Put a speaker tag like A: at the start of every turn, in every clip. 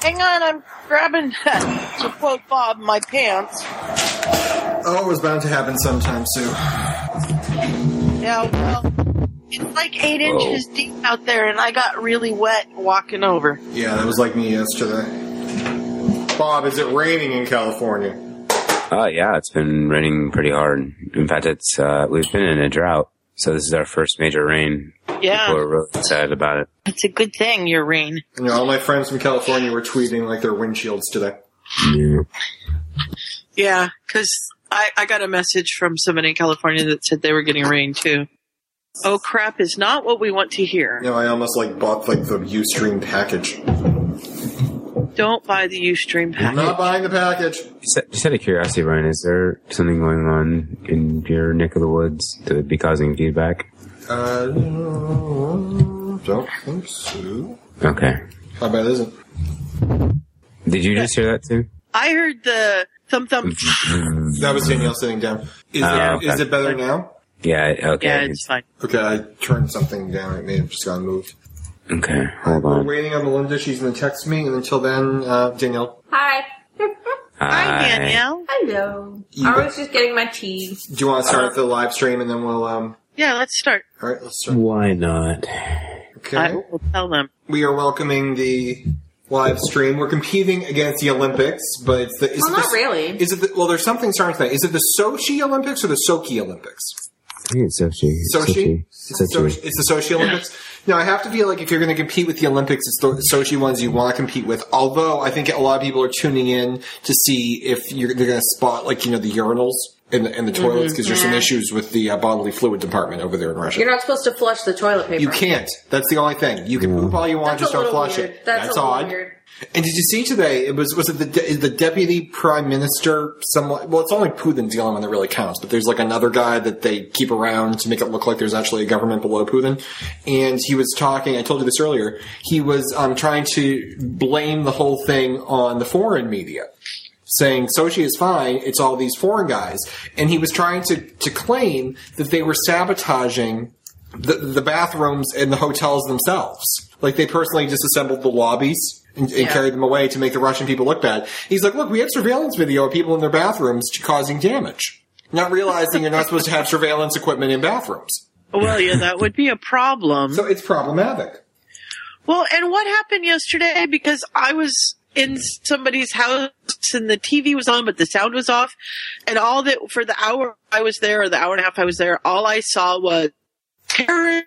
A: Hang on, I'm grabbing, to quote Bob, my pants.
B: Oh, it was bound to happen sometime soon.
A: Yeah, well, it's like eight
C: Whoa.
A: inches deep out there, and I got really wet walking over.
B: Yeah, that was like me yesterday. Bob, is it raining in California?
C: Uh, yeah, it's been raining pretty hard. In fact, it's uh, we've been in a drought, so this is our first major rain.
A: Yeah,
C: We're really excited about it.
A: it's a good thing, your rain.
B: You know, all my friends from California were tweeting like their windshields today.
A: Yeah, because I, I got a message from somebody in California that said they were getting rain too. Oh crap is not what we want to hear.
B: You know, I almost like bought like the Ustream package.
A: Don't buy the Ustream
B: I'm not
A: package.
B: buying the package.
C: Just, just out of curiosity, Ryan, is there something going on in your neck of the woods that would be causing feedback?
B: Uh, don't think so.
C: Okay.
B: I bet it isn't.
C: Did you just hear that too?
A: I heard the thump thump.
C: Mm-hmm. Mm.
B: That was Danielle sitting down. Is,
C: Oh,
B: it, is
C: okay.
B: it better now?
C: Yeah. Okay.
A: Yeah, it's fine.
B: Okay, I turned something down. It may have just gotten moved.
C: okay. Hold
B: We're
C: on.
B: waiting on Melinda. She's going to text me. And until then, uh, Danielle,
D: Hi.
A: Hi, Danielle.
D: Hello.
B: Yeah.
D: I was just getting my tea.
B: do you want to
D: Uh,
B: start the live stream and then we'll, um,
A: Yeah, let's start.
B: all right, let's start.
C: Why not?
B: Okay.
A: I will tell them.
B: we are welcoming the live stream. We're competing against the Olympics, but it's the. Is
D: Well,
B: it the-
D: not really.
B: Is it the, well? There's something starting tonight. Is it the Sochi Olympics or the Sochi Olympics?
C: I think it's Sochi.
B: Sochi. It's,
C: Sochi.
B: Sochi. it's the Sochi Olympics. Now, I have to feel like if you're going to compete with the Olympics, it's the Sochi ones you want to compete with. Although I think a lot of people are tuning in to see if you're they're going to spot like you know the urinals and the, and the
D: Mm-hmm.
B: toilets because there's some issues with the uh, bodily fluid department over there in Russia.
D: You're not supposed to flush the toilet paper.
B: You can't. That's the only thing. You can poop all you want, just
D: That's
B: don't
D: a little
B: flush
D: weird.
B: it.
D: That's, a little
B: odd.
D: weird.
B: And did you see today? It was was it the de- the deputy prime minister? Someone. Well, it's only Putin's the only one that really counts. But there's like another guy that they keep around to make it look like there's actually a government below Putin. And he was talking. I told you this earlier. He was um, trying to blame the whole thing on the foreign media saying Sochi is fine, it's all these foreign guys. And he was trying to, to claim that they were sabotaging the, the bathrooms and the hotels themselves. Like they personally disassembled the lobbies and, and carried them away to make the Russian people look bad. He's like, look, we have surveillance video of people in their bathrooms causing damage. Not realizing you're not supposed to have surveillance equipment in bathrooms.
A: Well, yeah, that would be a problem.
B: So it's problematic.
A: Well, and what happened yesterday? Because I was in somebody's house and the TV was on, but the sound was off. And all that for the hour I was there, or the hour and a half I was there, all I saw was terrorism,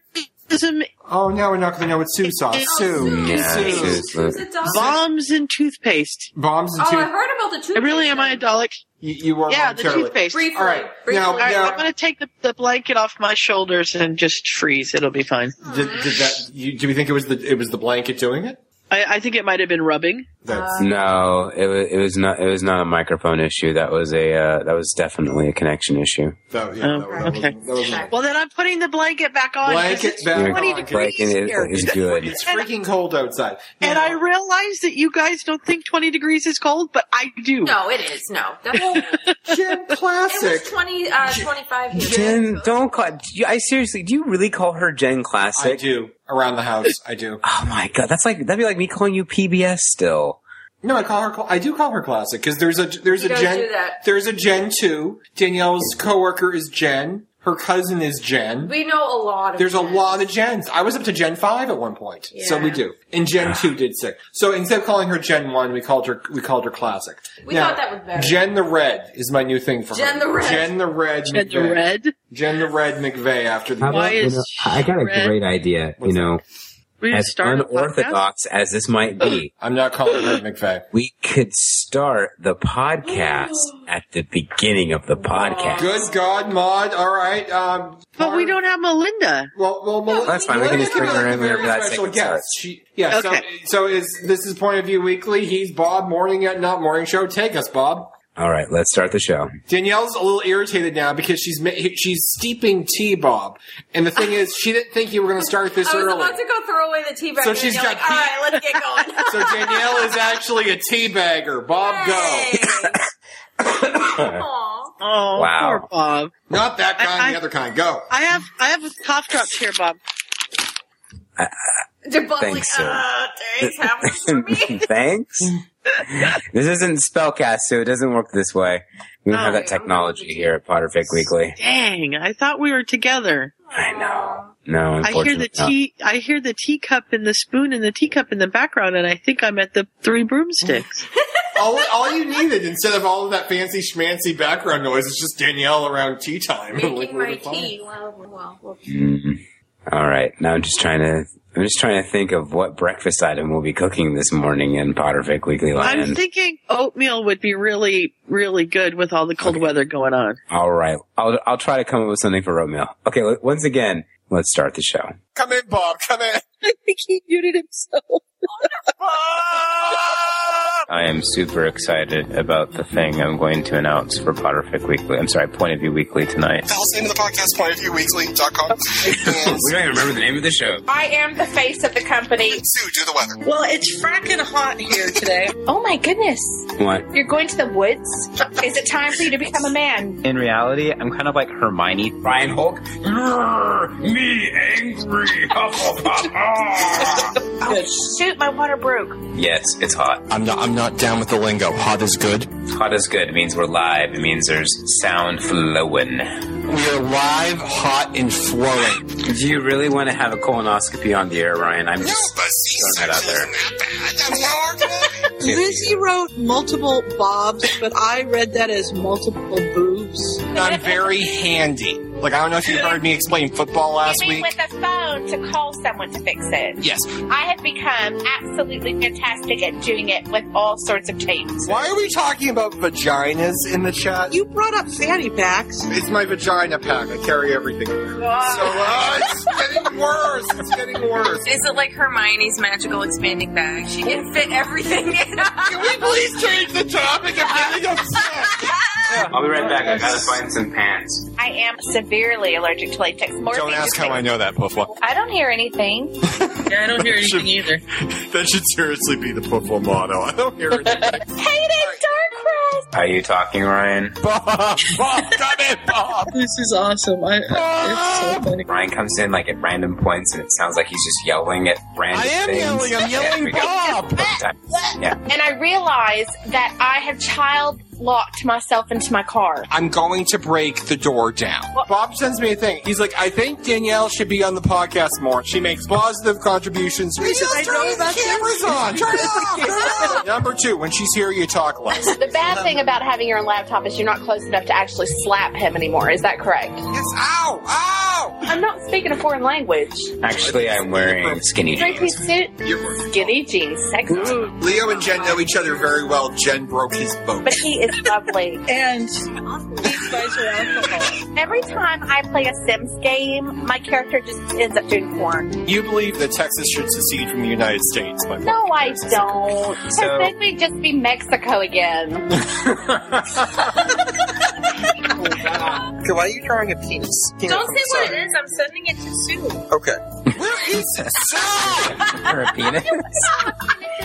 B: Oh, now we're not going to know what Sue saw. Sue.
C: Yeah,
B: Sue.
C: it's- it's-
D: It's a dog.
A: bombs, and toothpaste.
B: Bombs and
D: Oh, I
B: tooth.
D: heard about the toothpaste.
A: And really, am I a Dalek?
B: You, you are
A: Yeah, the
B: momentarily-
A: toothpaste.
D: Briefly.
B: All right.
D: Briefly.
B: Now-
A: All right,
B: Yeah.
A: I'm going to take the, the blanket off my shoulders and just freeze. It'll be fine.
B: Did, did that? You, do we think it was the it was the blanket doing it?
A: I, I think it might have been rubbing.
B: That's
C: Uh, No, it was it was not it was not a microphone issue. That was a uh, that was definitely a connection issue.
B: that, yeah, that, that
A: okay.
B: wasn't- that wasn't-
D: Okay.
A: Well, then I'm putting the blanket back on. 'cause
B: Blanket
A: it's
B: back
A: 20
B: on.
A: degrees
C: Blanket is-
A: here.
C: is good.
B: It's freaking cold outside.
A: And I realize that you guys don't think 20 degrees is cold, but I do.
D: No, it is. No. The whole, it
B: Jim
D: was
B: Classic.
D: 20, uh, 25 years
C: Jen, don't call. do you- I seriously, do you really call her Jen Classic?
B: I do around the house. I do.
C: Oh my god, that's like that'd be like me calling you PBS still.
B: No, I call her. cla- I do call her classic because there's a there's
D: You
B: a
D: don't
B: Jen.
D: do that.
B: There's a Jen two. Danielle's coworker is Jen. Her cousin is Jen.
D: We know a lot of
B: There's a
D: that.
B: lot of gens. I was up to Gen five at one point, so
D: Yeah.
B: we do. And Gen two did sick. So instead of calling her Gen one, we called her we called her classic.
D: We thought that was better.
B: Gen the Red is my new thing for
D: Jen
B: her.
D: the Red.
B: Jen the Red.
A: Red the
B: McVeigh.
A: red.
B: Jen the Red McVeigh after the.
C: How
A: Why
C: about, you
A: is
C: know, I got a
A: red-
C: great idea. You
B: What's
C: know,
A: We
C: as
A: start a podcast.
C: unorthodox as this might be,
B: I'm not calling her McVeigh.
C: we could start the podcast at the beginning of the podcast.
B: Good God, Maud. All right. Um,
A: But we
B: Barb-
A: don't have Melinda.
B: Well, well, Melinda,
C: That's fine. We can just
B: Melinda
C: bring her
B: be
C: in whenever
B: very
C: that
B: special
C: segment
B: guest.
C: starts.
B: She, yeah.
A: Okay.
B: So, so is this is Point of View Weekly? He's Bob. Morning at not morning show. Take us, Bob.
A: Oh.
C: All right, let's start the show.
B: Danielle's a little irritated now because she's ma- she's steeping tea, Bob. And the thing is, she didn't think you were going to start this
D: I was
B: early.
D: about to go throw away the tea bag.
B: So
D: and
B: she's
D: you're
B: got
D: like,
B: tea-
D: all right, let's get going.
B: so Danielle is actually a tea bagger. Bob, go.
D: Aw.
A: Oh,
C: Wow.
A: poor Bob.
B: Not that kind,
A: I-
B: the other kind. Go.
A: I have I have cough drops here, Bob.
D: They're both
C: Thanks,
D: like,
C: sir.
E: "Oh,
D: uh, thanks, have one for me.
C: Thanks. this isn't spellcast, so it doesn't work this way. We don't have
A: Oh,
C: that technology here at Potter Fake Weekly.
A: Dang, I thought we were together.
C: I know. No,
A: I hear the
C: unfortunately. not.
A: tea. I hear the teacup and the spoon and the teacup in the background, and I think I'm at the three broomsticks.
B: all, all you needed instead of all of that fancy schmancy background noise is just Danielle around tea time. Like,
D: Making
B: we're
D: my
B: fine.
D: tea. Well, well, well.
C: Mm. All right. Now I'm just trying to. I'm just trying to think of what breakfast item we'll be cooking this morning in Potter Fake Weekly Land.
A: I'm thinking oatmeal would be really, really good with all the cold weather going on.
C: All right. I'll I'll try to come up with something for oatmeal. Okay. l- Once again, let's start the show.
B: Come in, Bob. Come in.
A: I think he muted himself.
B: Bob!
F: I am super excited about the thing I'm going to announce for Potterfic Weekly. I'm sorry, Point of View Weekly tonight.
B: Tell us the name of the podcast, point of view weekly.com. And
C: don't even remember the name of the show.
E: I am the face of the company.
B: Sue, do the weather.
A: Well, it's fracking hot here today.
E: Oh my goodness.
C: What?
E: You're going to the woods? Is it time for you to become a man?
F: In reality, I'm kind of like Hermione.
C: Brian Hulk. me angry Hufflepuff.
E: Shoot, my water broke.
C: yes, it's hot.
B: I'm not, I'm not down with the lingo. Hot is good.
C: Hot is good. It means we're live. It means there's sound flowing.
B: We are live, hot, and flowing.
C: Do you really want to have a colonoscopy on the air, Ryan? I'm just throwing that out there.
A: Lizzie wrote multiple bobs, but I read that as multiple boobs.
B: I'm very handy. Like, I don't know if you heard me explain football last
E: You mean
B: week.
E: with a phone to call someone to fix it.
B: Yes.
E: I have become absolutely fantastic at doing it with all sorts of tapes.
B: Why are we talking about vaginas in the chat?
A: You brought up fanny packs.
B: It's my vagina pack. I carry everything in there. So uh, it's getting worse. It's getting worse.
D: Is it like Hermione's magical expanding bag? She can fit everything in.
B: Can we please change the topic? I'm getting upset.
C: I'll be right back. I gotta find some pants.
E: I am severely allergic to latex. Morphine
B: Don't ask
E: just
B: how I
E: makes-
B: know that, Puffwa.
E: I don't hear anything.
A: Yeah, I don't hear
B: anything
A: either.
B: That should seriously be the Puffwa motto. I don't hear it.
E: Hey, that's Dark
C: Are you talking, Ryan?
B: Bob, Bob, come in, Bob.
A: This is awesome. I,
B: I-
A: it's so funny.
C: Ryan comes in like at random points, and it sounds like he's just yelling at random
B: I am
C: things.
B: yelling. I'm yelling, Bob.
C: Bob. Yeah.
E: And I realize that I have child locked myself into my car.
B: I'm going to break the door down. Bob sends me a thing. He's like, I think Danielle should be on the podcast more. She makes positive contributions. He says,
A: I
B: turn
A: know
B: the
A: about
B: cameras on. Turn it off. Turn it off. Number two, when she's here, you talk less.
E: The bad thing about having your own laptop is you're not close enough to actually slap him anymore. Is that correct?
B: Yes, ow, ow.
E: I'm not speaking a foreign language.
C: Actually, I'm wearing skinny
E: Three
C: jeans.
E: piece suit, skinny jeans, sexy.
B: Leo and Jen know each other very well. Jen broke his boat.
E: But he is lovely.
A: And these guys are alcohol.
E: Every time I play a Sims game, my character just ends up doing porn.
B: You believe that Texas should secede from the United States, but
E: No, I don't.
C: So-
E: So then we'd just be Mexico again.
G: Okay, why are you drawing a penis?
D: Don't say what it is. I'm sending it to Sue.
G: Okay.
B: where is Sue?
C: Or a penis.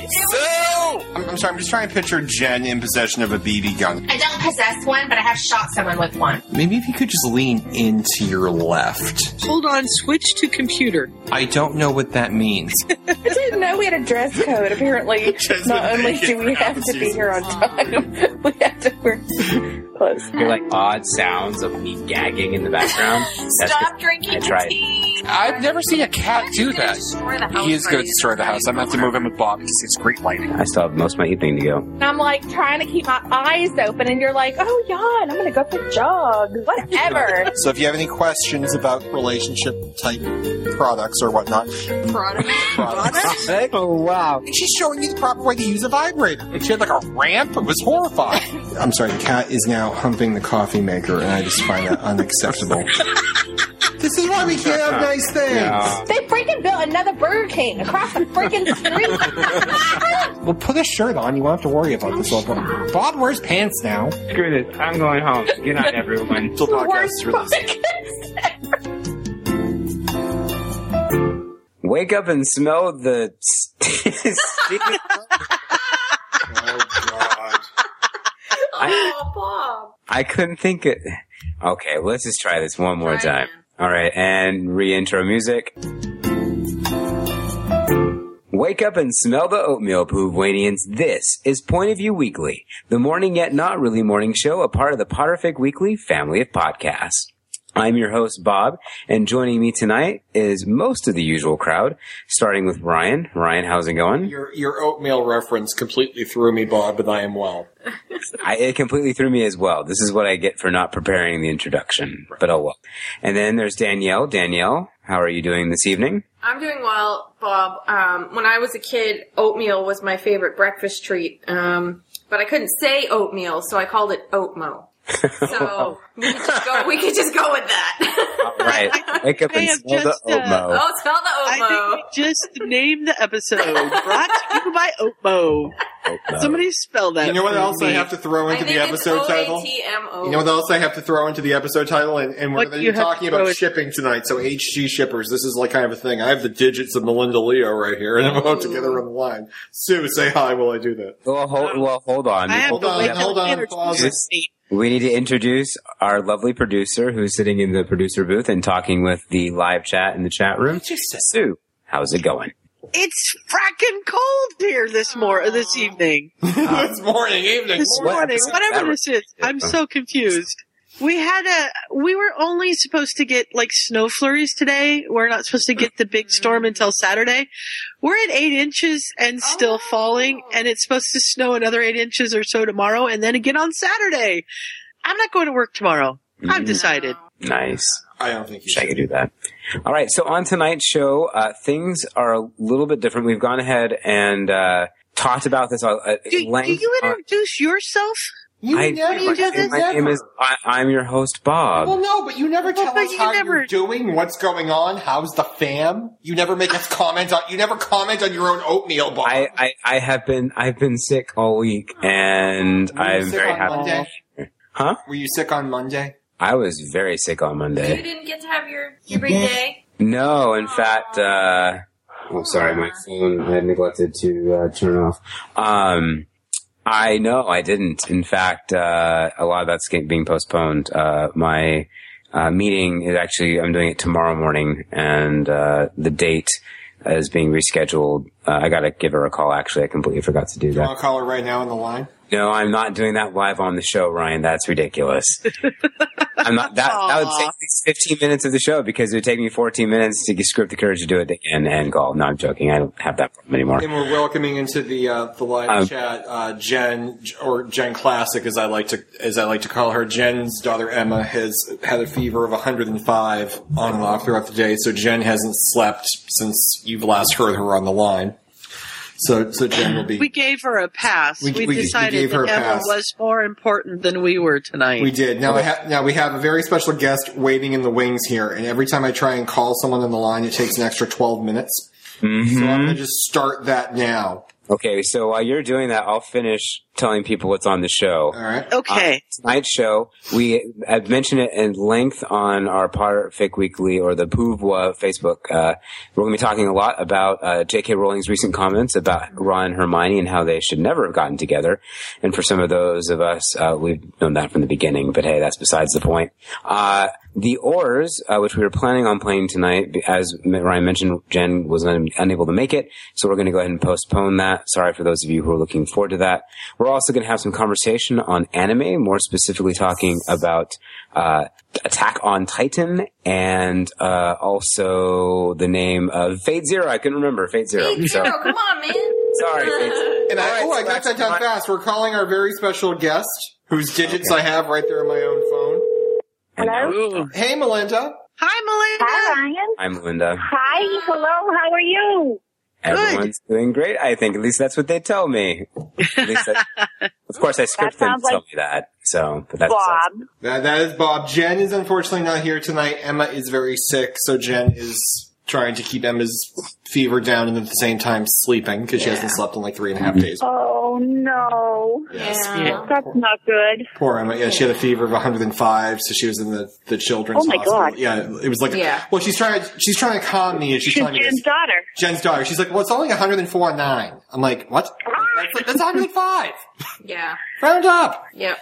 B: Sue? I'm, I'm sorry. I'm just trying to picture Jen in possession of a BB gun.
E: I don't possess one, but I have shot someone with one.
G: Maybe if you could just lean into your left.
A: Hold on, switch to computer.
G: I don't know what that means.
E: I didn't know we had a dress code. Apparently,
B: Just not only naked do we have to be
E: here on time, we have to wear clothes.
C: You're like odd sounds of me gagging in the background. That's
D: Stop drinking
C: I tried.
D: tea.
G: I've never seen a cat do that.
D: Destroy the house
G: He is
D: by
G: going to destroy the house. I'm going to have to move in with Bob because it's great lighting.
C: I still have most of my evening to go.
E: And I'm like trying to keep my eyes open, and you're like, oh, yawn, I'm gonna go for a jog. Whatever.
B: So if you have any questions about relationship type products or whatnot,
D: product.
B: products.
C: Oh wow!
B: And she's showing you the proper way to use a vibrator. And she had like a ramp. It was horrifying. I'm sorry, the cat is now humping the coffee maker, and I just find that unacceptable. this is why we can't have nice things.
C: Oh,
E: they freaking built another Burger King across the freaking street.
B: Well, put a shirt on. You won't have to worry about this. all. Bob wears pants now.
C: Screw this! I'm going home. Good night, everyone.
B: Till
E: Worst
C: Wake up and smell the. st-
B: Oh God.
D: Oh, Bob.
C: I couldn't think it. Okay, let's just try this one more
D: Try
C: time. All right, and re-intro music. Wake up and smell the oatmeal, Poovanians. This is Point of View Weekly, the morning yet not really morning show, a part of the Potterfic Weekly family of podcasts. I'm your host, Bob, and joining me tonight is most of the usual crowd, starting with Ryan. Ryan, how's it going?
B: Your your oatmeal reference completely threw me, Bob, but I am well.
C: I, it completely threw me as well. This is what I get for not preparing the introduction, but oh well. And then there's Danielle. Danielle, how are you doing this evening?
H: I'm doing well, Bob. Um, when I was a kid, oatmeal was my favorite breakfast treat. Um, but I couldn't say oatmeal, so I called it oatmo. So we could just go. We could just go with that.
C: Right. Wake up
A: I
C: and
A: have
C: smell the
A: just, uh,
C: oatmeal.
H: oh, spell the
A: I
H: oatmo.
A: think we just named the episode brought to you by Oatmo.
C: Oatmeal.
A: Somebody spell that.
B: You know what
A: for
B: else I
A: me.
B: have to throw
H: I
B: into
H: think
B: the episode
H: it's
B: title?
H: O-A-T-M-O.
B: You know what else I have to throw into the episode title? And, and we're
A: What you
B: you're
A: have
B: talking
A: to throw
B: about
A: is-
B: shipping tonight, so HG shippers, this is like kind of a thing. I have the digits of Melinda Leo right here, and I'm about to get her on the line. Sue, say hi while I do that.
C: Well, hold, well, hold on.
A: I have
B: Hold
A: to
B: on,
A: wait till
B: hold on,
A: introduce
B: pause
C: it.
A: me.
C: We need to introduce our lovely producer who's sitting in the producer booth and talking with the live chat in the chat room. Sue, how's it going?
A: It's fracking cold here this mor this evening.
B: this morning, evening.
A: This
C: What
A: morning,
C: episode is that?
A: whatever this is. I'm so confused. We had a we were only supposed to get like snow flurries today. We're not supposed to get the big
B: Mm-hmm.
A: storm until Saturday. We're at eight inches and still
B: Oh.
A: falling, and it's supposed to snow another eight inches or so tomorrow and then again on Saturday. I'm not going to work tomorrow. I've
C: Mm.
A: decided.
C: Nice.
B: I don't think you
C: Wish I
B: should.
C: could do that. All right. So on tonight's show, uh, things are a little bit different. We've gone ahead and, uh, talked about this. Uh, at
A: Do, do
C: length
A: you
C: on-
A: introduce yourself?
B: You
C: I-
B: never
A: do you do
B: you
A: this?
C: my name is, I, I'm your host, Bob.
B: Well, no, but you never tell
A: but
B: us
A: you
B: how
A: never-
B: you're doing, what's going on, how's the fam. You never make us comment on. You never comment on your own oatmeal, Bob.
C: I, I, I have been, I've been sick all week and
B: Were you
C: I'm
B: sick
C: very
B: on
C: happy.
B: Monday?
C: Huh?
B: Were you sick on Monday?
C: I was very sick on Monday.
H: You didn't get to have your your big day.
C: No, in fact, uh, oh, sorry, my phone, I neglected to uh, turn off. Um, I know I didn't. In fact, uh, a lot of that's get- being postponed. Uh, my uh, meeting is actually, I'm doing it tomorrow morning, and uh, the date is being rescheduled. Uh, I got to give her a call, actually. I completely forgot to do
B: I'll
C: that.
B: call her right now on the line.
C: No, I'm not doing that live on the show, Ryan. That's ridiculous. I'm not that. That would take at least 15 minutes of the show because it would take me 14 minutes to script the courage to do it and and call. No, I'm joking. I don't have that problem anymore.
B: And we're welcoming into the uh, the live
C: Um,
B: chat uh, Jen or Jen Classic, as I like to as I like to call her. Jen's daughter Emma has had a fever of 105 on and off throughout the day, so Jen hasn't slept since you've last heard her on the line. So so Jen will be.
A: We gave her a pass.
B: We-
A: We,
B: we- we
A: decided
B: gave her a
A: that Emma
B: pass.
A: was more important than we were tonight.
B: We did. Now, I ha- now we have a very special guest waiting in the wings here, and every time I try and call someone on the line, it takes an extra 12 minutes.
C: Mm-hmm.
B: So I'm going to just start that now.
C: Okay, so while you're doing that, I'll finish telling people what's on the show.
B: All right.
A: okay.
C: Tonight's show, we I've mentioned it in length on our Parfic Weekly or the Pouvwa Facebook. Uh, we're going to be talking a lot about uh, J.K. Rowling's recent comments about Ron and Hermione and how they should never have gotten together. And for some of those of us, uh, we've known that from the beginning. But hey, that's besides the point. Uh, the Oars, uh, which we were planning on playing tonight, as Ryan mentioned, Jen was un- unable to make it, so we're going to go ahead and postpone that. Sorry for those of you who are looking forward to that. We're also going to have some conversation on anime, more specifically talking about uh, Attack on Titan and uh, also the name of Fate Zero. I couldn't remember Fate Zero.
H: Big
C: So,
H: zero, come on, man.
C: sorry. Fate Zero.
B: And
C: All
B: I,
C: right,
B: oh, I
C: so
B: got
C: that's
B: that done
C: my-
B: fast. We're calling our very special guest, whose digits I have right there on my own phone.
C: And now
A: Ooh.
B: Hey, Melinda.
A: Hi, Melinda.
E: Hi, Ryan.
C: I'm Linda.
E: Hi. Hello. How are you?
C: Everyone's doing great. I think at least that's what they tell me. At least that, of course, I script them to
E: sounds like-
C: tell me that. So, but that's
E: Bob.
B: That, that is Bob. Jen is unfortunately not here tonight. Emma is very sick, so Jen is trying to keep Emma's fever down and at the same time sleeping because she hasn't slept in like three and a half days.
E: Oh no.
B: Yes.
A: Yeah.
E: That's not good.
B: Poor Emma. Yeah, she had a fever of 105, so she was in the, the children's
E: Oh my
B: hospital.
E: God.
B: Yeah, it was like.
H: Yeah.
B: Well, she's trying. To, she's trying to calm me, and she's
E: She's
B: telling me
E: Jen's
B: this.
E: daughter.
B: Jen's daughter. She's like, "Well, it's only 104 9." I'm like, "What? That's, that's 105.
H: Yeah.
B: Round up."
H: Yep.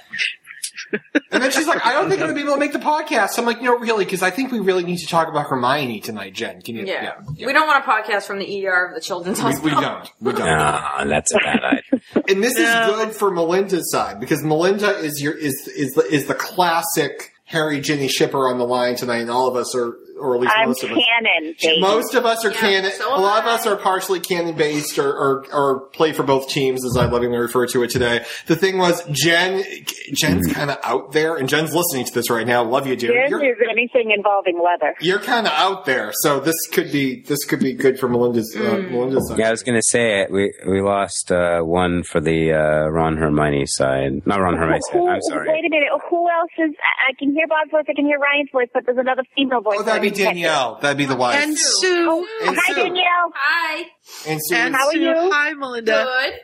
B: And then she's like, I don't think I'm going to be able to make the podcast. I'm like, no, really, because I think we really need to talk about Hermione tonight, Jen. Can you?
D: Yeah.
B: Yeah. yeah.
D: We don't want a podcast from the ER of the children's
B: We, we
D: hospital.
B: don't. We don't.
C: Ah, that's a bad idea.
B: And this
A: No.
B: is good for Melinda's side because Melinda is your is is the, is the classic Harry Ginny shipper on the line tonight, and all of us are, or at least
I: I'm
B: most of us.
I: canon, baby.
B: Most of us are
D: Yeah,
B: canon.
D: so
B: a lot of
D: am I.
B: us are partially canon based or, or, or play for both teams, as I lovingly refer to it today. The thing was, Jen, Jen's kind of out there, and Jen's listening to this right now. Love you, Jen.
I: Jen
B: You're-
I: is anything involving leather.
B: you're kind of out there, so this could be this could be good for Melinda's uh, Melinda's side.
C: Yeah, I was gonna say it. We we lost uh, one for the uh, Ron Hermione side, not Ron Hermione side. I'm
I: Wait
C: sorry.
I: a minute. Who else is? I, I can hear Bob's voice. I can hear Ryan's voice, but there's another female voice.
B: Oh, that'd be
I: that I didn't catch.
B: Danielle. That'd be the wife.
A: And Sue.
I: Oh,
B: And
I: hi,
B: Sue.
I: Danielle.
D: Hi.
B: And Sue.
A: And
B: is-
I: How are
A: Sue.
I: you?
A: Hi, Melinda.
D: Good.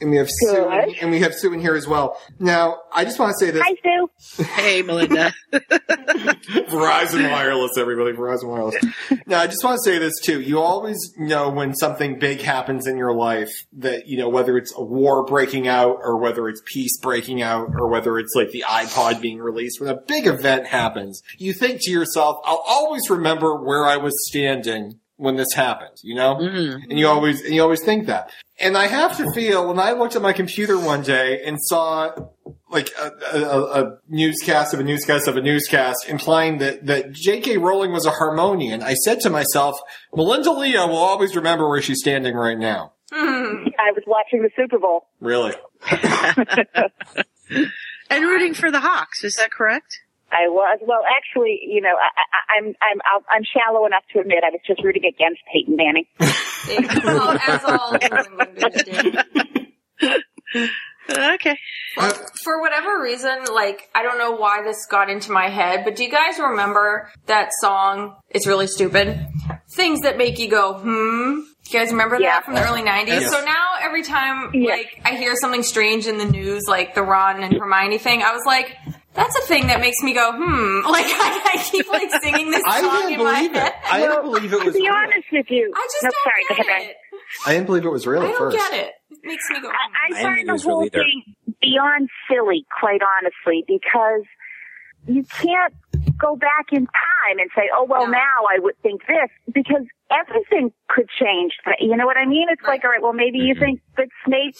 B: and we have Sue. in-
I: Good.
B: And we have Sue in here as well. Now, I just want to say this:
I: Hi, Sue.
A: Hey, Melinda.
B: Verizon Wireless, everybody, Verizon Wireless. now, I just want to say this too. You always know when something big happens in your life that you know whether it's a war breaking out or whether it's peace breaking out or whether it's like the iPod being released. When a big event happens, you think to yourself, "I'll always remember where I was standing." When this happened, you know,
A: Mm.
B: and you always and you always think that. And I have to feel when I looked at my computer one day and saw like a, a, a- a newscast of a newscast of a newscast implying that, that J.K. Rowling was a harmonian. I said to myself, Melinda Leo will always remember where she's standing right now.
D: Hmm.
I: I was watching the Super Bowl.
B: Really?
A: and rooting for the Hawks. Is that correct?
I: I was well, actually, you know, I, I, I'm I'm I'll- I'm shallow enough to admit I was just rooting against Peyton Manning.
D: As all, as all New Englanders do.
A: Okay.
B: Uh,
D: For whatever reason, like, I don't know why this got into my head, but do you guys remember that song? It's really stupid. Things that make you go, hmm. You guys remember
I: Yeah.
D: that from the early 90s?
B: Yes.
D: So now every time,
I: Yeah.
D: like, I hear something strange in the news, like the Ron and Hermione thing, I was like, that's a thing that makes me go, hmm. Like, I, I keep, like, singing this
B: I
D: song
B: didn't
D: in my
B: believe
D: head.
B: it. I
I: Well,
B: didn't believe it
I: to
B: was
I: be
B: real.
I: honest with you,
D: I just
I: no,
D: don't
I: sorry, go
D: get
I: ahead,
D: it.
B: I didn't believe it was real
D: I
B: at
D: don't
B: first.
D: get it. It makes me go, hmm.
I: I,
C: I
I: I
C: didn't
I: find
C: think it
I: the
C: was real
I: whole
C: either.
I: thing beyond silly, quite honestly, because you can't go back in time and say, "Oh well,
D: No.
I: now I would think this," because everything could change. You know what I mean? It's like, all right, well, maybe you think that Snape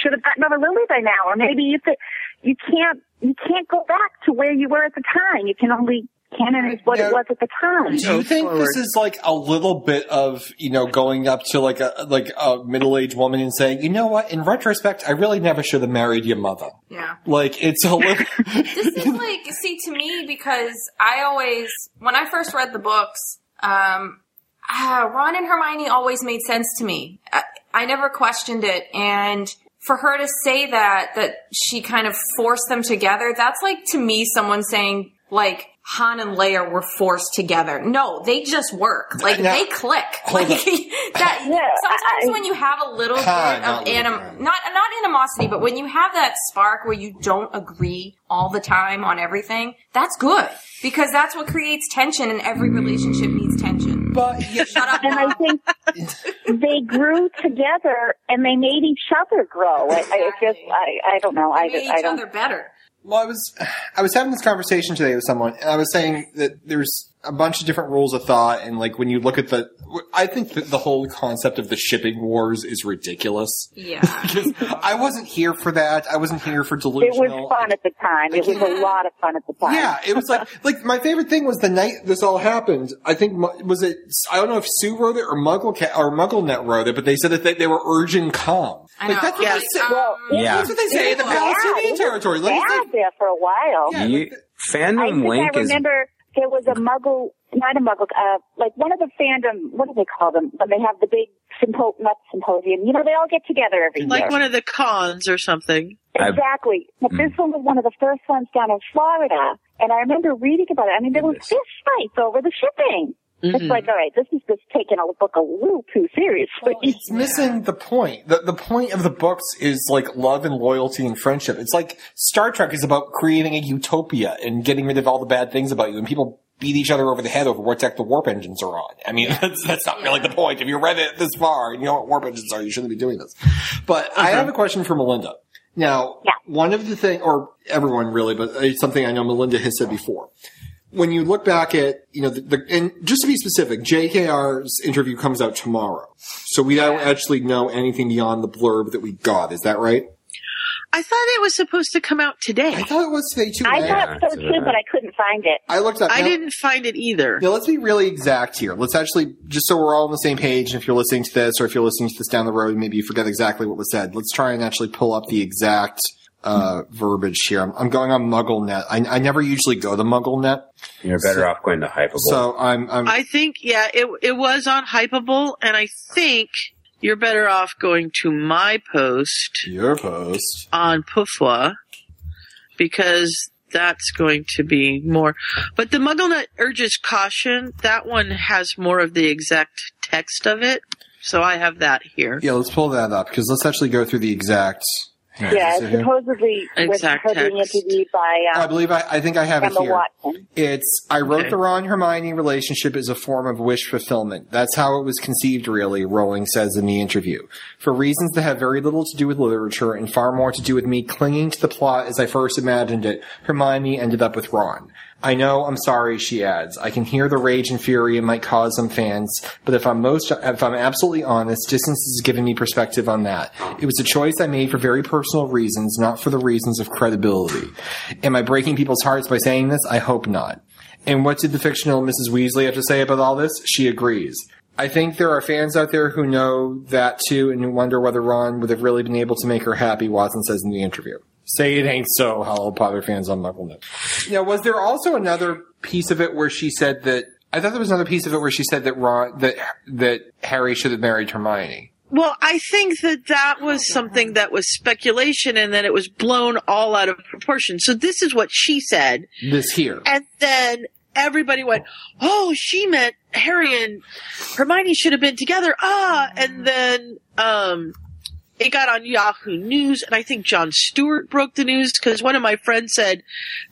I: should have gotten over Lily by now, or maybe you think you can't you can't go back to where you were at the time. You can only canon is what
B: Yeah.
I: it was at the time.
B: Do you think this is like a little bit of you know going up to like a like a middle aged woman and saying, you know what? In retrospect, I really never should have married your mother.
D: Yeah.
B: Like it's a little.
D: this is like see to me because I always when I first read the books, um, ah, Ron and Hermione always made sense to me. I, I never questioned it, and for her to say that that she kind of forced them together, that's like to me someone saying like. Han and Leia were forced together. No, they just work. Like
B: Now-
D: they click.
B: Hold
D: Like
B: on.
D: that.
I: Yeah,
D: sometimes
I: I-
D: when you have a little
B: Ah,
D: bit
B: not
D: of
B: with
D: anim-
B: Ryan.
D: not not animosity, but when you have that spark where you don't agree all the time on everything, that's good because that's what creates tension, and every relationship needs tension.
B: but yeah,
D: Shut up.
I: and I think they grew together and they made each other grow. I, I it just, I, I don't know. I,
D: We made
I: I
D: each
I: don't.
D: other better.
B: Well, I was I was having this conversation today with someone, and I was saying that there's a bunch of different rules of thought, and like when you look at the, I think that the whole concept of the shipping wars is ridiculous.
D: Yeah.
B: Because I wasn't here for that. I wasn't here for
I: It
B: delusional.
I: was fun at the time. It was a lot of fun at the time.
B: Yeah, it was like like my favorite thing was the night this all happened. I think Mu- was it I don't know if Sue wrote it or Muggle or MuggleNet wrote it, but they said that they, they were urging calm.
D: I
B: like
D: know. um,
B: that's what
A: Yes.
B: they said.
I: Well, it
C: Yeah.
B: That's what they say in the Palestinian territory.
I: was
B: Like, it's
I: bad
B: like-
I: there for a while.
B: Yeah,
C: You,
I: I
C: fandom
I: think
C: link
I: I
C: is
I: remember there was a muggle, not a muggle, uh, like one of the fandom, what do they call them? When they have the big sympo- not symposium, you know, they all get together every year.
A: Like one of the cons or something.
C: I've-
I: Exactly. But this one was one of the first ones down in Florida. And I remember reading about it. I mean, there was fist fights over the shipping. It's like, all right, this is just taking a book a little too seriously.
B: It's missing the point. The, the point of the books is like love and loyalty and friendship. It's like Star Trek is about creating a utopia and getting rid of all the bad things about you and people beat each other over the head over what deck the warp engines are on. I mean, that's, that's not really the point. If you read it this far and you know what warp engines are, you shouldn't be doing this. But I have a question for Melinda. Now,
I: Yeah.
B: one of the thing, or everyone really, but it's something I know Melinda has said before. When you look back at, you know, the, the and just to be specific, JKR's interview comes out tomorrow. So we don't actually know anything beyond the blurb that we got. Is that right?
A: I thought it was supposed to come out
B: I
A: today.
B: thought it was today too.
I: I
B: and
C: Yeah,
I: thought so
C: it's
I: too,
C: a-
I: but I couldn't find it.
B: I looked up.
A: I
B: now-
A: didn't find it either.
B: Now let's be really exact here. Let's actually just so we're all on the same page. And if you're listening to this, or if you're listening to this down the road, maybe you forget exactly what was said. Let's try and actually pull up the exact uh, verbiage here. I'm, I'm going on MuggleNet. I, I never usually go to MuggleNet,
C: You're better off going to Hypeable.
B: so I'm. I'm
A: I think, yeah, it, it was on Hypeable, and I think you're better off going to my post
B: your post.
A: on Pufwa because that's going to be more. But the MuggleNut urges caution. That one has more of the exact text of it, so I have that here.
B: Yeah, let's pull that up because let's actually go through the exact. Hang on,
I: Yeah,
B: is it here?
I: supposedly with
A: Exact
I: her being
A: text.
I: interviewed by
B: I
I: um,
B: believe I, I think I have it
I: Emma
B: here.
I: Watson.
B: It's I wrote
A: Okay.
B: the Ron Hermione relationship as a form of wish fulfillment. That's how it was conceived, really. Rowling says in the interview, for reasons that have very little to do with literature and far more to do with me clinging to the plot as I first imagined it. Hermione ended up with Ron. I know, I'm sorry, she adds. I can hear the rage and fury it might cause some fans, but if I'm most, if I'm absolutely honest, distance has given me perspective on that. It was a choice I made for very personal reasons, not for the reasons of credibility. Am I breaking people's hearts by saying this? I hope not. And what did the fictional Mrs. Weasley have to say about all this? She agrees. I think there are fans out there who know that too and who wonder whether Ron would have really been able to make her happy, Watson says in the interview. Say it ain't so, Hollow Potter fans on MuggleNet. Now, was there also another piece of it where she said that, I thought there was another piece of it where she said that Ron, that, that Harry should have married Hermione.
A: Well, I think that that was something that was speculation and then it was blown all out of proportion. So this is what she said.
B: This here.
A: And then everybody went, Oh, she meant Harry and Hermione should have been together. Ah, and then, um, it got on Yahoo News and I think John Stewart broke the news because one of my friends said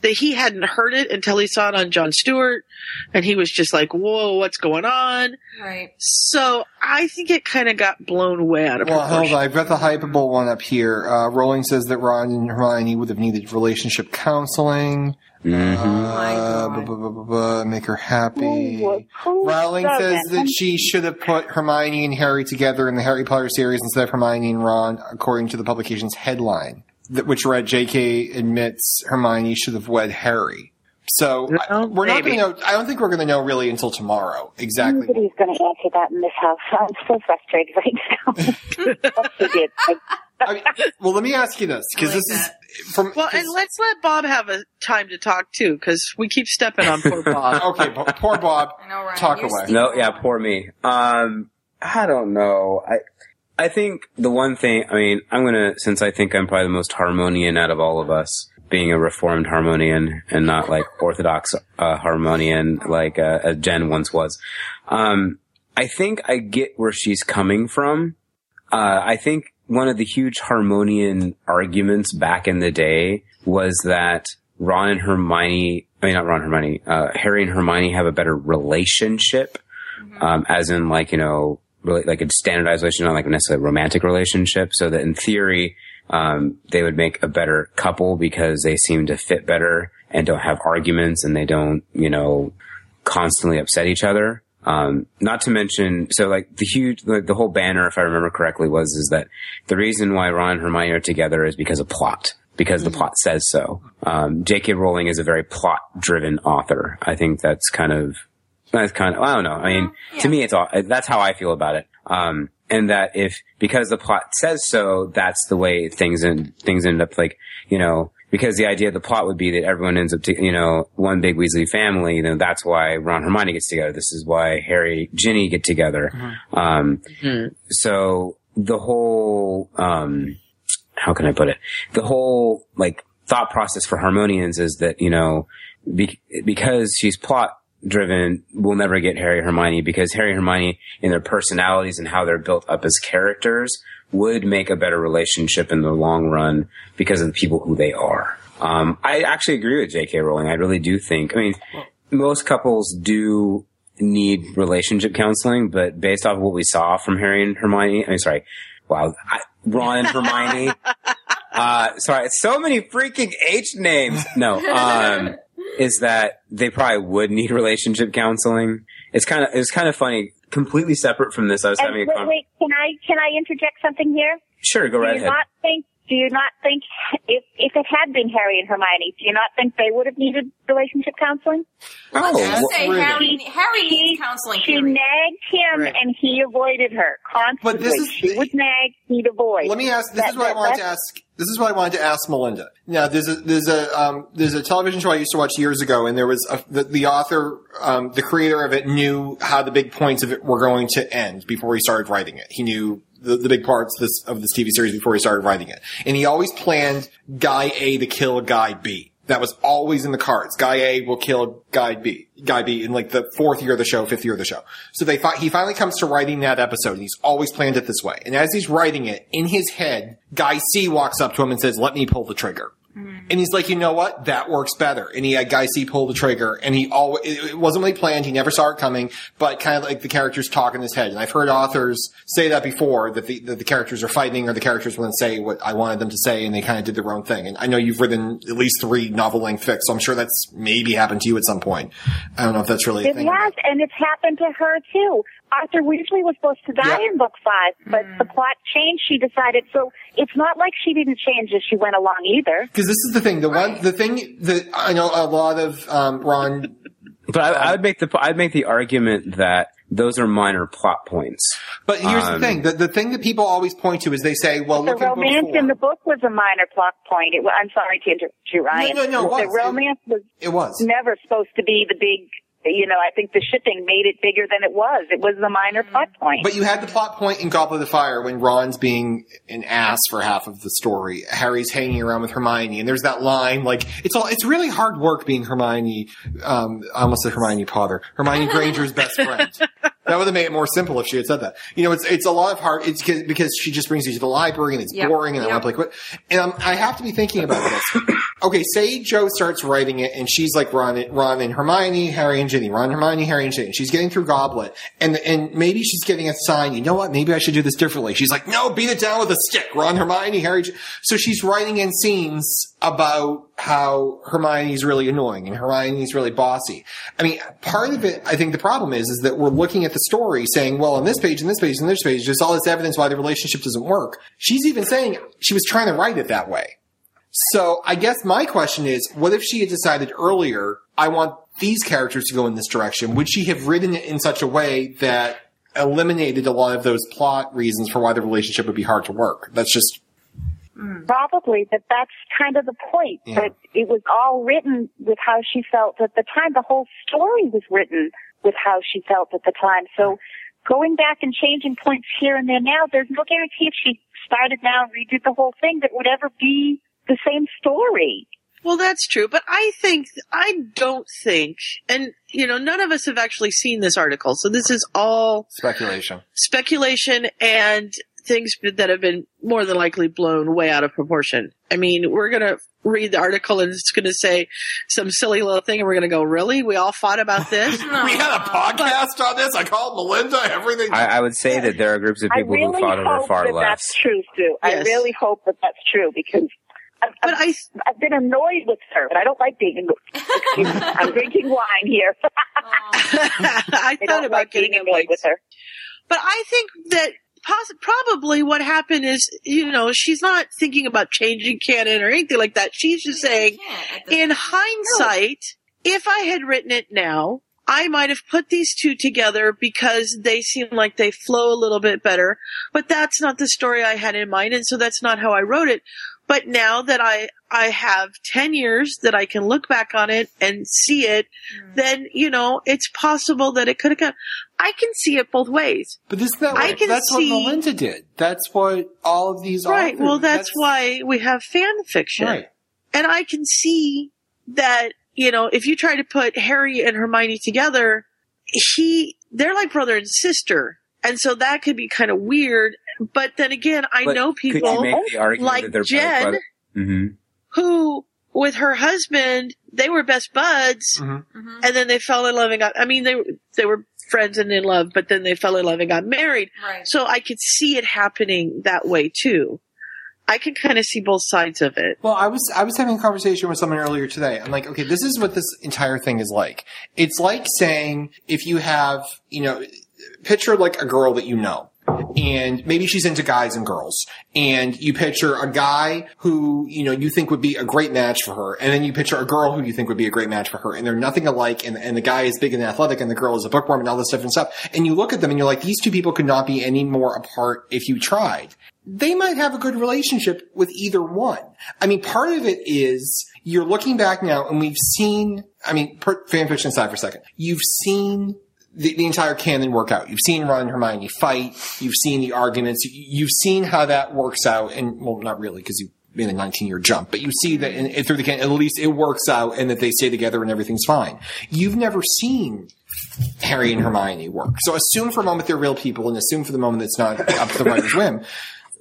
A: that he hadn't heard it until he saw it on John Stewart and he was just like, Whoa, what's going on?
H: Right.
A: So I think it kind of got blown way out of
B: Well, hold
A: proportion.
B: on. I've got the hypeable one up here. Uh, Rowling says that Ron and Hermione would have needed relationship counseling.
C: Mm-hmm.
B: Uh,
H: Oh My God.
B: buh, buh, buh, buh, buh, make her happy.
I: Who was- who was
B: Rowling
I: so
B: says
I: random?
B: that she should have put Hermione and Harry together in the Harry Potter series instead of Hermione and Ron, according to the publication's headline, that, which read J.K. admits Hermione should have wed Harry. So I-
A: Well,
B: we're not
A: maybe.
B: going to know. I don't think we're going to know really until tomorrow exactly.
I: Nobody's going to answer that in this house. I'm so frustrated right now. But she did. I-
B: I mean, well, let me ask you this because this is from
A: Well,
B: 'cause-
A: and let's let Bob have a time to talk too, because we keep stepping on poor Bob.
B: okay, but poor Bob.
H: I know, Ryan.
B: Talk
H: You're
B: away.
H: still-
C: No, yeah, poor me. Um, I don't know. I, I think the one thing, I mean, I'm gonna, since I think I'm probably the most harmonian out of all of us, being a reformed harmonian and not like orthodox, uh, harmonian like, uh, as Jen once was. Um, I think I get where she's coming from. Uh, I think one of the huge harmonian arguments back in the day was that Ron and Hermione, I mean, not Ron and Hermione, uh, Harry and Hermione have a better relationship, um, as in like, you know, really like a standardized relationship, not like necessarily a romantic relationship. So that in theory, um, they would make a better couple because they seem to fit better and don't have arguments and they don't, you know, constantly upset each other. Um, not to mention, so like the huge, like the whole banner, if I remember correctly, was is that the reason why Ron and Hermione are together is because of plot, because the plot says so. Um, J.K. Rowling is a very plot-driven author. I think that's kind of that's kind of I don't know. I mean, to me, it's all that's how I feel about it. Um, and that if because the plot says so, that's the way things and things end up like you know because the idea of the plot would be that everyone ends up to, you know one big Weasley family. You know that's why Ron and Hermione gets together. This is why Harry Ginny get together. Um, so the whole um, how can I put it? The whole like thought process for Harmonians is that you know be- because she's plot driven, we'll never get Harry and Hermione because Harry and Hermione in their personalities and how they're built up as characters would make a better relationship in the long run because of the people who they are. Um, I actually agree with J.K. Rowling. I really do think. I mean, most couples do need relationship counseling, but based off of what we saw from Harry and Hermione, I mean, sorry, wow, I, Ron and Hermione, Uh, sorry, so many freaking H names. No, um, is that they probably would need relationship counseling. It's kind of it's kind of funny. Completely separate from this, I was
I: And
C: having a
I: wait,
C: con-
I: wait, can I can I interject something here?
C: Sure, go
I: do
C: right
I: you
C: ahead.
I: not think? Do you not think if if it had been Harry and Hermione, do you not think they would have needed relationship counseling?
C: Oh,
H: Just say
B: really?
H: Harry, Harry
I: She-
H: needs counseling.
I: She
H: period.
I: nagged him
A: Right.
I: and he avoided her constantly.
B: But this is-
I: she would nag, he'd avoid.
B: Let me ask. This
I: That-
B: is what I
I: that-
B: wanted to
I: that's-
B: ask. This is what I wanted to ask Melinda. Now, there's a there's a um, there's a television show I used to watch years ago, and there was a, the, the author, um, the creator of it, knew how the big points of it were going to end before he started writing it. He knew the, the big parts this, of this TV series before he started writing it, and he always planned Guy A to kill Guy B. That was always in the cards. Guy A will kill Guy B. Guy B in like the fourth year of the show, fifth year of the show. So they fi- he finally comes to writing that episode, and he's always planned it this way. And as he's writing it, in his head, Guy C walks up to him and says, "Let me pull the trigger." And he's like, you know what? That works better. And he had Guy C pull the trigger, and he always it it wasn't really planned. He never saw it coming, but kind of like the characters talk in his head. And I've heard authors say that before that the that the characters are fighting, or the characters want to say what I wanted them to say, and they kind of did their own thing. And I know you've written at least three novel length fics, so I'm sure that's maybe happened to you at some point. I don't know if that's really a
I: It
B: thing.
I: has, and it's happened to her too. Arthur Weasley was supposed to die
B: Yeah.
I: in book five, but the plot changed. She decided, so it's not like she didn't change as she went along either.
B: Because this is the thing, the one, the thing that I know a lot of um, Ron
C: but I, I would make the I'd make the argument that those are minor plot points.
B: But here's
C: Um,
B: the thing: the, the thing that people always point to is they say, "Well,
I: The
B: look at book
I: romance
B: four.
I: in the book was a minor plot point. It, wa- I'm sorry to interrupt you, Ryan.
B: no, no, it
I: the
B: was.
I: romance was
B: It was.
I: never supposed to be the big. You know, I think the shipping made it bigger than it was. It was the minor
A: Mm-hmm.
I: plot point.
B: But you had the plot point in Goblet of Fire when Ron's being an ass for half of the story. Harry's hanging around with Hermione, and there's that line like it's all it's really hard work being Hermione. Um, I almost said Hermione Potter, Hermione Granger's best friend. That would have made it more simple if she had said that. You know, it's it's a lot of hard. It's 'cause- because she just brings you to the library and it's
H: Yeah.
B: boring and I
H: Yeah.
B: want to play quit. And um, I have to be thinking about this. okay, say Joe starts writing it, and she's like Ron, Ron and Hermione, Harry and Ginny, Ron, Hermione, Harry and Ginny. She's getting through Goblet, and and maybe she's getting a sign. You know what? Maybe I should do this differently. She's like, no, beat it down with a stick, Ron, Hermione, Harry. Gin-" So she's writing in scenes about how Hermione's really annoying and Hermione's really bossy. I mean, part of it, I think the problem is, is that we're looking at the story saying, well, on this page, and this page, and this page, there's all this evidence why the relationship doesn't work. She's even saying she was trying to write it that way. So I guess my question is, what if she had decided earlier, I want these characters to go in this direction? Would she have written it in such a way that eliminated a lot of those plot reasons for why the relationship would be hard to work? That's just,
I: Probably, but that's kind of the point.
B: Yeah.
I: That it was all written with how she felt at the time. The whole story was written with how she felt at the time. So going back and changing points here and there now, there's no guarantee if she started now and redid the whole thing that would ever be the same story.
A: Well, that's true, but I think I don't think, and you know, none of us have actually seen this article, so this is all
B: speculation.
A: speculation and things that have been more than likely blown way out of proportion. I mean, we're going to read the article and it's going to say some silly little thing and we're going to go, really? We all fought about this?
B: We had a podcast on this. I called Melinda. Everything.
C: I, I would say that there are groups of
I: I
C: people
I: really
C: who fought over
I: hope
C: far
I: that that's
C: left.
I: true, Sue. I
A: Yes.
I: really hope that that's true because I've,
A: but
I: I've,
A: I,
I: I've been annoyed with her, but I don't like being annoyed. Excuse me. I'm drinking wine here.
D: Oh,
A: I
I: I
A: thought
I: don't
A: about
I: like
A: getting
I: being
A: him
I: annoyed
A: like
I: with her.
A: But I think that poss- probably what happened is, you know, she's not thinking about changing canon or anything like that. She's just saying, in hindsight, if I had written it now, I might have put these two together because they seem like they flow a little bit better. But that's not the story I had in mind, and so that's not how I wrote it. But now that I I have ten years that I can look back on it and see it, then you know it's possible that it could have come. I can see it both ways.
B: but isn't that
A: I
B: what-
A: can
B: that's
A: see-
B: what Melinda did. That's what all of these
A: Right.
B: authors-
A: Well, that's, why we have fan fiction.
B: Right.
A: And I can see that, you know, if you try to put Harry and Hermione together, he, they're like brother and sister. And so that could be kind of weird. But then again, I
C: But
A: know
C: Could you
A: people
C: make the argument
A: like
C: that they're
A: Jen-
C: hmm
A: who, with her husband, they were best buds
C: Mm-hmm.
B: Mhm.
H: Mhm.
A: and then they fell in love and got, I mean, they, they were friends and in love, but then they fell in love and got married.
H: Right.
A: So I could see it happening that way too. I can kind of see both sides of it.
B: Well, I was I was having a conversation with someone earlier today. I'm like, okay, this is what this entire thing is like. It's like saying if you have, you know, picture like a girl that you know. And maybe she's into guys and girls. And you picture a guy who, you know, you think would be a great match for her. And then you picture a girl who you think would be a great match for her. And they're nothing alike. And, and the guy is big and athletic and the girl is a bookworm and all this different stuff. And you look at them and you're like, these two people could not be any more apart if you tried they might have a good relationship with either one. I mean, part of it is you're looking back now and we've seen, I mean, put fan fiction aside for a second. You've seen the, the entire canon work out. You've seen Ron and Hermione fight. You've seen the arguments. You've seen how that works out. And well, not really because you made a 19 year jump, but you see that in, in- through the canon, at least it works out and that they stay together and everything's fine. You've never seen Harry and Hermione work. So assume for a moment they're real people and assume for the moment it's not up to the writer's whim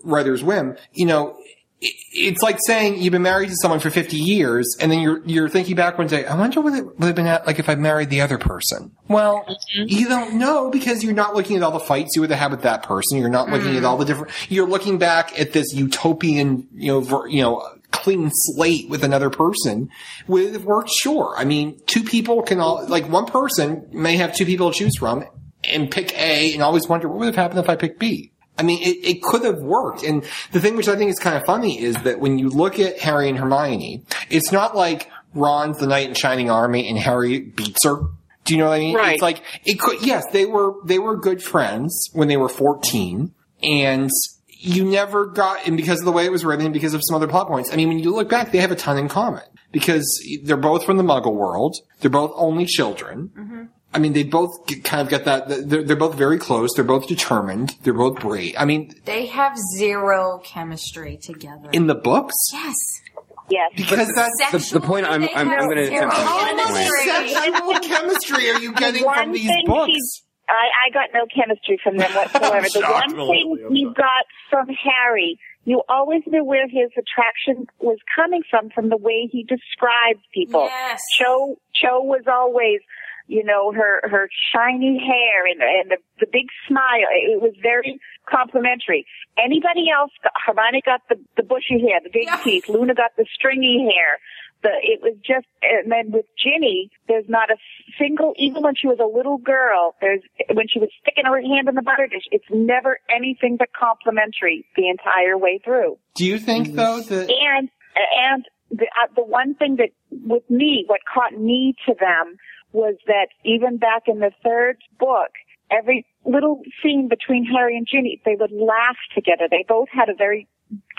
B: writer's whim, you know, it, it's like saying you've been married to someone for 50 years and then you're, you're thinking back one day, I wonder what it would have been at, like if I married the other person. Well, you don't know because you're not looking at all the fights you would have had with that person. You're not looking at all the different, you're looking back at this utopian, you know, ver, you know, clean slate with another person with worked sure. I mean, two people can all, like one person may have two people to choose from and pick A and always wonder what would have happened if I picked B. I mean, it, it could have worked. And the thing which I think is kind of funny is that when you look at Harry and Hermione, it's not like Ron's the knight in shining army and Harry beats her. Do you know what I mean?
A: Right.
B: It's like it could. Yes, they were they were good friends when they were fourteen, and you never got. And because of the way it was written, and because of some other plot points, I mean, when you look back, they have a ton in common because they're both from the Muggle world. They're both only children. I mean, they both g- kind of get that. They're, they're both very close. They're both determined. They're both brave. I mean,
J: They have zero chemistry together.
B: in the books,
J: yes.
I: Yes.
B: because that's
C: The, the point I'm,
J: They
C: I'm, I'm
J: have
C: going to
J: zero
C: attempt to make this point.
J: chemistry.
B: sexual chemistry are you getting
I: One
B: from these
I: thing
B: books?
I: she's- I, I got no chemistry from them whatsoever. the
B: Shocked,
I: one thing you got from Harry, you always knew where his attraction was coming from, from the way he described people.
J: Yes.
I: Cho Cho was always, you know, her her shiny hair and and the, the big smile. It was very complimentary. Anybody else? Got, Hermione got the the bushy hair, the big
J: Yeah.
I: teeth. Luna got the stringy hair. The it was just. And then with Ginny, there's not a single. Even when she was a little girl, there's when she was sticking her hand in the butter dish. It's never anything but complimentary the entire way through.
B: Do you
I: Mm-hmm.
B: think though that
I: And and the uh, the one thing that with me, what caught me to them was that even back in the third book, every little scene between Harry and Ginny, they would laugh together. They both had a very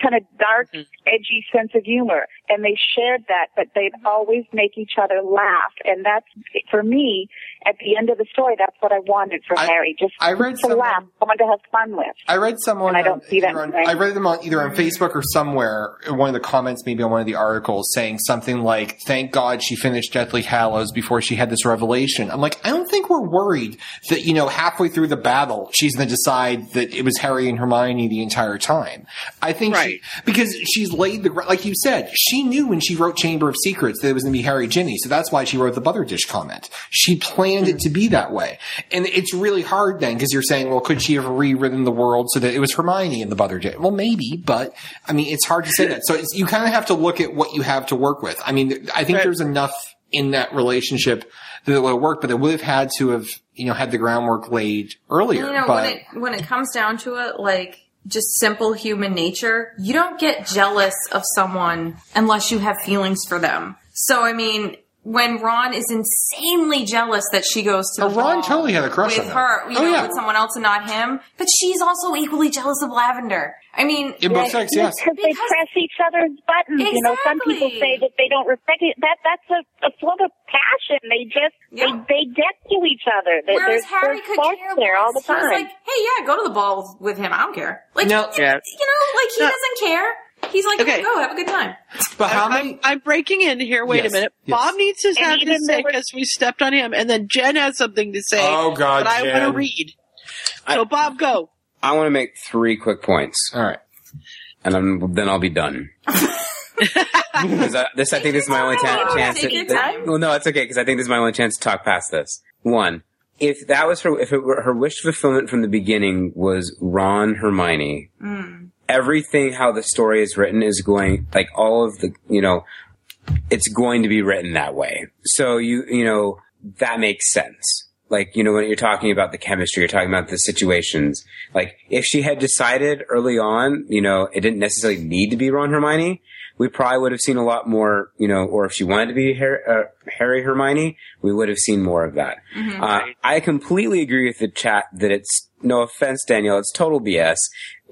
I: kind of dark,
B: Mm-hmm.
I: edgy sense of humor, and they shared that. But they'd
B: Mm-hmm.
I: always make each other laugh, and that's for me. At the end of the story, that's what I wanted from
B: I-
I: Harry, just
B: I read
I: to
B: someone-
I: laugh, someone to have fun with.
B: I read someone.
I: And I don't
B: on-
I: see that
B: either on-
I: today.
B: I read them on either on Facebook or somewhere. in One of the comments, maybe on one of the articles, saying something like, "Thank God she finished Deathly Hallows before she had this revelation." I'm like, I don't think we're worried that you know halfway through the battle she's going to decide that it was Harry and Hermione the entire time. I think
A: Right.
B: she, because she's laid the gr- like you said, she knew when she wrote Chamber of Secrets that it was going to be Harry Ginny, so that's why she wrote the butter dish comment. She planned it to be that way, and it's really hard then because you're saying, well, could she have rewritten the world so that it was Hermione in the butter dish? Well, maybe, but I mean, it's hard to say that. So it's, you kind of have to look at what you have to work with. I mean, I think
A: Right.
B: there's enough in that relationship that it will work, but it would have had to have you know had the groundwork laid earlier.
H: You know,
B: but
H: when it when it comes down to it, like just simple human nature, you don't get jealous of someone unless you have feelings for them. So I mean, when Ron is insanely jealous that she goes to the
B: Oh, Ron
H: ball
B: totally had a crush
H: with
B: on her.
H: her, you
B: Oh,
H: know,
B: yeah.
H: with someone else and not him, but she's also equally jealous of Lavender. I mean,
B: in both sex, yes.
I: Because they
H: Because-
I: press each other's buttons. You know, some people
H: Exactly.
I: say that they don't respect it. That that's a, a form of passion. They just
H: Yeah.
I: they, they get to each other. There-
H: Whereas
I: There's
H: Harry
I: there's
H: could
I: sparks
H: care
I: there all the
H: less. He was
I: time.
H: like, hey, yeah, go to the ball with, with him. I don't care. Like,
B: No.
H: you,
A: Yeah.
H: you know, like he
A: No.
H: doesn't care. He's like,
A: Okay.
H: go, have a good time.
B: But how
A: I-
B: many?
A: I'm, I'm breaking in here. Wait
B: Yes,
A: a minute.
B: yes.
A: Bob needs to
I: And
A: have
I: even
A: his say
I: though-
A: because we stepped on him, and then Jen has something to say.
B: Oh, God,
A: that I
B: Jen.
A: want to read. So Bob, go.
C: I want to make three quick points,
B: All right.
C: and I'm, then I'll be done. 'Cause I, this, I think this is my only ta-
H: Take your
C: chance. to-
H: time.
C: well, no, it's okay because I think this is my only chance to talk past this. One, if
D: Mm.
C: that was her, if it were her wish fulfillment from the beginning was Ron Hermione, everything how the story is written is going like all of the you know it's going to be written that way. So you you know that makes sense. Like you know when you're talking about the chemistry, you're talking about the situations. Like if she had decided early on, you know, it didn't necessarily need to be Ron Hermione. We probably would have seen a lot more, you know, or if she wanted to be Harry, uh, Harry Hermione, we would have seen more of that.
K: Mhm.
C: Uh, I completely agree with the chat that it's no offense, Danielle, it's total BS.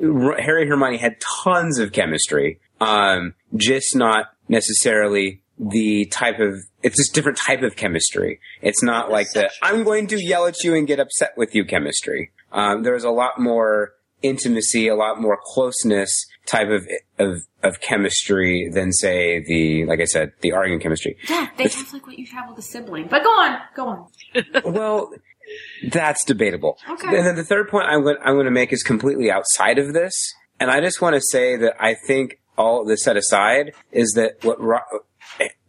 C: R- Harry Hermione had tons of chemistry, um, just not necessarily the type of it's just different type of chemistry. It's not like the I'm going to yell at you and get upset with you chemistry. Um, there's a lot more intimacy, a lot more closeness type of of of chemistry than say the like I said the arguing chemistry.
D: Yeah, they have like what you have with a sibling. But go on, go on.
C: well, That's debatable.
D: Okay.
C: And then the third point I want I want to make is completely outside of this, and I just want to say that I think all this set aside is that what Ro-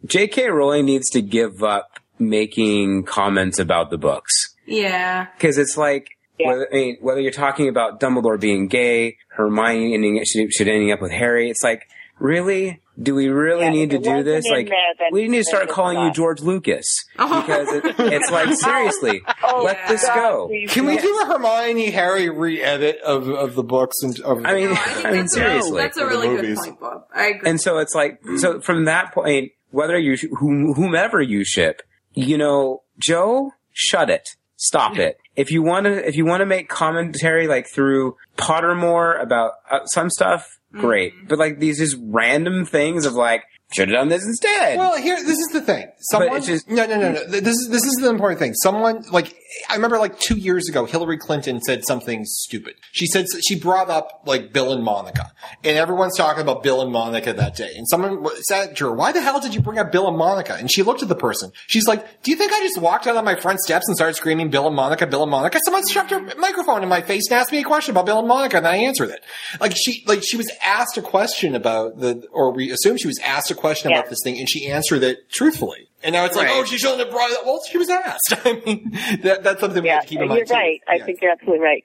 C: J.K. Rowling needs to give up making comments about the books
L: Yeah.
C: because it's like. Whether, I mean, whether you're talking about Dumbledore being gay, Hermione ending should, should ending up with Harry, it's like, really? Do we really need to do this?
K: in
C: Like,
K: there, then
C: we need to
K: it's
C: start
K: not.
C: calling you George Lucas because it, it's like, seriously,
H: "Oh,
C: let this go.
B: Can we do a Hermione Harry re-edit of, of the books and of? I
D: Oh,
C: mean, I mean, seriously,
L: That's a really good point, Bob. I agree.
C: And so it's like, so from that point, whether you, sh- whom- whomever you ship, you know, Joe, shut it. Stop it. If you want to, if you want to make commentary like through Pottermore about uh, some stuff, great. But like these just random things of like, should have done this instead.
B: Well, here this is the thing. Someone
C: it's just-
B: no, no, no, no. Th- This is this is the important thing. Someone like I remember like two years ago, Hillary Clinton said something stupid. She said she brought up like Bill and Monica, and everyone's talking about Bill and Monica that day. And someone w- said to her, "Why the hell did you bring up Bill and Monica?" And she looked at the person. She's like, "Do you think I just walked out on my front steps and started screaming Bill and Monica, Bill and Monica?" Someone shoved her microphone in my face and asked me a question about Bill and Monica, and I answered it. Like she like she was asked a question about the, or we assume she was asked a question about this thing, and she answered it truthfully. And now it's like,
I: Right.
B: oh, she shouldn't have brought it. Well, she was asked. I mean, that, that's something we have to keep in
I: Uh, you're
B: mind. too.
I: right. I think you're absolutely right.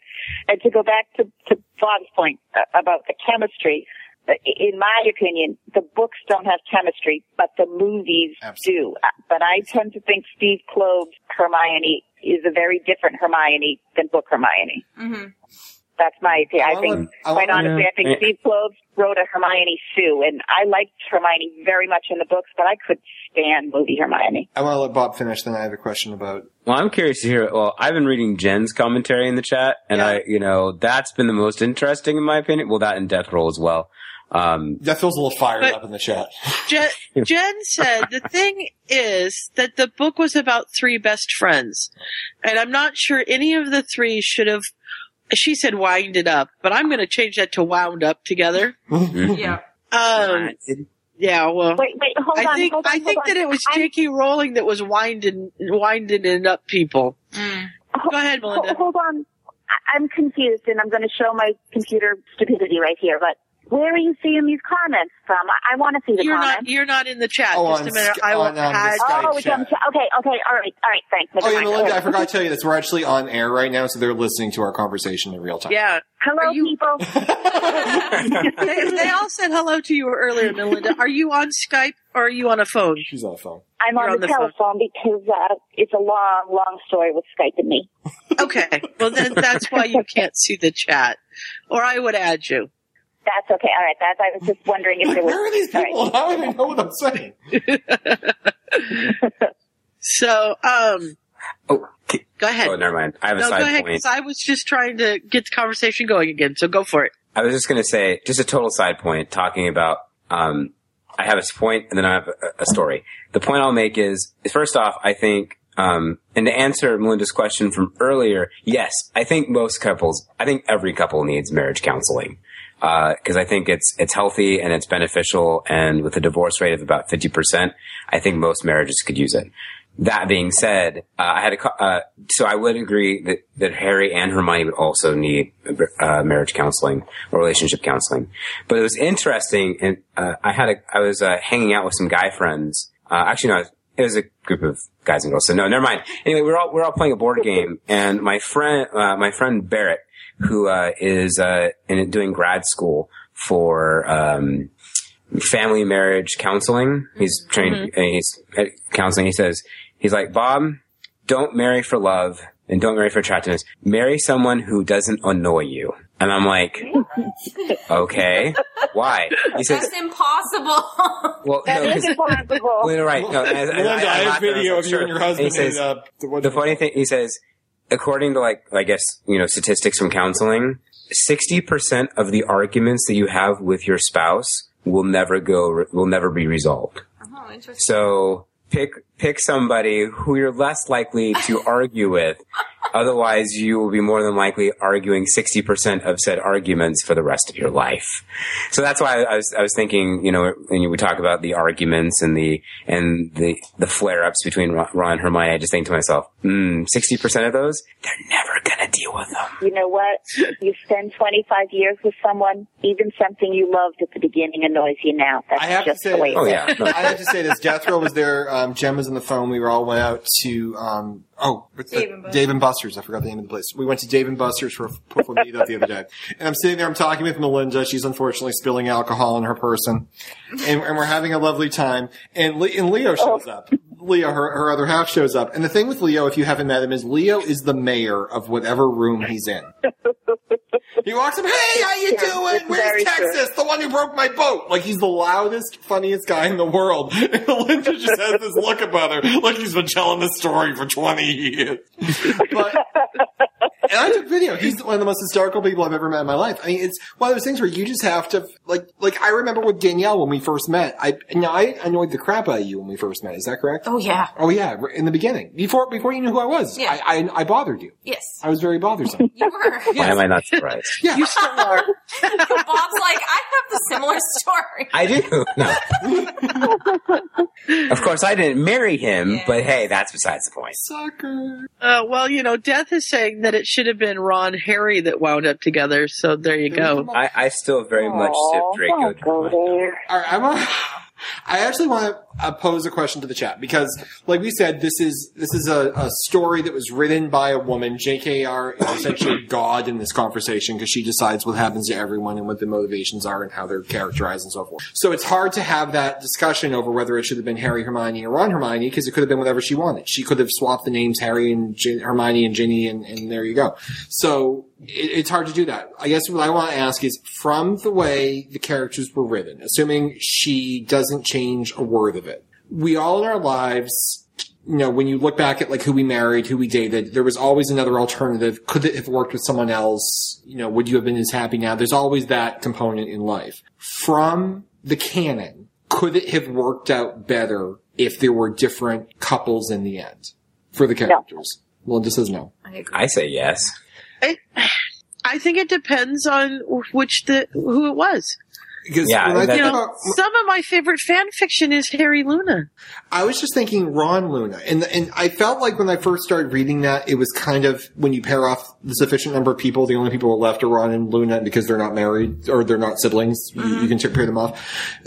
I: And to go back to, to Bob's point uh, about the chemistry, uh, in my opinion, the books don't have chemistry, but the movies do. Uh, But I tend to think Steve Klove's Hermione is a very different Hermione than book Hermione.
L: Mm-hmm.
I: That's my opinion. I
L: I'll
I: think,
L: let- I'll
I: quite
L: let-
I: honestly,
L: yeah.
I: I think Steve Kloves wrote a Hermione Sue, and I liked Hermione very much in the books, but I could stand movie Hermione.
B: I want to let Bob finish. Then I have a question about.
C: Well, I'm curious to hear. Well, I've been reading Jen's commentary in the chat, and I, you know, that's been the most interesting in my opinion. Well, that and Death Roll as well. Um,
B: Death Roll's a little fired
A: But-
B: up in the chat.
A: Jen, Jen said the thing is that the book was about three best friends, and I'm not sure any of the three should have. She said wind it up, but I'm going to change that to wound up together.
L: yeah.
A: Um, yeah. Well,
I: wait, wait, hold
A: I
I: on,
A: think
I: hold on,
A: I
I: hold
A: think
I: on.
A: that it was J.K. Rowling that was winding winding it up people. Go ahead, Melinda.
I: Mm. Hold on. I- I'm confused and I'm going to show my computer stupidity right here, but where are you seeing these comments from? I, I want to see the
A: You're not
I: comments.
A: you're not in the chat.
B: Oh,
A: Just
B: on
A: a minute.
B: Sk-
A: I will
B: on, um, the
A: add.
B: Skype
I: oh, it's on chat. Okay, okay, all right, all right, thanks. Never
B: Oh yeah,
I: mind.
B: Melinda,
I: Okay.
B: I forgot to tell you this. We're actually on air right now, so they're listening to our conversation in real time.
A: Yeah.
I: Hello, people.
A: they, they all said hello to you earlier, Melinda. Are you on Skype or are you on a phone?
B: She's on a phone.
I: I'm on,
A: You're on
I: the,
A: the phone.
I: telephone because uh, it's a long, long story with Skype and me.
A: Okay. Well, then that's why you can't see the chat. Or I would add you.
I: That's okay. All right, that's, I was just wondering if there was.
B: Where are these people? How do they know what I'm saying?
A: So, um, go ahead.
C: oh, never mind. I have a
A: no, go
C: side
A: ahead,
C: point.
A: 'cause I was just trying to get the conversation going again. So go for it.
C: I was just going to say, just a total side point, talking about, um, I have a point and then I have a, a story. The point I'll make is, first off, I think, um, and to answer Melinda's question from earlier, yes, I think most couples, I think every couple needs marriage counseling. Uh, cause I think it's, it's healthy and it's beneficial. And with a divorce rate of about 50%, I think most marriages could use it. That being said, uh, I had a co- uh, so I would agree that, that Harry and Hermione would also need uh, marriage counseling or relationship counseling. But it was interesting, and uh, I had a I was uh, hanging out with some guy friends. Uh, actually, no, it was, it was a group of guys and girls. So no, never mind. Anyway, we we're all we we're all playing a board game, and my friend uh, my friend Barrett, who uh, is uh, in doing grad school for um, family marriage counseling. He's trained.
M: Mhm.
C: and He's at counseling. He says he's like Bob. Don't marry for love and don't marry for attractiveness. Marry someone who doesn't annoy you. And I'm like, okay, why? He says,
D: That's impossible. Oh,
C: well, no, 'cause-
I: impossible.
C: well, you're right. No, and- and
B: Melinda, I have
C: laughed and was
B: video
C: like,
B: of you and
C: sure.
B: your husband
C: he says,
B: in, uh,
C: the, funny thing, he says, according to like, I guess, you know, statistics from counseling, 60% of the arguments that you have with your spouse will never go, will never be resolved.
D: Oh, interesting.
C: So pick, pick somebody who you're less likely to argue with. Otherwise, you will be more than likely arguing 60% of said arguments for the rest of your life. So that's why I was, I was thinking, you know, when we talk about the arguments and the, and the, the flare ups between Ron Ron and Hermione, I just think to myself, mm, 60% of those, they're never gonna deal with them.
I: You know what? You spend 25 years with someone, even something you loved at the beginning annoys you now. That's
B: I have to
I: just
B: say, oh,
I: the way
C: Oh,
I: it is.
B: I have to say this. Jethro was there. Um, Jem was on the phone. We were all went out to um, oh, what's that?
N: Dave and Buster's.
B: Dave and Buster's. I forgot the name of the place. We went to Dave and Buster's for a Portfolio the other day, and I'm sitting there. I'm talking with Melinda. She's unfortunately spilling alcohol on her person, and, and we're having a lovely time. And Le- and Leo shows up. Leo, her, her other half shows up. And the thing with Leo, if you haven't met him, is Leo is the mayor of whatever room he's in. He walks up, hey, how you doing? Where's Texas? The one who broke my boat. Like he's the loudest, funniest guy in the world. And Linda just has this look about her, like he's been telling this story for twenty years. But and I took video. He's one of the most hysterical people I've ever met in my life. I mean, it's one of those things where you just have to like, like I remember with Danielle when we first met. I now I annoyed the crap out of you when we first met. Is that correct?
D: Oh yeah.
B: Oh yeah. In the beginning, before before you knew who I was,
D: Yeah.
B: I, I I bothered you.
D: Yes.
B: I was very bothersome.
D: You were.
C: Why am I not surprised?
B: Yeah. You still
D: are. Bob's like, I have the similar story.
C: I do. No. of course, I didn't marry him, but hey, that's besides the point.
B: Sucker.
A: Uh, well, you know, Death is saying that it should have been Ron Harry that wound up together. So there you go.
C: I, I still very much sip Draco.
B: All right, I'm a, I actually want to uh, pose a question to the chat because, like we said, this is this is a, a story that was written by a woman. J.K.R. is essentially God in this conversation because she decides what happens to everyone and what the motivations are and how they're characterized and so forth. So it's hard to have that discussion over whether it should have been Harry, Hermione, or Ron, Hermione because it could have been whatever she wanted. She could have swapped the names Harry and Gin- Hermione and Ginny, and, and there you go. So it, it's hard to do that. I guess what I want to ask is from the way the characters were written, assuming she doesn't change a word of it, we all in our lives, you know, when you look back at like who we married, who we dated, there was always another alternative. Could it have worked with someone else? You know, would you have been as happy now? There's always that component in life. From the canon, could it have worked out better if there were different couples in the end for the characters? Well, it just says no.
C: I say yes.
A: I, I think it depends on which the who it was.
B: Because
C: Yeah,
B: when I
C: that-
B: think
A: You know,
B: about-
A: some of my favorite fan fiction is Harry Luna.
B: I was just thinking Ron Luna, and and I felt like when I first started reading that, it was kind of when you pair off the sufficient number of people, the only people who are left are Ron and Luna because they're not married or they're not siblings. You, you can
I: Mm-hmm.
B: t- pair them off.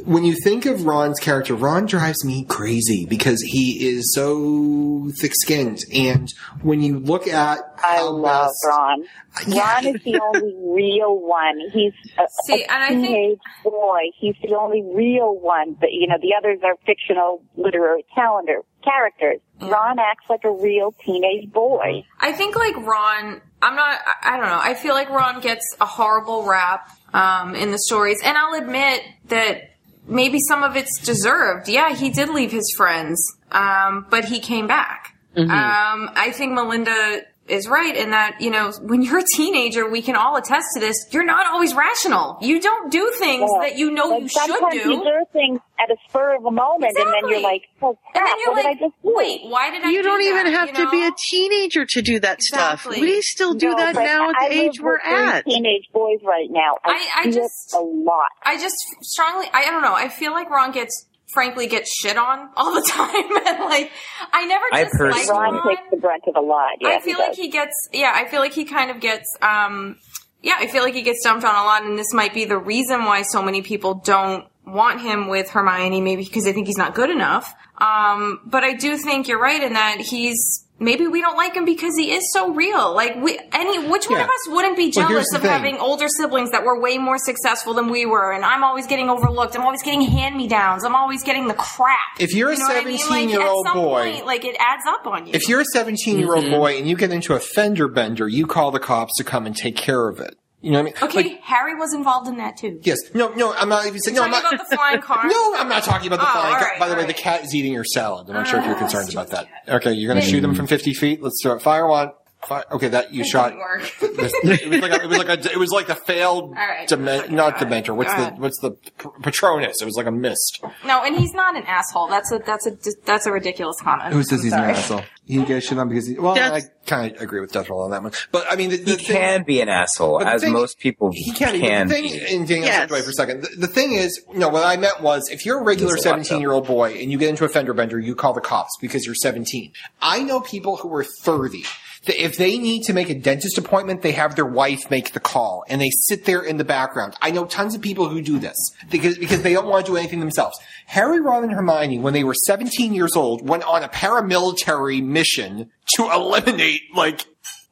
B: When you think of Ron's character, Ron drives me crazy because he is so thick-skinned, and when you look at
I: I love Ron.
B: Yeah.
I: Ron is the only real one. He's a, a
D: See, and I think-
I: teenage boy. He's the only real one. But you know, the others are fictional literary calendar characters. Ron acts like a real teenage boy.
D: I think like Ron, I'm not, I- I don't know. I feel like Ron gets a horrible rap um, in the stories, and I'll admit that maybe some of it's deserved. Yeah, he did leave his friends, um, but he came back.
O: Mhm.
A: Mm-hmm.
D: Um, I think Melinda is right in that you know when you're a teenager, we can all attest to this. You're not always rational. You don't do things
I: Yeah.
D: that you know
I: Like,
D: you should
I: sometimes
D: do.
I: you do things at a spur of a moment, and then you're like, "Oh crap!
D: and then you're
I: what
D: like,
I: did I just do?"
D: wait, why did I?
A: You
D: do
A: don't even
D: that?"
A: have
D: You
A: to be
D: know?
A: a teenager to do that stuff. We still do
I: No,
A: that
I: but
A: now at
I: I
A: the
I: live
A: age we're
I: with three
A: at.
I: Teenage boys right now. I,
D: I- I
I: see it
D: just-
I: a lot.
D: I just strongly, I don't know. I feel like Ron gets, frankly, gets shit on all the time, and like I never
C: I
D: dislike
C: personally-
D: Ron.
I: Ron takes the brunt of a lot. Yeah,
D: I feel like
I: does.
D: he gets, yeah, I feel like he kind of gets, um, yeah, I feel like he gets dumped on a lot, and this might be the reason why so many people don't want him with Hermione, maybe because they think he's not good enough. Um, but I do think you're right in that he's maybe we don't like him because he is so real. Like we, any which one
P: Yeah.
D: of us wouldn't be
P: Well, here's
D: jealous
P: the
D: of
P: thing.
D: having older siblings that were way more successful than we were? And I'm always getting overlooked. I'm always getting hand me downs. I'm always getting the crap.
B: If you're a
D: You know what I mean? Like,
B: 17-year-old
D: at some
B: boy-
D: point, like it adds up on you.
B: If you're a 17 year old
I: Mm-hmm.
B: boy and you get into a fender bender, you call the cops to come and take care of it. You know what I mean?
D: okay, Harry was involved in that too.
B: Yes. No, no, I'm not even saying, no, I'm
D: Talking
B: not.
D: about the flying car.
B: No, I'm not talking about the
D: Oh,
B: flying
D: all
B: cat.
D: right,
B: By the
D: all
B: way,
D: right.
B: the cat is eating your salad. I'm not sure if you're
D: Ah,
B: concerned about that. Okay, you're going to shoot him from 50 feet. Let's throw it. Fire one. Fire. Okay, that you shot.
D: Didn't work.
B: it was like a, it was like a, it was like the failed,
D: All right.
B: Deme- not Dementor. What's the
D: God.
B: what's the P- Patronus? It was like a mist.
D: No, and he's not an asshole. That's a that's a that's a ridiculous comment.
B: Who says
D: I'm
B: he's an
D: sorry.
B: asshole? He gets shit on because he, well,
D: Yes.
B: I kind of agree with Death Roll on that one. But I mean, the, the
C: he
B: thing,
C: can be an asshole,
B: But the
C: as
B: thing-
C: most people
B: he can't.
C: can
B: the thing,
C: be.
B: and Daniel,
C: Yes.
B: step away for a second. The, the thing is, no, what I meant was, if you're a regular
C: There's a lot, though.
B: 17 year old boy and you get into a fender bender, you call the cops because you're 17. I know people who are 30. that If they need to make a dentist appointment, they have their wife make the call and they sit there in the background. I know tons of people who do this because, because they don't want to do anything themselves. Harry, Ron, and Hermione, when they were 17 years old, went on a paramilitary mission to eliminate, like,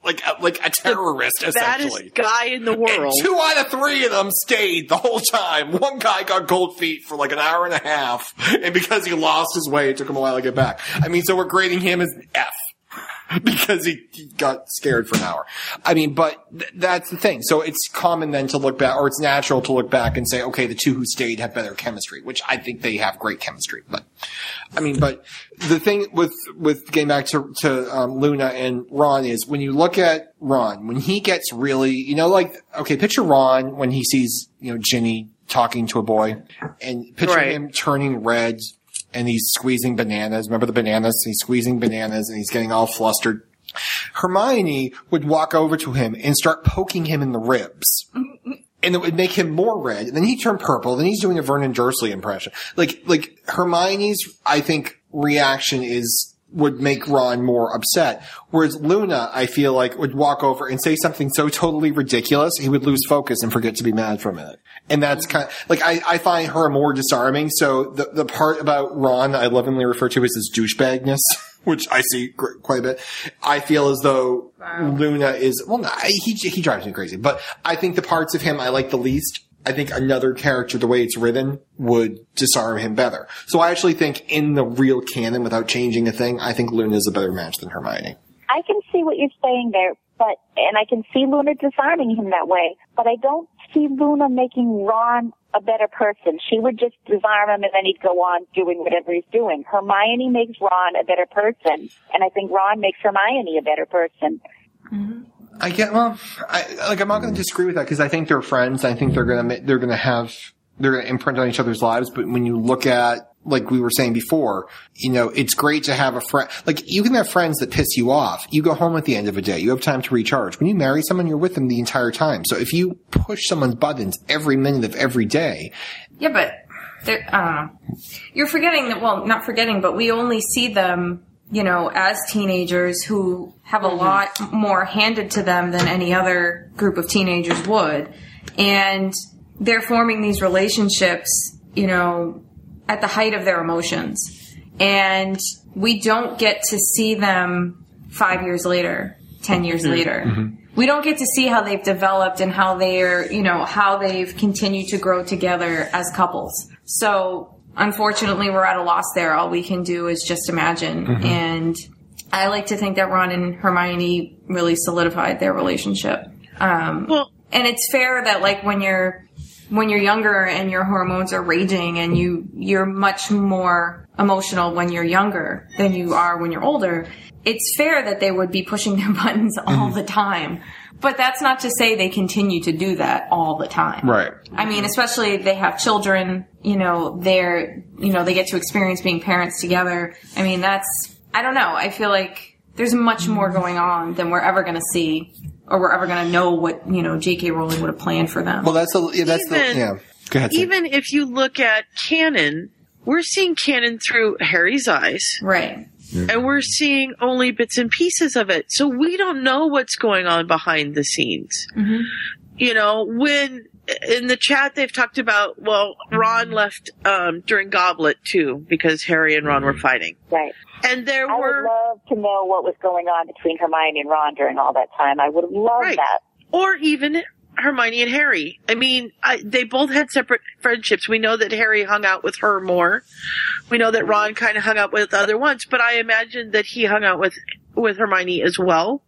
B: like, a- like a terrorist, essentially.
A: Baddest guy in the
B: And
A: world.
B: two out of three of them stayed the whole time. One guy got gold feet for like an hour and a half, and because he lost his way, it took him a while to get back. I mean, so we're grading him as F because he, he got scared for an hour. I mean, but th- that's the thing. So it's common then to look back, or it's natural to look back and say, okay, the two who stayed have better chemistry, which I think they have great chemistry. But I mean, but the thing with with getting back to to um, Luna and Ron is when you look at Ron when he gets really, you know, like okay, picture Ron when he sees you know Ginny talking to a boy, and picture
A: Right.
B: him turning red. And he's squeezing bananas. Remember the bananas? He's squeezing bananas and he's getting all flustered. Hermione would walk over to him and start poking him in the ribs. And it would make him more red. And then he turned purple. Then he's doing a Vernon Dursley impression. Like, like Hermione's, I think, reaction is would make Ron more upset. Whereas Luna, I feel like, would walk over and say something so totally ridiculous, he would lose focus and forget to be mad for a minute. And that's kind of, like, I, I find her more disarming. So the, the part about Ron, I lovingly refer to as his douchebagness, which I see gr- quite a bit. I feel as though Luna is, well, no, I- he, he drives me crazy, but I think the parts of him I like the least, I think another character, the way it's written, would disarm him better. So I actually think in the real canon, without changing a thing, I think Luna is a better match than Hermione.
I: I can see what you're saying there, but and I can see Luna disarming him that way, but I don't see Luna making Ron a better person. She would just disarm him and then he'd go on doing whatever he's doing. Hermione makes Ron a better person, and I think Ron makes Hermione a better person.
B: I get well. I like. I'm not going to disagree with that because I think they're friends. I think they're going to they're going to have they're going to imprint on each other's lives. But when you look at like we were saying before, you know, it's great to have a friend. Like you can have friends that piss you off. You go home at the end of a day. You have time to recharge. When you marry someone, you're with them the entire time. So if you push someone's buttons every minute of every day,
D: Yeah, but they're- I don't know. You're forgetting that. Well, not forgetting, but we only see them, you know, as teenagers who have
B: Mm-hmm.
D: a lot more handed to them than any other group of teenagers would, and they're forming these relationships, you know, at the height of their emotions, and we don't get to see them five years later, ten years later we don't get to see how they've developed and how they're, you know, how they've continued to grow together as couples. So unfortunately, we're at a loss there. All we can do is just imagine.
P: Mhm.
D: And I like to think that Ron and Hermione really solidified their relationship. Um, and it's fair that like when you're when you're younger and your hormones are raging and you you're much more emotional when you're younger than you are when you're older it's fair that they would be pushing their buttons all
B: Mm-hmm.
D: the time but that's not to say they continue to do that all the time
B: right?
D: I mean, especially if they have children, you know, they're, you know, they get to experience being parents together. I mean, that's, I don't know. I feel like there's much more
B: Mm-hmm.
D: going on than we're ever going to see or we're ever going to know what, you know, J.K. Rowling would have planned for them.
B: Well, that's the yeah, that's
D: Even-
B: the yeah. Go ahead. Sid.
A: Even if you look at canon, we're seeing canon through Harry's eyes.
D: Right.
A: And we're seeing only bits and pieces of it. So we don't know what's going on behind the scenes.
D: Mm-hmm.
A: You know, when in the chat they've talked about well ron left um, during goblet too because harry and ron were fighting
I: Right.
A: And there
I: I
A: were-
I: would love to know what was going on between Hermione and Ron during all that time. I would have loved that.
A: or even hermione and harry i mean I, they both had separate friendships we know that harry hung out with her more we know that ron kind of hung out with the other ones but i imagine that he hung out with with hermione as well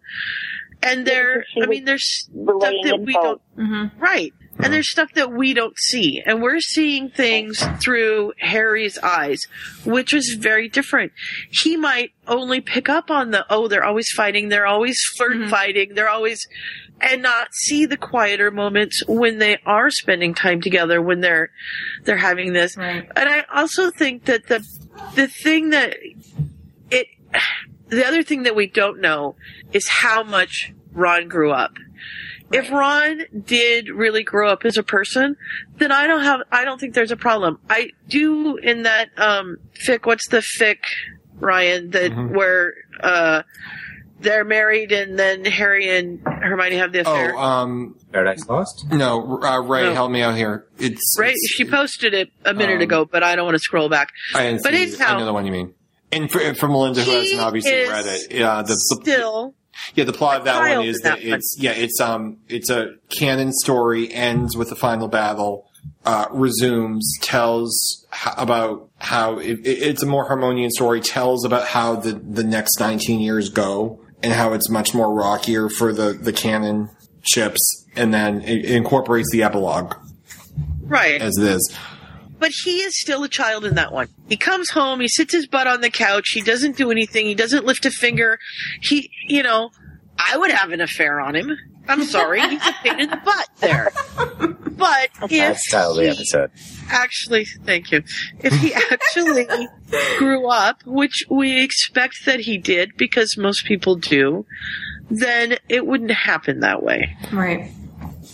A: and there i mean there's stuff that we don't
D: Mm-hmm.
A: Right. And there's stuff that we don't see. And we're seeing things through Harry's eyes, which is very different. He might only pick up on the, oh, they're always fighting, they're always flirt fighting, they're always, and not see the quieter moments when they are spending time together, when they're, they're having this. And I also think that the, the thing that it the other thing that we don't know is how much Ron grew up. If Ron did really grow up as a person, then I don't have I don't think there's a problem. I do in that um fic what's the fic Ryan that
B: Mm-hmm.
A: where uh they're married and then Harry and Hermione have the affair.
B: Oh, um,
Q: Paradise Lost.
B: No, uh, Ray,
A: No.
B: help me out here. It's um,
A: right? She posted it a minute ago, but I don't want to scroll back.
B: I,
A: But anyhow,
B: I know the one you mean. And for, for Melinda, who
A: He
B: hasn't obviously
A: is
B: read it, yeah, the, the
A: still
B: Yeah, the plot of that
A: child
B: one is that, it's yeah, it's um, it's a canon story ends with the final battle, uh, resumes, tells h- about how it, it- it's a more harmonious story, tells about how the the next nineteen years go and how it's much more rockier for the the canon ships, and then it, it incorporates the epilogue
A: right.
B: as it is.
A: But he is still a child in that one. He comes home, he sits his butt on the couch, he doesn't do anything, he doesn't lift a finger. He, you know, I would have an affair on him. I'm sorry, he's a pain in the butt there. But if
C: That's the title of the
A: he
C: episode.
A: actually, thank you, if he actually grew up, which we expect that he did because most people do, then it wouldn't happen that way.
D: Right.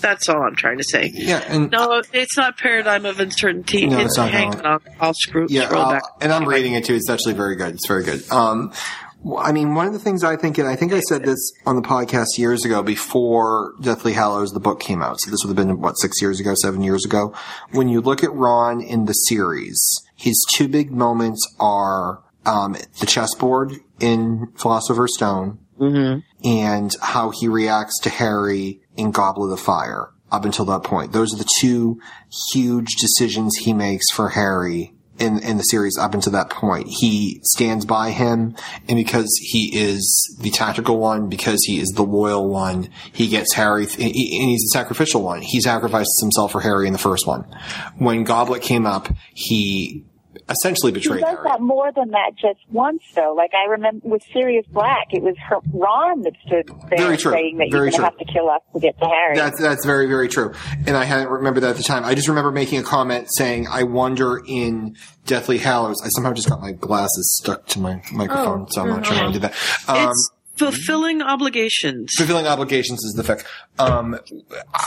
A: That's all I'm trying to say.
B: Yeah, and
A: no, it's not paradigm of uncertainty.
B: No,
A: it's,
B: it's not
A: hang
B: that
A: on, I'll, I'll screw,
B: Yeah,
A: scroll
B: I'll-
A: back.
B: and I'm reading it too. It's actually very good. It's very good. Um, well, I mean, one of the things I think, and I think I said this on the podcast years ago before Deathly Hallows, the book came out. So this would have been, what, six years ago, seven years ago. When you look at Ron in the series, his two big moments are, um, the chessboard in Philosopher's Stone and how he reacts to Harry in Goblet of Fire up until that point. Those are the two huge decisions he makes for Harry in, in the series up until that point. He stands by him and because he is the tactical one, because he is the loyal one, he gets Harry, th- and he- and he's the sacrificial one. He sacrifices himself for Harry in the first one. When Goblet came up, he essentially
I: She
B: betrayed
I: does that more than that just once, though. Like I remember with Sirius Black, it was her, Ron that stood there
B: Very true.
I: saying that
B: Very
I: you're going
B: true.
I: to have to kill us to get to Harry.
B: That's that's very very true, and I hadn't remembered that at the time. I just remember making a comment saying, "I wonder in Deathly Hallows." I somehow just got my glasses stuck to my microphone,
A: Oh.
B: so I'm not sure how I did that. Um,
A: It's fulfilling obligations.
B: Fulfilling obligations is the fic. Um,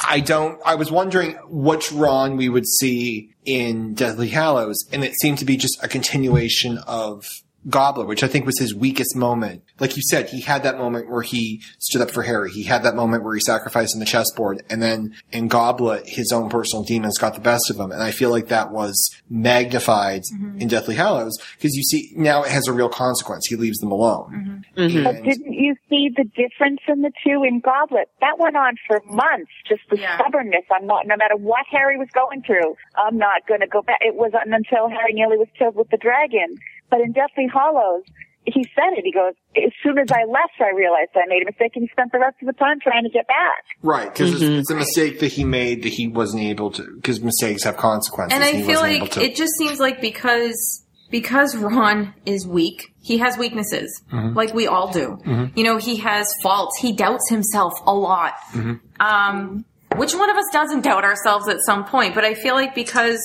B: I don't. I was wondering which Ron we would see in Deathly Hallows, and it seemed to be just a continuation of Gobbler, which I think was his weakest moment. Like you said, he had that moment where he stood up for Harry. He had that moment where he sacrificed on the chessboard, and then in Goblet, his own personal demons got the best of him. And I feel like that was magnified in Deathly Hallows because you see now it has a real consequence. He leaves them alone.
I: But didn't you see the difference in the two in Goblet? That went on for months. Just the stubbornness. I'm not, no matter what Harry was going through, I'm not going to go back. It wasn't until Harry nearly was killed with the dragon. But in Deathly Hollows, he said it. He goes, as soon as I left, I realized I made a mistake, and he spent the rest of the time trying to get back.
B: Right, because
D: Mm-hmm.
B: it's, it's a mistake that he made that he wasn't able to. Because mistakes have consequences.
D: And
B: he
D: I feel
B: wasn't able
D: like
B: to.
D: it just seems like because because Ron is weak, he has weaknesses,
B: Mhm.
D: like we all do.
B: Mhm.
D: You know, he has faults. He doubts himself a lot.
B: Mhm.
D: Um, which one of us doesn't doubt ourselves at some point? But I feel like because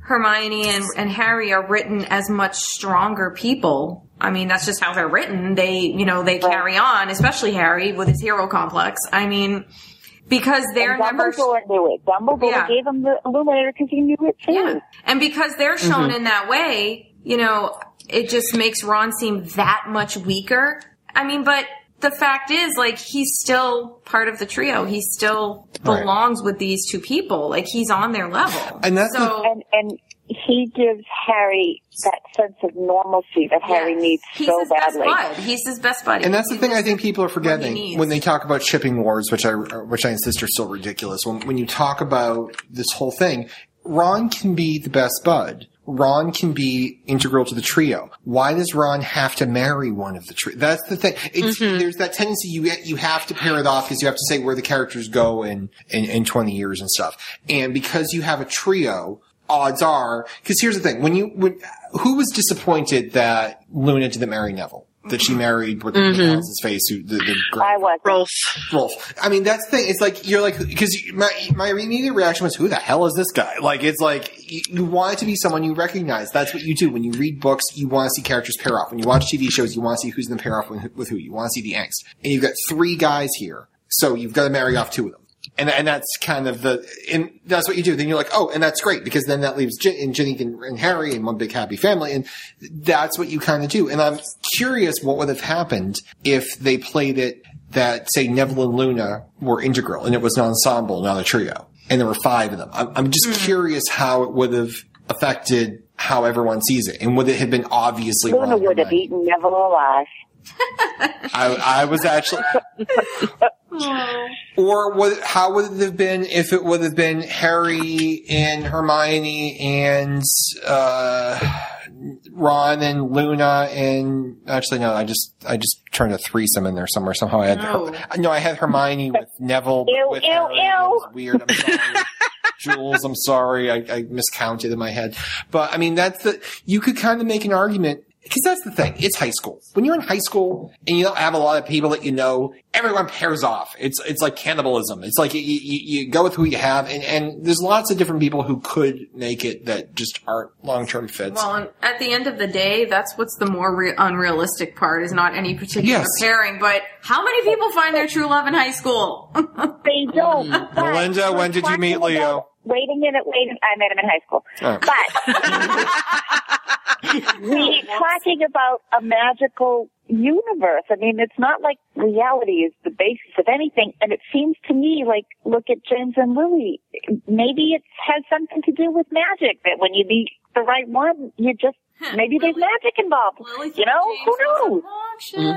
D: Hermione and, and Harry are written as much stronger people. I mean, that's just how they're written. They, you know, they carry on, especially Harry with his hero complex. I mean, because they're
I: And
D: never
I: Dumbledore knew it. Dumbledore
D: Yeah.
I: gave him the Illuminator because he knew it too.
B: Mm-hmm.
D: And because they're shown
I: Mhm.
D: in that way, you know, it just makes Ron seem that much weaker. I mean, but the fact is, like, he's still part of the trio. He still
B: Right.
D: belongs with these two people. Like, he's on their level.
B: And that's
D: so.
I: and and he gives Harry that sense of normalcy that Harry needs
D: He's
I: so
D: his best
I: badly.
D: bud. He's his best buddy.
B: And that's the
D: He
B: thing I
D: was-
B: think people are
D: needs.
B: forgetting when they talk about shipping wars, which I which I insist are still ridiculous. When when you talk about this whole thing, Ron can be the best bud. Ron can be integral to the trio. Why does Ron have to marry one of the trio? That's the thing. It's, There's that tendency you you have to pair it off because you have to say where the characters go in, in in 20 years and stuff. And because you have a trio, odds are because here's the thing: when you when who was disappointed that Luna didn't marry Neville, that she married what the hell is his face, who the, the
I: I was
A: Rolf.
B: Rolf. I mean, that's the thing. It's like you're like because my my immediate reaction was, "Who the hell is this guy?" Like it's like you, you want it to be someone you recognize. That's what you do when you read books. You want to see characters pair off. When you watch TV shows, you want to see who's going to pair off with, with who. You want to see the angst. And you've got three guys here, so you've got to marry off two of them. And, and that's kind of the and that's what you do. Then you're like, oh, and that's great because then that leaves Jin, and Ginny and, and Harry and one big happy family, and that's what you kind of do. And I'm curious what would have happened if they played it that say Neville and Luna were integral, and it was an ensemble, not a trio, and there were five of them. I'm, I'm just curious how it would have affected how everyone sees it, and would it have been obviously
I: Luna
B: wrong?
I: would have eaten Neville alive.
B: I, I was actually. Or would, how would it have been if it would have been Harry and Hermione and uh, Ron and Luna and actually no, I just I just turned a threesome in there somewhere. Somehow I had
D: No.
B: no, I had Hermione with Neville. but
I: Ew,
B: with
I: ew,
B: Harry, and
I: ew.
B: It was weird. I'm sorry. Jules, I'm sorry. I, I miscounted in my head. But I mean, that's the, you could kind of make an argument because that's the thing. It's high school. When you're in high school and you don't have a lot of people that you know, everyone pairs off. It's, it's like cannibalism. It's like you, you, you go with who you have and, and there's lots of different people who could make it that just aren't long-term fits.
D: Well, and at the end of the day, that's what's the more re- unrealistic part is not any particular
B: Yes.
D: pairing, but how many people find their true love in high school?
I: They don't. but
B: Mm. Melinda, when did you meet Leo?
I: Wait a minute, wait a minute. I met him in high school.
B: Oh.
I: We're talking about a magical universe. I mean, it's not like reality is the basis of anything. And it seems to me like, look at James and Lily. Maybe it has something to do with magic that when you meet the right one, you just, maybe there's magic involved. you know, who knows?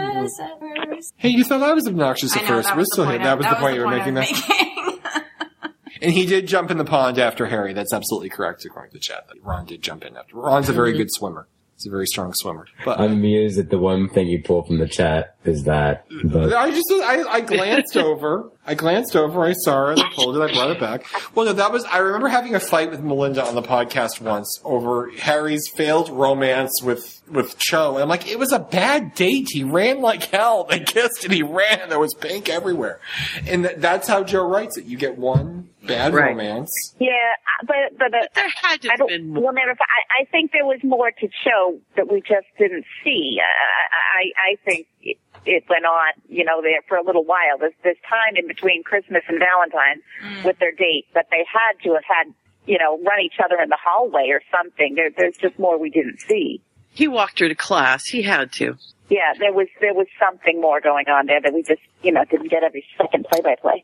B: Hey, you thought I was obnoxious
D: Mm-hmm. I
B: at
D: know,
B: first.
D: that
B: We're
D: was
B: still
D: the
B: here.
D: point I-
B: That was
D: that
B: the
D: was
B: point
D: the
B: you were
D: point I
B: making.
D: was
B: there. and he did jump in the pond after Harry. That's absolutely correct, according to the chat. that Ron did jump in after. Ron's a very good swimmer. He's a very strong swimmer. But
C: I'm amused that the one thing you pull from the chat is that. But
B: I just I, I glanced over. I glanced over. I saw it. I pulled it. I brought it back. Well, no, that was. I remember having a fight with Melinda on the podcast once over Harry's failed romance with with Cho. And I'm like, it was a bad date. He ran like hell. They kissed and he ran. and There was pink everywhere. And th- that's how Joe writes it. You get one bad
I: Right.
B: romance.
I: Yeah, I- but but, uh, but
A: there had to
I: have been more. We'll never. fi- I, I think there was more to show that we just didn't see. I I, I think it, it went on, you know, there for a little while. There's this time in between Christmas and Valentine's with their date, but they had to have had, you know, run each other in the hallway or something. There, there's just more we didn't see.
A: He walked her to class. He had to.
I: Yeah, there was there was something more going on there that we just, you know, didn't get every second play by play.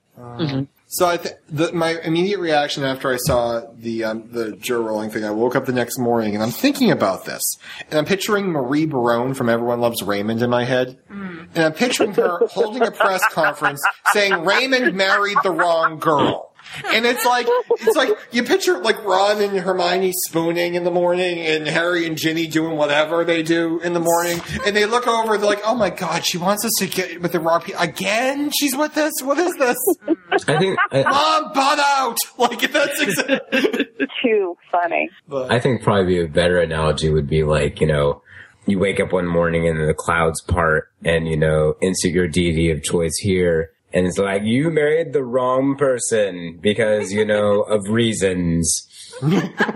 B: So I th- the, my immediate reaction after I saw the um, the Joe Rolling thing, I woke up the next morning and I'm thinking about this, and I'm picturing Marie Barone from Everyone Loves Raymond in my head, and I'm picturing her holding a press conference saying Raymond married the wrong girl. And it's like it's like you picture like Ron and Hermione spooning in the morning, and Harry and Ginny doing whatever they do in the morning, and they look over, they're like, "Oh my God, she wants us to get with the wrong people again. She's with this. What is this?"
C: I think I,
B: Mom, butt out! Like that's exactly.
I: Too funny.
C: I think probably a better analogy would be like you know, you wake up one morning and the clouds part, and you know, insert your deity of choice here, and it's like you married the wrong person because you know of reasons.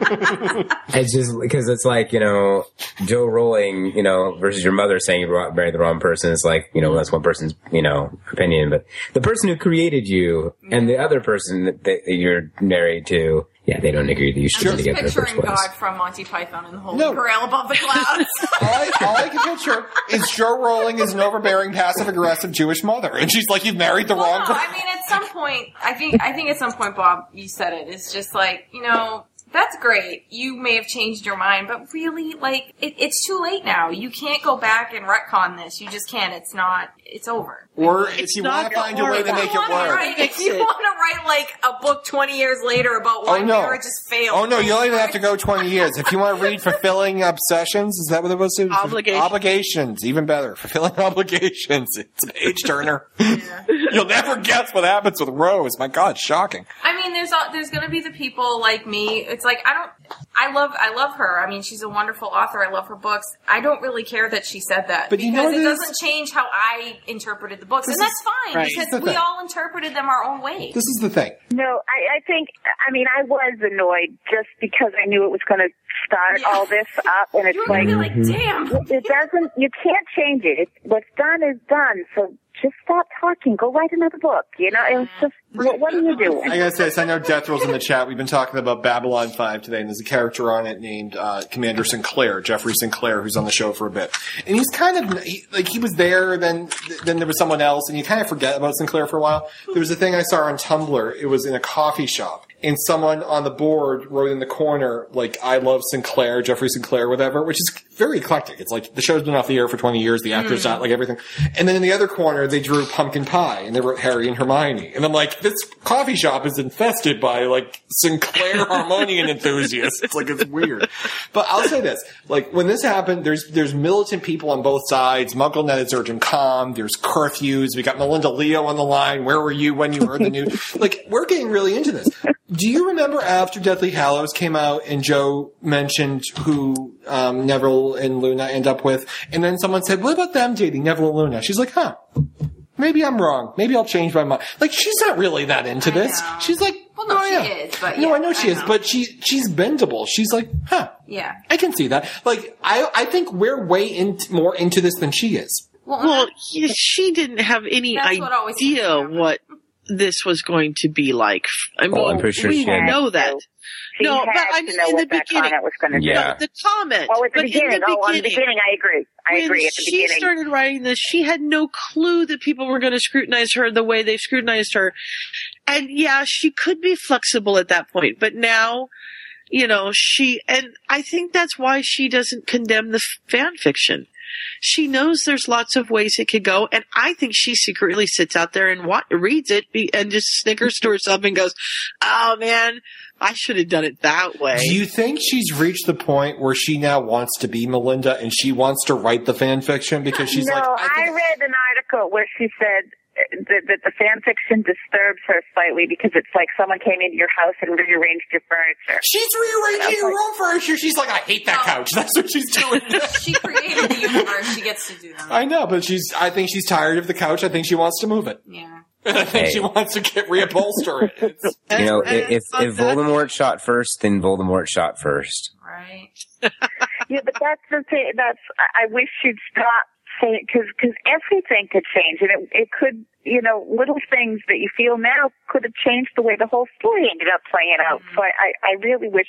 C: It's just because it's like you know Joe Rolling, you know, versus your mother saying you were- married the wrong person. It's like you know that's one person's you know opinion, but the person who created you and the other person that, that you're married to,
L: yeah, they don't agree that you should be
D: I'm just
L: together in the first
D: picturing
L: place.
D: God from Monty Python in the Holy
B: No.
D: Grail above the clouds.
B: all, I, all I can picture is Joe Rolling is an overbearing, passive aggressive Jewish mother, and she's like, "You married the
D: well,
B: wrong."
D: no,
B: girl.
D: I mean, at some point, I think, I think at some point, Bob, you said it. It's just like, you know, that's great. You may have changed your mind, but really, like, it, it's too late now. You can't go back and retcon this. You just can't. It's not, it's over.
B: Or if you want
D: not
B: to find a way to
D: If you
B: make it
D: wanna
B: work.
D: write- if you want to write, like, a book 20 years later about why
B: Oh, no.
D: marriages failed.
B: Oh no, you don't even have to go twenty years. If you want to read fulfilling obsessions, is that what it was?
A: Obligations.
B: Obligations, even better. Fulfilling obligations. It's an age turner. You'll never guess what happens with Rose. My God, shocking.
D: I mean, there's all, there's gonna be the people like me. It's like I don't, I love, I love her. I mean, she's a wonderful author. I love her books. I don't really care that she said that
B: But
D: because
B: you know
D: it
B: this-
D: doesn't change how I interpreted the books,
B: This
D: and that's
B: is-
D: fine
B: Right. This is
D: because
B: the
D: we
B: thing.
D: all interpreted them our own way.
B: This is the thing.
I: No, I, I think, I mean, I was annoyed just because I knew it was going to start all this up. And it's like,
D: damn.
I: It doesn't, you can't change it. It's, what's done is done. So just stop talking. Go write another book. You know, it was just, what, what are you doing?
B: I gotta say, so I know Death Rules in the chat. We've been talking about Babylon 5 today, and there's a character on it named uh, Commander Sinclair, Jeffrey Sinclair, who's on the show for a bit. And he's kind of, he, like, he was there, then then there was someone else, and you kind of forget about Sinclair for a while. There was a thing I saw on Tumblr. It was in a coffee shop, and someone on the board wrote in the corner, like, I love Sinclair, Jeffrey Sinclair, whatever, which is very eclectic. It's like, the show's been off the air for 20 years, the actor's
G: Mm.
B: not, like, everything. And then in the other corner, they drew pumpkin pie, and they wrote Harry and Hermione. And I'm like, this coffee shop is infested by, like, Sinclair harmonium enthusiasts. It's like, it's weird. But I'll say this, like, when this happened, there's, there's militant people on both sides. MuggleNet is urging calm. There's curfews. We got Melinda Leo on the line. Where were you when you heard the news? like, we're getting really into this. Do you remember after Deathly Hallows came out and Joe mentioned who um, Neville and Luna end up with? And then someone said, what about them dating Neville and Luna? She's like, huh, maybe I'm wrong. Maybe I'll change my mind. Like, she's not really that into this. She's like,
D: Well, no,
B: oh,
D: she
B: yeah.
D: is, but
B: no,
D: yeah,
B: I know she
D: I
B: is,
D: know.
B: but she she's bendable. She's like, huh,
D: Yeah.
B: I can see that. Like, I I think we're way in, more into this than she is.
D: Well,
A: yeah, she didn't have any
D: That's what always
A: idea what this was going to be like. I mean,
C: I'm pretty sure
A: we
C: she had-
A: know that.
I: She
A: no, but
I: had
A: I
I: to
A: mean,
I: know
A: in the
I: what that
A: beginning,
I: comment was gonna be. Yeah.
A: the comment.
I: Oh, at the
A: but
I: beginning.
A: in the beginning,
I: Oh, in the beginning, I agree. I
A: when
I: agree at the
A: she
I: beginning.
A: started writing this, she had no clue that people were going to scrutinize her the way they scrutinized her. And yeah, she could be flexible at that point, but now, you know, she, and I think that's why she doesn't condemn the f- fan fiction. She knows there's lots of ways it could go, and I think she secretly sits out there and wa- reads it be- and just snickers to herself and goes, "Oh man, I should have done it that way."
B: Do you think she's reached the point where she now wants to be Melinda and she wants to write the fan fiction because she's
I: no,
B: like,
I: I, read an article where she said uh, that, that the fan fiction disturbs her slightly because it's like someone came into your house and rearranged your furniture.
B: She's rearranging her own furniture. She's like, I hate that couch. That's what she's doing.
D: she created the universe. She gets to do that.
B: I know, but she's. I think she's tired of the couch. I think she wants to move it.
D: Yeah.
B: I think
C: Hey.
B: she wants to get reupholster it. It's-
C: You know, i- if if Voldemort shot first, then Voldemort shot first.
I: yeah, but that's the thing. That's I I wish she'd stop saying because because everything could change and it it could you know little things that you feel now could have changed the way the whole story ended up playing out. So I I, I really wish.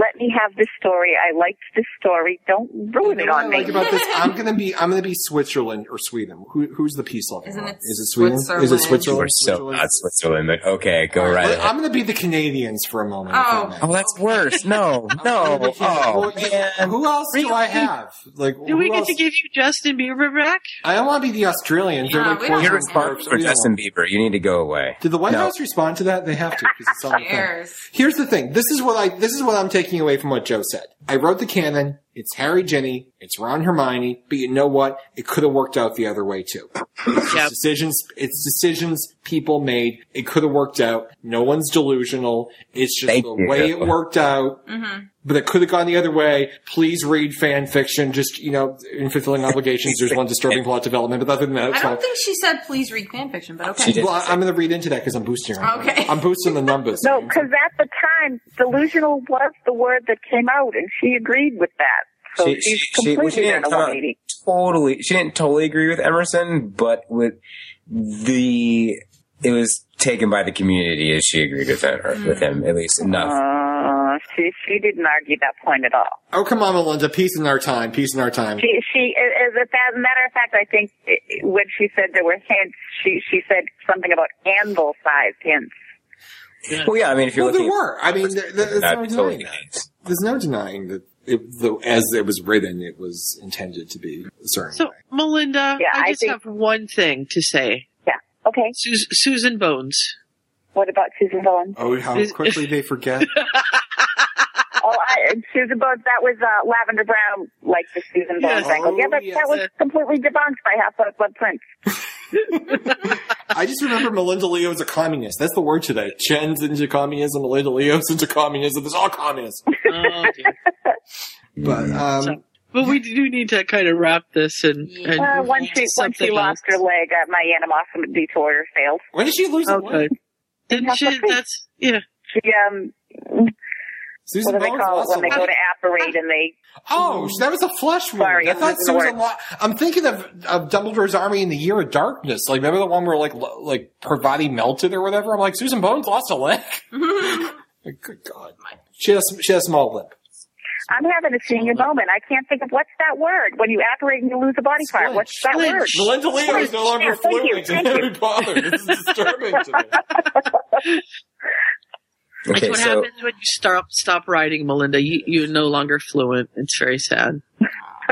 I: Let me have this story. I liked this story. Don't ruin it
B: what I
I: on me.
B: like about this, I'm gonna be I'm gonna be Switzerland or Sweden. Who, who's the peace lover?
I: Isn't it
B: Is it Sweden? Is it Switzerland?
C: We're so not Switzerland, but okay, go right
B: Well,
C: ahead.
B: I'm gonna be the Canadians for a moment.
D: Oh.
C: Oh, that's worse. No, no. Oh, man.
B: Who else do I have? Like,
A: Do we
B: who
A: get
B: else?
A: to give you Justin Bieber back?
B: I don't want to be the Australians. They're like
C: You're
B: poison
C: responsible
B: spiders.
C: for
B: We don't
C: Justin Bieber. You need to go away.
B: Did the White
C: No.
B: House respond to that? They have to because it's on the thing.
D: Cares.
B: Here's the thing. This is what I this is what I'm taking away from what Joe said. I wrote the canon. It's Harry, Ginny. It's Ron, Hermione. But you know what? It could have worked out the other way too. It's just decisions. It's decisions people made. It could have worked out. No one's delusional. It's just
C: Thank
B: the
C: you.
B: way it worked out.
D: Mm-hmm.
B: But it could have gone the other way. Please read fan fiction. Just you know, in fulfilling obligations, there's one disturbing plot development. But other than that,
D: I
B: it's fine.
D: don't think she said please read fan fiction, but okay.
B: Well, I- I'm going to read into that because I'm boosting. Her.
D: Okay.
B: I'm boosting the numbers.
I: No, because at the time, delusional was the word that came out, and she agreed with that. So
C: She, she,
I: she's
C: she, well,
I: completely
C: she didn't
I: done a
C: come out
I: 180.
C: totally. She didn't totally agree with Emerson, but with the it was taken by the community as she agreed with him, or with him at least enough.
I: Uh, she she didn't argue that point at all.
B: Oh, come on, Melinda. Peace in our time. Peace in our time.
I: She she as a fa- matter of fact, I think eh, when she said there were hints, she she said something about anvil sized hints.
C: Well, yeah, I mean, if you're
B: Well, there
C: looking,
B: were. I mean, there, there, there's
C: Not
B: no
C: totally
B: denying that. There's no denying that it, the, as it was written, it was intended to be a certain.
A: So, Melinda, I just have one thing to say.
I: Yeah. Okay.
A: Sus- Susan Bones.
I: What about Susan Bones?
B: Oh, how quickly they forget.
I: oh, I, Susan Bones. That was uh, Lavender Brown, like the Susan
B: Yes.
I: Bones angle. Yeah,
B: Oh,
I: but
B: yes.
I: that was completely debunked by Half Blood Prince.
B: I just remember Melinda Leo's a communist. That's the word today. Chen's into communism. Melinda Leo's into communism. It's all communist.
C: Mm-hmm.
B: But um,
A: Oh, But we do need to kind of wrap this and, and move
I: Uh,
A: on
I: once
A: to
I: she once she
A: something
I: lost her leg, uh, my animosity toward her failed.
B: When did she lose
A: her Okay. leg? Didn't she? That's yeah.
I: She um.
B: Susan
I: what do they
B: Bones
I: call it
B: lost
I: when they
B: her
I: go
B: leg.
I: to apparate and they?
B: Oh, that was a flesh wound. I
I: I'm
B: thought
I: using the
B: Susan.
I: word.
B: Lo- I'm thinking of, of Dumbledore's Army in the Year of Darkness. Like remember the one where like lo- like her body melted or whatever. I'm like Susan Bones lost a leg. Like, Good God, she has she has a small lip.
I: I'm having a senior moment. I can't think of what's that word when you apparate and you lose a body part. What's that word?
B: Melinda Leo is no longer
I: Yeah, thank you,
B: fluent in
I: thank you.
B: Harry Potter. This is disturbing to me.
A: That's
C: Okay,
A: what
C: so-
A: happens when you stop stop writing, Melinda. You you're no longer fluent. It's very sad.
I: it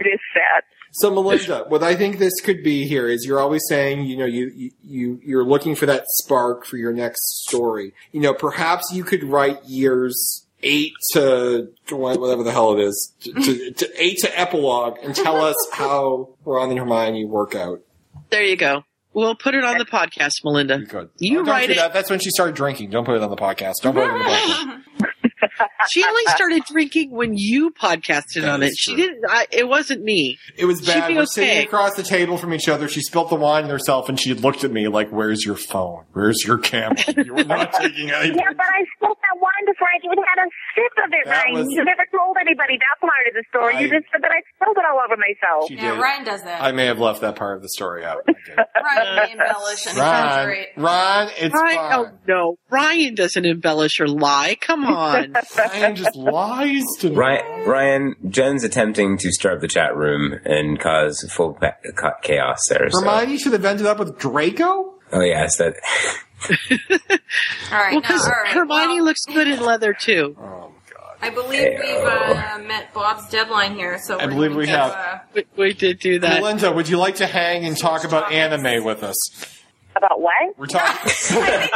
I: is sad.
B: So Melinda, what I think this could be here is you're always saying, you know, you, you- you, you're looking for that spark for your next story. You know, perhaps you could write years eight to tw- whatever the hell it is, to, to, to eight to epilogue and tell us how Ron and Hermione work out.
A: There you go. We'll put it on the podcast, Melinda.
B: You
A: write it.
B: That. That's when she started drinking. Don't put it on the podcast. Don't put it on the podcast.
A: She only started drinking when you podcasted on it. She didn't. I, it wasn't me.
B: It was bad.
A: She'd be
B: We're
A: okay.
B: sitting across the table from each other. She spilt the wine in herself and she looked at me like, where's your phone? Where's your camera? You were not taking any
I: Yeah, but I spilled that wine before I even had a sip of it,
B: That
I: Ryan.
B: was-
I: You never told anybody that part of the story. you
B: I-
I: just said that I spilled it all over myself.
B: She Yeah, did. Ryan
D: does that.
B: I may have left that part of the story out.
D: Right, embellish and
B: Ron,
D: exaggerate.
B: Ron, it's
A: Ryan,
B: fine.
A: oh no, Ryan doesn't embellish or lie. Come on,
B: Ryan just lies to me.
C: Ryan, Ryan, Jen's attempting to stir up the chat room and cause full pa- ca- chaos there. So.
B: Hermione should have ended up with Draco.
C: Oh yes, that
D: All right,
A: Well,
D: now, all
A: because
D: right.
A: Hermione looks good in leather too.
B: Oh.
D: I believe we've uh, met Bob's deadline here, so
B: I
D: we're
B: believe
D: gonna
B: we
D: go,
B: have.
D: uh,
A: We, we did do that.
B: Melinda, would you like to hang and talk about anime with us?
I: About what?
B: We're talking.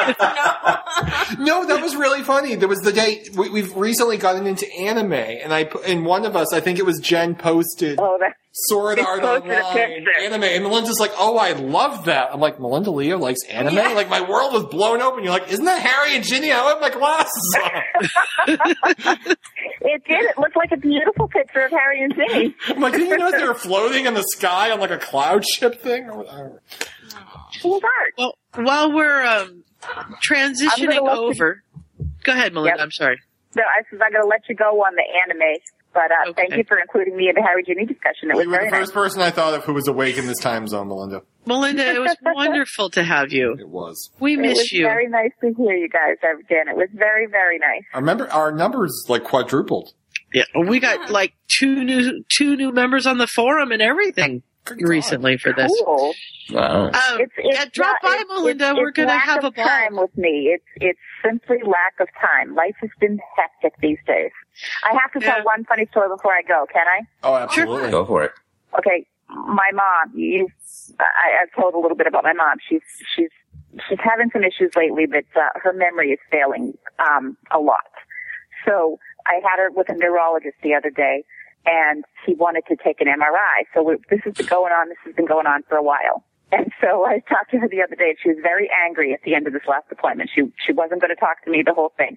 B: no, that was really funny. There was the day we, we've recently gotten into anime, and I pu- and one of us, I think it was Jen, posted
I: Oh, that
B: Sword
I: It's
B: Art
I: posted a
B: Online anime, and Melinda's like, "Oh, I love that." I'm like, "Melinda Leo likes anime."
D: Yeah.
B: Like my world was blown open. You're like, "Isn't that Harry and Ginny?" I have my glasses on.
I: it did. It looked like a beautiful picture of Harry and Ginny.
B: I'm like, didn't you know they were floating in the sky on like a cloud ship thing? I was-
I: Full art.
A: Well, while we're um,
I: I'm gonna
A: transitioning
I: let you-
A: over, go ahead, Melinda. I'm sorry.
I: So I said I'm going to let you go on the anime, but uh, thank you for including me in the Harry Ginny discussion. It was
B: You were
I: very
B: the
I: nice.
B: first person I thought of who was awake in this time zone, Melinda.
A: Melinda, it was wonderful to have you.
B: It was.
A: We
I: it
A: miss
I: was
A: you.
I: very nice to hear you guys, uh, Jen. It was very, very nice.
B: I remember our numbers like quadrupled.
A: Yeah, we got like two new two new members on the forum and everything recently for this.
I: Cool.
C: wow.
A: Um,
I: It's, it's
A: yeah, drop
I: not-
A: by,
I: it's-
A: Melinda.
I: it's-
A: We're
I: it's
A: gonna
I: lack
A: have
I: of
A: a ball.
I: time with me. It's it's simply lack of time. Life has been hectic these days. I have to tell one funny story before I go. Can I?
B: Oh, absolutely.
C: go for it.
I: okay, my mom, you, I, I've told a little bit about my mom. She's, she's, she's having some issues lately, but uh, her memory is failing, um, a lot. So I had her with a neurologist the other day and he wanted to take an MRI. So we, this has been going on. This has been going on for a while. And so I talked to her the other day and she was very angry at the end of this last appointment. She, she wasn't going to talk to me the whole thing.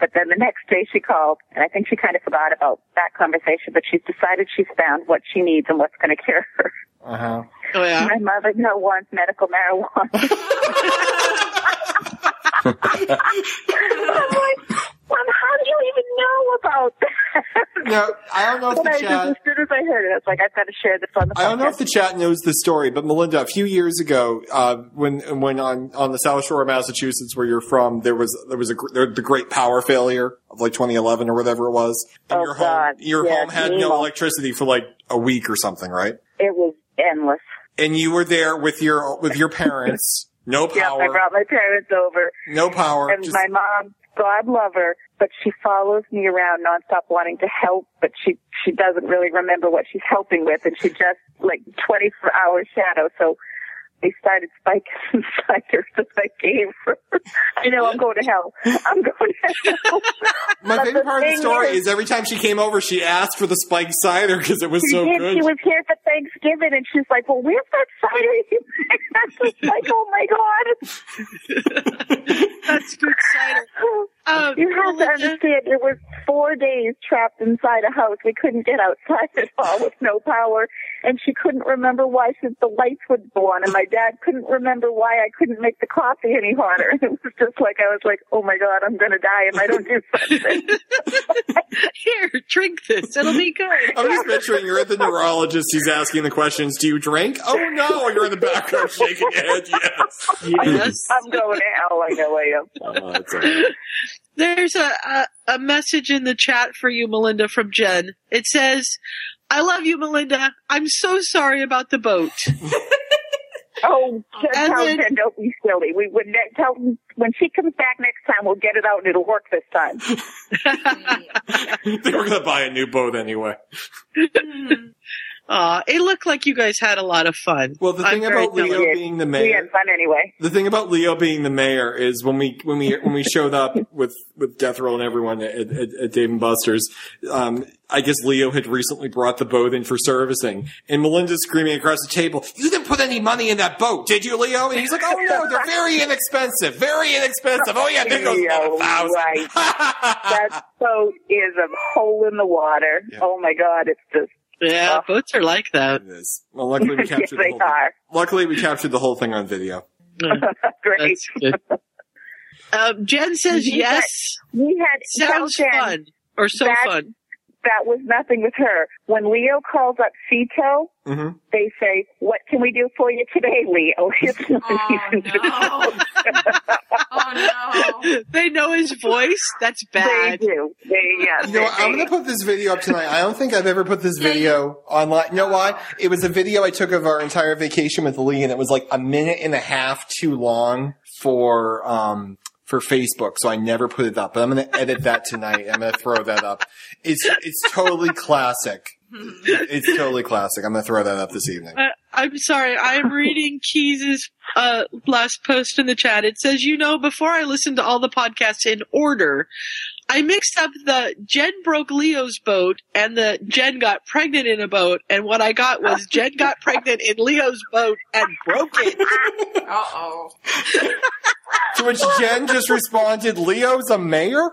I: But then the next day she called, and I think she kind of forgot about that conversation, but she's decided she's found what she needs and what's going to cure her.
B: Uh huh.
A: Oh yeah.
I: My mother now wants medical marijuana. I'm like, Well, how do you even know about that?
B: No, I don't know if
I: But
B: the
I: I
B: chat-
I: Just, as soon as I heard it, I was like, I've got to share this on the
B: I don't know
I: podcast.
B: if the chat knows the story, but Melinda, a few years ago, uh, when when on on the South Shore of Massachusetts, where you're from, there was there was a gr- there, the Great Power Failure of like 2011 or whatever it was, and your home your
I: Oh, yeah,
B: home had
I: Nemo.
B: no electricity for like a week or something, right?
I: It was endless.
B: And you were there with your with your parents, no
I: I
B: power,
I: brought my parents over.
B: no power,
I: And
B: just-
I: my mom, God love her, but she follows me around nonstop wanting to help, but she, she doesn't really remember what she's helping with and she just like 24 hour shadow. So they started spiking spiders that I gave her. I know I'm going to hell. I'm going to hell.
B: My
I: But
B: favorite part of the
I: thing
B: story is, every time she came over, she asked for the spiked cider because it was
I: she
B: so
I: did.
B: good.
I: She was here for Thanksgiving, and she's like, "Well, where's that cider?" And I was like, "Oh my god,
A: that's good Um, cider."
I: you have to understand, it was four days trapped inside a house. We couldn't get outside at all with no power, and she couldn't remember why she, the lights would go on, and my dad couldn't remember why I couldn't make the coffee any hotter. And it was just like I was like, "Oh my god, I'm gonna die if I don't do something."
A: Here, drink this. It'll be good.
B: I'm just picturing you're at the neurologist. He's asking the questions. Do you drink? Oh no! You're in the background shaking your head. Yes.
I: I'm going to hell. I know I am.
D: Oh,
A: There's a, a a message in the chat for you, Melinda, from Jen. It says, "I love you, Melinda. I'm so sorry about the boat."
I: Oh,
A: And
I: Jen Townsend,
A: then-
I: don't be silly. We would ne- tell when she comes back next time, we'll get it out and it'll work this time.
B: they were gonna buy a new boat anyway.
A: Aw, it looked like you guys had a lot of fun.
B: Well, the thing about Leo being the mayor,
I: We had fun anyway.
B: the thing about Leo being the mayor is when we when we when we showed up with with Death Row and everyone at, at, at Dave and Buster's, um, I guess Leo had recently brought the boat in for servicing, and Melinda's screaming across the table, "You didn't put any money in that boat, did you, Leo?" And he's like, "Oh no, they're very inexpensive, very inexpensive. Oh yeah, there goes
I: Leo,
B: another thousand.
I: right. that boat is a hole in the water. Oh my God, it's just.
A: Yeah, boats are like that.
B: Well, luckily we
I: Yes,
B: captured
I: they
B: the whole thing. Luckily we captured the whole thing on video.
I: Great.
A: Um, Jen says
I: We had-
A: yes.
I: we had
A: sounds
I: Jen,
A: fun or so
I: that-
A: fun.
I: That was nothing with her. When Leo calls up Cito,
B: Mm-hmm.
I: they say, "What can we do for you today, Leo?" It's no
B: Oh,
I: reason to
D: Oh,
A: They know his voice. That's bad.
I: They do. They yes.
B: You know, what? I'm going to put this video up tonight. I don't think I've ever put this video online. You know why? It was a video I took of our entire vacation with Lee, and it was like a minute and a half too long for um for Facebook, so I never put it up. But I'm going to edit that tonight. I'm going to throw that up. It's it's totally classic. It's totally classic. I'm going to throw that up this evening.
A: Uh, I'm sorry. I'm reading Keys's uh, last post in the chat. It says, "You know, before I listened to all the podcasts in order, I mixed up the Jen broke Leo's boat and the Jen got pregnant in a boat, and what I got was Jen got pregnant in Leo's boat and broke it."
D: Uh oh.
B: To which Jen just responded, "Leo's a mayor."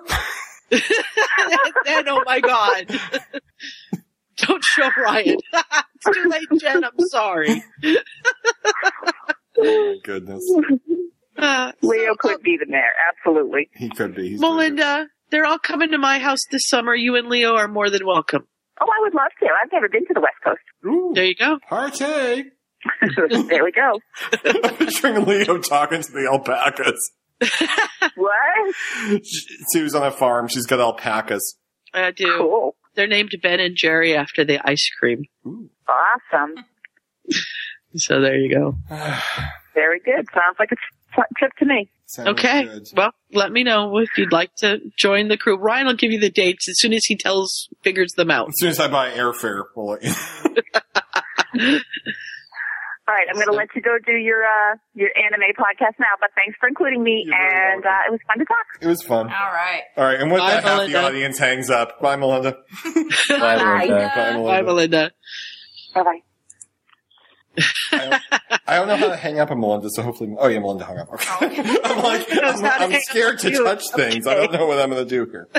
A: then, oh my god. Don't show Ryan. it's too late, Jen. I'm sorry.
B: Oh my goodness,
A: Uh,
I: Leo could be the mayor. Absolutely.
B: he could be. He's
A: Melinda, they're all coming to my house this summer. You and Leo are more than welcome.
I: Oh, I would love to. I've never been to the West Coast.
A: There you go.
B: Partake.
I: there we go.
B: I'm picturing Leo talking to the alpacas.
I: What?
B: Sue's on a farm. She's got alpacas.
A: I do.
I: Cool.
A: They're named Ben and Jerry after the ice cream.
I: Awesome.
A: So there you go.
I: Very good. Sounds like a t- trip to me.
A: okay. Well, let me know if you'd like to join the crew. Ryan will give you the dates as soon as he tells figures them out.
B: As soon as I buy airfare, we'll let you
I: All right, I'm going to let you go do your uh, your anime podcast now. But thanks for including me, and uh, it was fun to talk.
B: It was fun.
D: All right.
B: All right, and with
A: Bye,
B: that, half the
A: Melinda.
B: audience hangs up. Bye, Melinda.
I: Bye, Melinda.
B: Bye,
A: Bye,
B: Melinda.
A: Melinda.
I: Bye bye.
B: I don't know how to hang up on Melinda, so hopefully, oh yeah, Melinda hung up. Okay. I'm like,
A: knows
B: I'm,
A: how to
B: I'm
A: hang up
B: scared to
A: with you.
B: touch things. I don't know what I'm going to do here.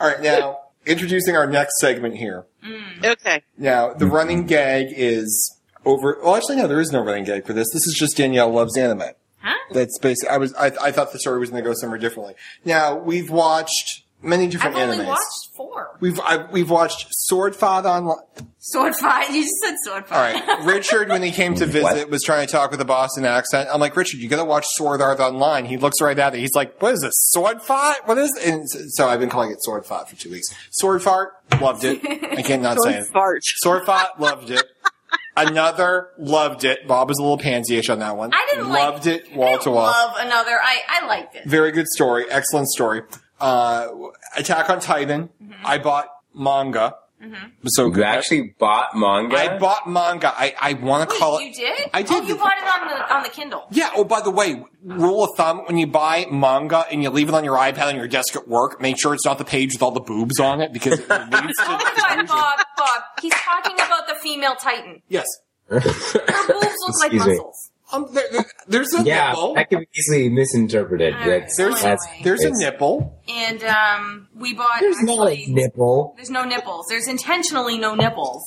B: All right, now introducing our next segment here.
D: Mm.
A: Okay.
B: Now, the running gag is over. Well, actually, no, there is no running gag for this. This is just Danielle loves anime. Huh? That's basically. I was. I, I thought the story was going to go somewhere differently. Now we've watched. many different
D: I've only
B: animes.
D: watched four.
B: We've I, we've watched Swordfather online.
D: Sword fight. You just said sword
B: All
D: fight.
B: right, Richard, when he came to visit, was trying to talk with a Boston accent. I'm like, Richard, you gotta watch Sword Art Online. He looks right at it. He's like, What is this? Sword fight? What is? It? And so I've been calling it Sword fight for two weeks. Sword fart, loved it. I cannot say it.
A: Fart.
B: Sword fart, loved it. Another loved it. Bob was a little pansy-ish on that one.
D: I didn't like-
B: loved it wall to wall.
D: Love another. I I liked it.
B: Very good story. Excellent story. Uh, Attack on Titan.
D: Mm-hmm.
B: I bought manga. So
L: You actually bought manga?
B: I bought manga. I, I want to call it.
D: You did?
B: I did.
D: Oh, you bought it on the on the Kindle.
B: Yeah. Oh, by the way, rule of thumb: when you buy manga and you leave it on your iPad on your desk at work, make sure it's not the page with all the boobs on it because it leads
D: Oh
B: to
D: my god, Bob, Bob, he's talking about the female Titan.
B: yes.
D: Her boobs look like
L: Excuse me.
D: muscles.
B: Um, there, there- there's a
L: yeah,
B: nipple.
L: that can be easily misinterpreted.
D: All right,
L: That's,
D: there's-
L: that's-
B: There's a
L: it's-
B: nipple.
D: And um, we bought.
L: There's not a
D: actually-
L: nipple.
D: There's no nipples. There's intentionally no nipples.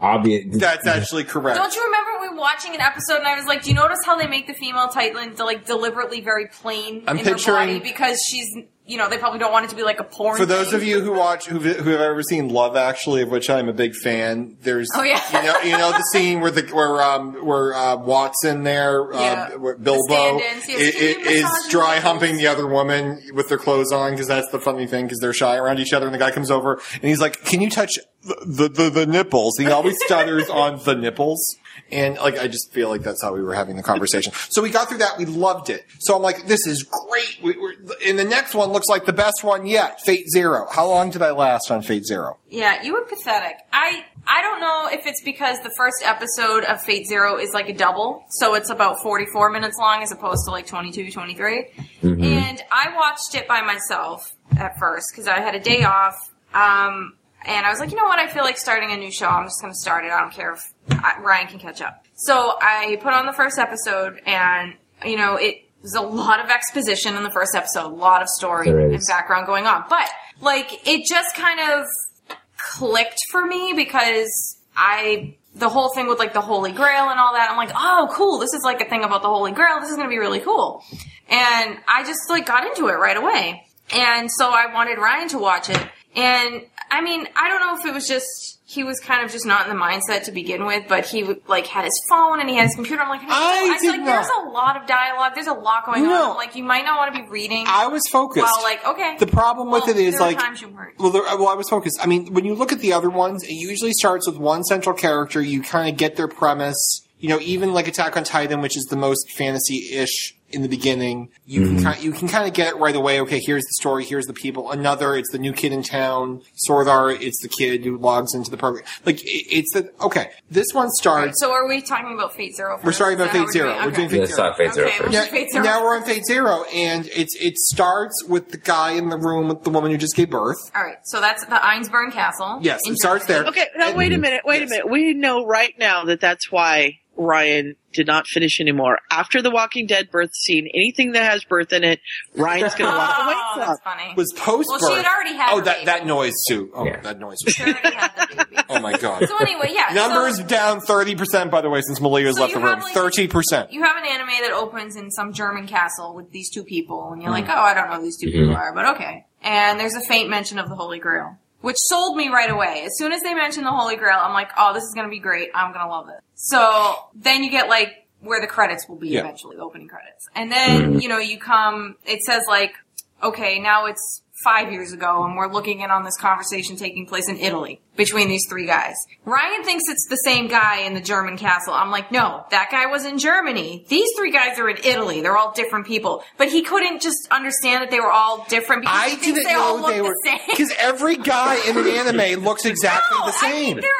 L: Obvious.
B: That's actually correct.
D: Don't you remember we were watching an episode and I was like, "Do you notice how they make the female Titan like deliberately very plain
B: I'm
D: in her
B: picturing-
D: body because she's, you know, they probably don't want it to be like a porn."
B: For those
D: thing.
B: of you who watch, who who have ever seen Love Actually, of which I'm a big fan, there's
D: Oh, yeah.
B: you know you know the scene where the where um where uh, Watson there,
D: Yeah.
B: uh, where
D: The
B: Bilbo
D: stand-ins, yes.
B: i- i-
D: Can you
B: is
D: massage my
B: dry
D: nipples?
B: humping the other woman with their clothes on because that's the funny thing because they're shy around each other and the guy comes over and he's like, "Can you touch the the the, the nipples?" He always stutters on the nipples. And like, I just feel like that's how we were having the conversation. so we got through that. We loved it. So I'm like, this is great. We, we're, and the next one looks like the best one yet. Fate Zero. How long did I last on Fate Zero?
D: Yeah, you were pathetic. I I don't know if it's because the first episode of Fate Zero is like a double, so it's about 44 minutes long as opposed to like 22, 23.
L: Mm-hmm.
D: And I watched it by myself at first because I had a day off. Um, and I was like, you know what? I feel like starting a new show. I'm just going to start it. I don't care if I, Ryan can catch up. So I put on the first episode, and, you know, it was a lot of exposition in the first episode, a lot of story
L: There
D: and
L: is.
D: background going on. But, like, it just kind of clicked for me because I the whole thing with like the Holy Grail and all that. I'm like, oh, cool. This is like a thing about the Holy Grail. This is going to be really cool. And I just like got into it right away. And so I wanted Ryan to watch it. And I mean, I don't know if it was just he was kind of just not in the mindset to begin with, but he like had his phone and he had his computer. I'm like, I, was
B: did
D: like, there's
B: not.
D: a lot of dialogue. There's a lot going
B: No.
D: on. I'm like, you might not want to be reading.
B: I was focused.
D: Well, like, okay.
B: The problem with
D: Well,
B: it is
D: there were
B: like
D: times you weren't.
B: Well, there, well, I was focused. I mean, when you look at the other ones, it usually starts with one central character. You kind of get their premise. You know, even like Attack on Titan, which is the most fantasy-ish in the beginning, you can kind you can kind of get it right away. Okay, here's the story. Here's the people. Another, it's the new kid in town. Sword Art, it's the kid who logs into the program. Like it, it's the okay. This one starts.
D: So are we talking about Fate Zero? First?
B: We're talking
D: Is
B: about
D: that how
B: Fate Zero. We're
D: okay.
B: doing Fate
L: Let's
B: Zero.
L: talk Fate Zero
D: Okay,
L: first.
D: we're-
B: Yeah,
D: Fate Zero.
B: now we're on Fate Zero, and it's it starts with the guy in the room with the woman who just gave birth.
D: All right, so that's the Einsburn Castle.
B: Yes,
D: In
B: it starts there.
D: Germany.
A: Okay, now wait a minute, wait a minute. We know right now that that's why Ryan did not finish anymore. After the Walking Dead birth scene, anything that has birth in it, Ryan's going to walk away
D: Oh,
A: from.
D: that's funny.
B: was post birth.
D: Well, she had already had
B: Oh,
D: her
B: that
D: baby.
B: that noise too. Oh,
L: Yeah.
B: that noise. Was,
D: She already had the baby.
B: oh my god.
D: So anyway, yeah. so
B: Numbers down thirty percent by the way since Malia's
D: So
B: left the
D: you
B: room.
D: have, like-
B: Thirty percent.
D: you have an anime that opens in some German castle with these two people, and you're
B: Hmm.
D: like, oh, I don't know who these 2 people are, but okay. And there's a faint mention of the Holy Grail, which sold me right away. As soon as they mentioned the Holy Grail, I'm like, oh, this is gonna be great. I'm gonna love this. So then you get like where the credits will be
B: Yeah. Hmm.
D: eventually, the opening credits, and then you know you come. It says like, okay, now it's. Five years ago, and we're looking in on this conversation taking place in Italy between these three guys. Ryan thinks it's the same guy in the German castle. I'm like, no, that guy was in Germany. These three guys are in Italy. They're all different people. But he couldn't just understand that they were all different because he
B: I
D: thinks
B: didn't
D: they all
B: know
D: look
B: they
D: the
B: were
D: same.
B: because every guy in an anime looks exactly
D: No,
B: the
D: I
B: same.
D: think there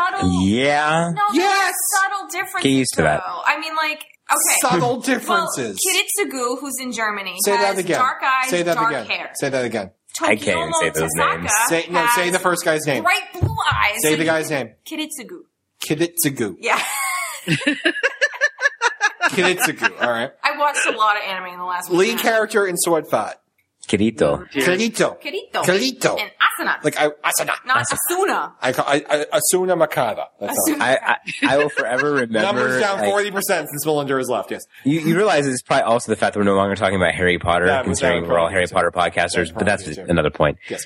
D: are subtle.
F: Yeah.
D: No, there
B: Yes.
D: are subtle differences.
F: Get used to that.
D: though. I mean, like, okay.
B: Subtle
D: Well,
B: differences.
D: Kiritsugu, who's in Germany,
B: say
D: has
B: that again.
D: dark eyes,
B: say that
D: dark
B: again.
D: hair.
B: Say that again.
F: I can't even say those
D: Tokiomo
F: names.
D: Tosaka
B: Say no. Say
D: has
B: the first guy's name.
D: Bright blue eyes.
B: Say the guy's name.
D: Kiritsugu.
B: Kiditsugu.
D: Yeah.
B: Kiditsugu. All right.
D: I watched a lot of anime in the last week.
B: Lead character in Sword Fight.
C: Kirito.
B: Kirito.
D: Kirito.
B: Kirito.
D: And Asuna.
B: Like I, Asuna.
D: Not Asuna.
B: I, call- I, I Asuna Makata. That's all.
D: Asuna.
C: I, I I will forever remember.
B: Numbers down
C: like,
B: forty percent since Melinda has left. Yes.
C: You, you realize it's probably also the fact that we're no longer talking about Harry Potter,
B: That was- that
C: considering
B: would
C: we're all
B: probably
C: Harry
B: be
C: Potter podcasters. But that's
B: probably be too.
C: another point.
B: Yes.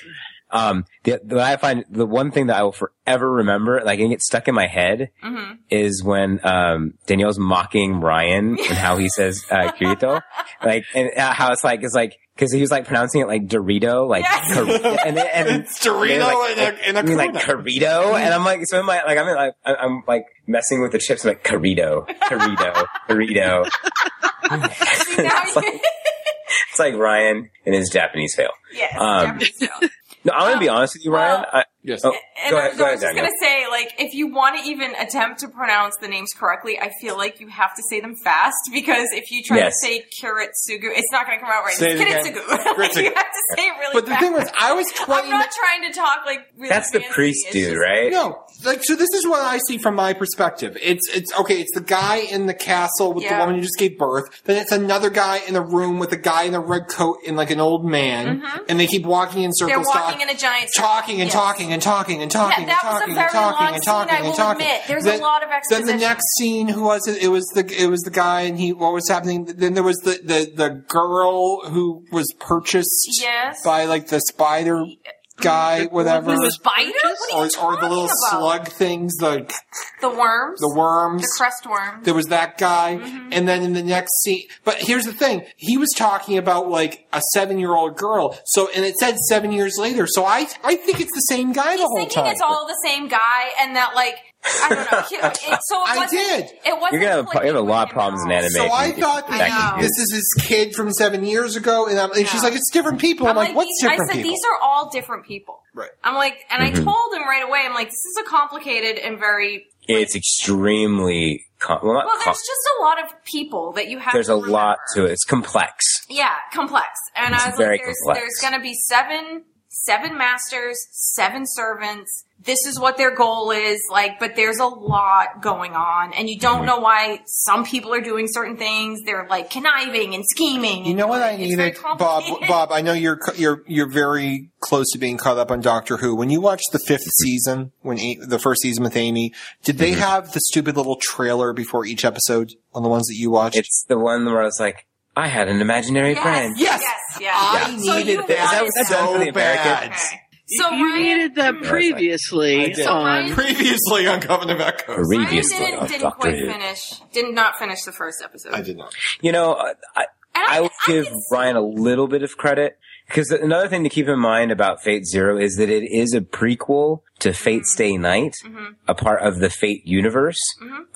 C: Um, the, the, I find the one thing that I will forever remember, like, and get stuck in my head,
D: Mm-hmm.
C: is when um, Danielle's mocking Ryan and how he says uh, Kirito, like, and uh, how it's like it's like because he was like pronouncing it like Dorito, like,
D: Yes.
C: Cor- and then- and
B: It's Dorito
C: they're
B: in a- in a
C: I mean, like
B: corner.
C: Corito, and I'm like, so am I? Like, I'm like, I- I'm like messing with the chips, like Corito, Corito, Corito. it's, like, it's like Ryan and his Japanese fail.
D: Yes.
C: Um,
D: Japanese style.
C: No, I'm
D: Um,
C: gonna be honest with you, Ryan. I,
B: yes.
C: Oh,
D: And
C: go
D: I-
C: ahead,
D: so
C: go
D: I
C: ahead,
D: was just
C: Daniel.
D: gonna say, like, if you want to even attempt to pronounce the names correctly, I feel like you have to say them fast because if you try
C: Yes.
D: to say Kiritsugu, it's not gonna come out right.
B: Say
D: it's
B: it again.
D: Kiritsugu. Like, you
B: Kiritsugu.
D: have to say it really
B: But the
D: fast.
B: thing was, I was
D: I'm
B: twenty.
D: not trying to talk like really
C: That's the
D: fancy.
C: priest
D: It's
C: dude,
D: just-
C: right?
B: No, like so. This is what I see from my perspective. It's it's okay. It's the guy in the castle with
D: Yeah.
B: the woman who just gave birth. Then it's another guy in the room with a guy in a red coat and like an old man,
D: Mhm.
B: and they keep walking in
D: They're
B: circles,
D: walking
B: talking,
D: in a giant circle.
B: talking and
D: Yes.
B: talking and talking and talking
D: that was a
B: and talking
D: very
B: and talking
D: long
B: and
D: scene,
B: talking
D: I will
B: and talking.
D: admit. There's a lot of
B: Then
D: exposition.
B: the next scene, who was it? It was the it was the guy, and he what was happening? Then there was the the the girl who was purchased
D: Yes.
B: by like the spider guy, whatever.
D: The spider? What are
B: or,
D: you
B: or the little
D: talking about?
B: slug things, the
D: The worms.
B: the worms.
D: The crest worm.
B: there was that guy,
D: Mm-hmm.
B: and then in the next scene. But here's the thing: he was talking about like a seven-year-old girl. So, and it said seven years later. So I, I think it's the same guy the
D: He's
B: whole
D: thinking
B: time.
D: it's all the same guy, and that like I don't know. He- it- so it
B: I
D: wasn't-
B: did.
D: It wasn't.
C: You're gonna have, a- you have a lot of problems in anime.
B: so
C: if
B: I
C: you-
B: thought
C: if
D: I
B: that
C: that
D: know.
B: this is his kid from seven years ago, and, I'm, and she's like, "It's different people." I'm, like, "What's
D: these- I
B: different
D: said
B: people?"
D: these are all different people.
B: right.
D: I'm like, and I
C: Mhm.
D: told him right away. I'm like, this is a complicated and very.
C: It's extremely com- well, not
D: Well,
C: com-
D: there's just a lot of people that you have.
C: there's
D: to
C: a lot to
D: remember.
C: it. It's complex.
D: Yeah, complex. And
C: It's
D: I was
C: very
D: like, there's,
C: complex.
D: there's going to be seven, seven masters, seven servants. This is what their goal is. Like, but there's a lot going on, and you
C: Mm-hmm.
D: don't know why some people are doing certain things. They're like conniving and scheming.
B: You know what I
D: and it's very
B: needed, Bob?
D: complicated.
B: Bob, I know you're cu- you're you're very close to being caught up on Doctor Who. When you watched the fifth season, when A- the first season with Amy, did they have the stupid little trailer before each episode on the ones that you watched?
C: It's the one where I was like, I had an imaginary
D: Yes.
C: friend.
B: yes,
D: Yes, yeah.
B: I
D: So you
B: needed that,
D: wanted that.
C: That's
B: so
C: really
B: bad.
D: Okay. So
A: you
D: Ryan, hmm,
A: needed that
C: Yeah,
A: previously
B: that's right.
A: on.
D: Ryan-
B: Previously on Covenant of Echoes,
D: Ryan
C: Previously
D: didn't,
C: of
D: didn't
C: Doctor
D: quite
C: Who.
D: finish. Did not finish the first episode.
B: I did not.
C: You know, I, I,
D: And
C: I would give
D: can see-
C: Ryan a little bit of credit because another thing to keep in mind about Fate Zero is that it is a prequel to Fate Stay Night,
D: Mhm.
C: a part of the Fate universe.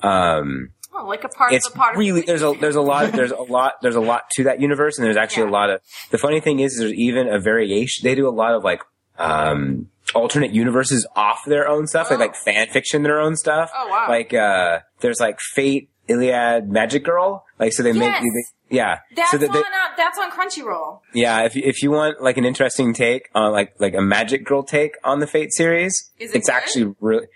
C: Um,
D: Oh, like a Mm-hmm. part
C: it's
D: of the part
C: really
D: of
C: there's a there's a lot there's a lot there's a lot to that universe and there's actually
D: Yeah.
C: a lot of the funny thing is there's even a variation they do a lot of like um alternate universes off their own stuff
D: Oh.
C: like like fan fiction their own stuff
D: Oh, wow.
C: like uh there's like fate Iliad Magic Girl like so they make
D: Yes.
C: they, yeah
D: That's
C: so that
D: on
C: they,
D: uh, that's on Crunchyroll.
C: yeah if you- if you want like an interesting take on like like a Magic Girl take on the Fate series
D: Is it
C: it's
D: good?
C: actually really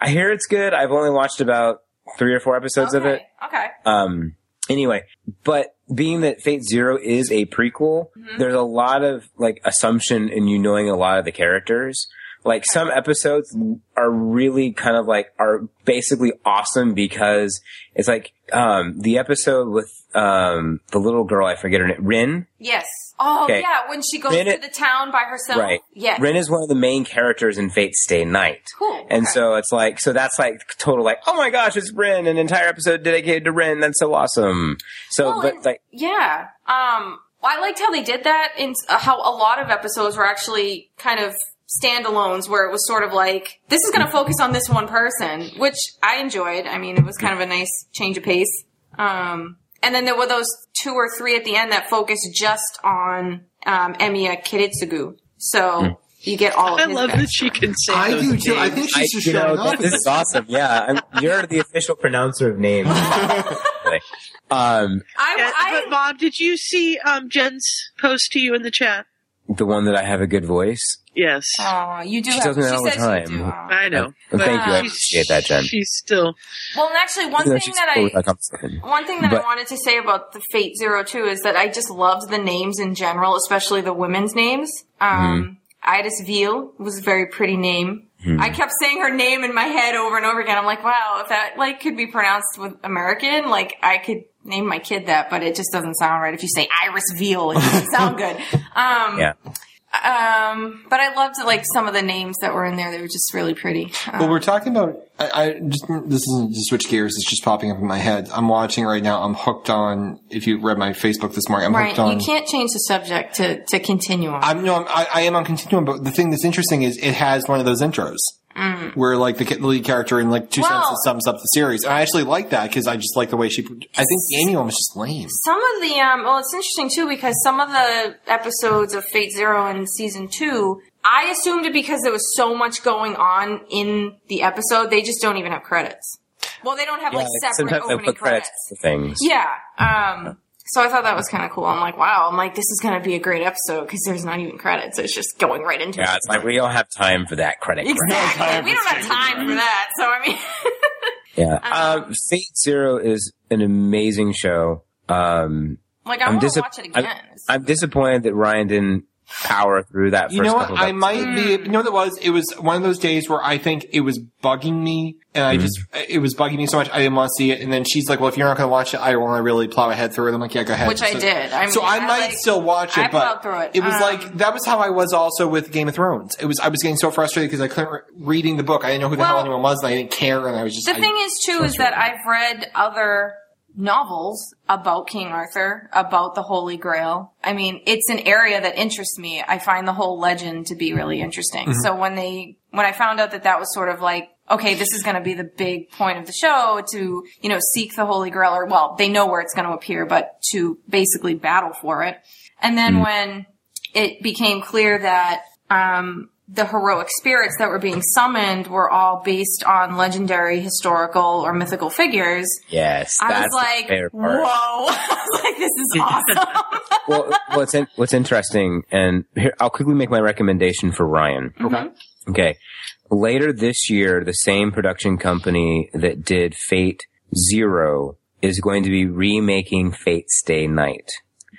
C: I hear it's good I've only watched about three or four episodes of it
D: Okay, Okay.
C: um, anyway, but being that Fate Zero is a prequel,
D: Mm-hmm.
C: there's a lot of like assumption in you knowing a lot of the characters. Like some episodes are really kind of like are basically awesome because it's like um the episode with um the little girl I forget her name Rin
D: Yes. Oh
C: Okay.
D: yeah, when she goes
C: Then
D: to
C: it-
D: the town by herself.
C: right
D: Yes.
C: Rin is one of the main characters in Fate Stay Night
D: cool.
C: and
D: Okay.
C: so it's like so that's like total like oh my gosh it's Rin an entire episode dedicated to Rin that's so awesome so
D: Well,
C: but
D: and-
C: like
D: yeah. Um, I liked how they did that and uh, how a lot of episodes were actually kind of standalones where it was sort of like this is going
C: Mm-hmm.
D: to focus on this one person, which I enjoyed. I mean, it was kind of a nice change of pace. Um, and then there were those two or three at the end that focused just on um, Emiya Kiritsugu. So
C: Hmm.
D: you get all. Of
A: I
D: Oh, his
A: love
D: back-
A: that she can say
B: I
A: those
B: do too. I
A: names.
B: think
C: I-
B: she's just
C: you know,
B: showing
C: th-
B: off.
C: this is awesome. Yeah, I'm, you're the official pronouncer of names. um,
D: I,
A: Yeah,
D: I,
A: um, but Bob, did you see um, Jen's post to you in the chat?
C: the one that I have a good voice?
A: Yes.
D: Oh, you do.
C: She
D: have,
C: tells me that
D: she
C: all the
D: says
C: time.
D: You do. Aw.
A: I know.
C: Well,
A: but
C: thank you. I
A: she's-
C: appreciate that, Jen.
A: She's still.
D: Well, and actually, one
C: No,
D: thing
C: she's
D: that
C: cool with
D: I
C: that conversation.
D: one thing that
C: But-
D: I wanted to say about the Fate Zero Two is that I just loved the names in general, especially the women's names.
B: Mm-hmm.
D: Um, Idis Veal was a very pretty name.
C: Mhm.
D: I kept saying her name in my head over and over again. I'm like, wow, if that like could be pronounced with American, like I could name my kid that, but it just doesn't sound right. If you say Iris Veal, it doesn't sound good. Um,
C: Yeah.
D: Um, but I loved like some of the names that were in there. They were just really pretty. Um,
B: Well, we're talking about. I, I just this isn't to switch gears. It's just popping up in my head. I'm watching right now. I'm hooked on. If you read my Facebook this morning, I'm
D: right,
B: hooked on.
D: you can't change the subject to to continue on.
B: I'm no. I'm, I, I am on Continuum, but the thing that's interesting is it has one of those intros
D: Mm.
B: where like the ki- lead character in like two
D: Well-
B: sentences sums up the series. And I actually like that because I just like the way she. I think the annual was just lame.
D: Some of the um, well, it's interesting too because some of the episodes of Fate Zero in season two, I assumed it because there was so much going on in the episode, they just don't even have credits. Well, they don't have like separate
C: sometimes I
D: opening
C: put credits for things.
D: Yeah. Um, so I thought that was kind of cool. I'm like, wow. I'm like, this is going to be a great episode because there's not even credits. It's just going right into
C: Yeah,
D: it.
C: it's like we don't have time for that credit. crap.
D: Exactly. We don't have time for that. So I mean,
C: Yeah. Um, Fate Zero is an amazing show. Um,
D: like I want to watch it again.
C: I'm, I'm disappointed that Ryan didn't power through that.
B: You
C: first
B: know what?
C: couple of
B: I might be. You know what it was? It was one of those days where I think it was bugging me, and I
C: Mm-hmm.
B: just it was bugging me so much I didn't want to see it. And then she's like, "Well, if you're not going to watch it, I want to really plow ahead through it." I'm like, "Yeah, go ahead."
D: Which I
B: So-
D: did. I mean,
B: so I,
D: I,
B: might
D: like-
B: still watch it,
D: I
B: but
D: plowed through it.
B: was
D: Um,
B: like that was how I was also with Game of Thrones. It was I was getting so frustrated because I couldn't re- reading the book. I didn't know who the hell
D: Well,
B: anyone was, and I didn't care, and I was just
D: The
B: I-
D: thing is, too, is that I've read other novels about King Arthur, about the Holy Grail. I mean, it's an area that interests me. I find the whole legend to be really interesting.
B: Mm-hmm.
J: Mhm.
D: So when they, when I found out that that was sort of like, okay, this is going to be the big point of the show to, you know, seek the Holy Grail, or well, they know where it's going to appear, but to basically battle for it. And then
B: Mm.
J: Mhm.
D: when it became clear that um, the heroic spirits that were being summoned were all based on legendary, historical, or mythical figures.
C: Yes,
D: I was
C: that's the
D: like,
C: fair
D: whoa!
C: part.
D: I was like, this is awesome.
C: well, what's in, what's interesting, and here I'll quickly make my recommendation for Ryan.
D: Okay.
C: Okay. Later this year, the same production company that did Fate Zero is going to be remaking Fate Stay Night.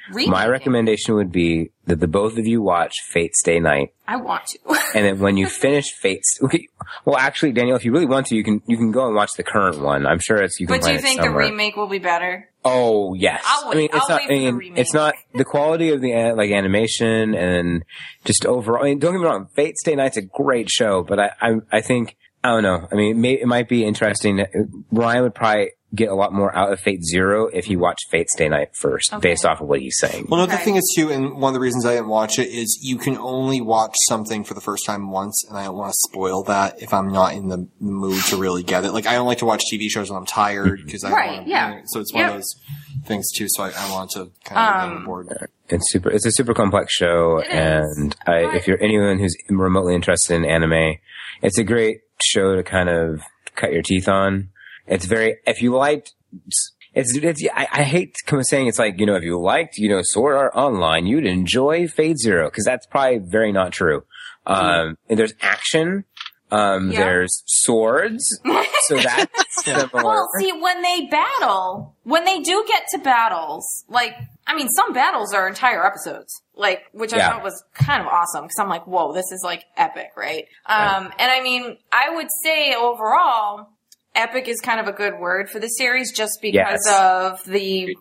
C: My recommendation would be that the both of you watch Fate Stay Night,
D: I want to.
C: and then when you finish Fate, okay, well, actually, Daniel, if you really want to, you can you can go and watch the current one. I'm sure it's you can
D: But do
C: find
D: you think
C: it
D: the
C: somewhere.
D: remake will be better?
C: Oh yes,
D: I'll wait-
C: I mean it's
D: I'll
C: not.
D: wait
C: I
D: for the
C: mean
D: remake.
C: it's not the quality of the uh, like animation and just overall. I mean, don't get me wrong, Fate Stay Night's a great show, but I I, I think I don't know. I mean, it, may, it might be interesting. Ryan would probably get a lot more out of Fate Zero if he watched Fate Stay Night first, based off of what he's saying.
B: Well, no, the thing is too, and one of the reasons I didn't watch it is you can only watch something for the first time once, and I don't want to spoil that if I'm not in the mood to really get it. Like I don't like to watch TV shows when I'm tired because I
D: Right,
B: Wanna,
D: yeah.
B: So it's one
D: Yep.
B: of those things too. So I, I want to kind of get on
D: Um,
B: board.
C: It's super. It's a super complex show, and I, if you're anyone who's remotely interested in anime, it's a great show to kind of cut your teeth on. It's very. If you liked, it's. it's I, I hate come saying it's like you know if you liked you know Sword Art Online, you'd enjoy Fade Zero because that's probably very not true. Um, and there's action. Um,
D: Yeah.
C: there's swords. so that's similar.
D: Well, see, when they battle, when they do get to battles, like, I mean, some battles are entire episodes, like, which I
J: Yeah.
D: thought was kind of awesome because I'm like, whoa, this is like epic, right? Um, and I mean, I would say overall, epic is kind of a good word for the series just because
J: Yes.
D: of the,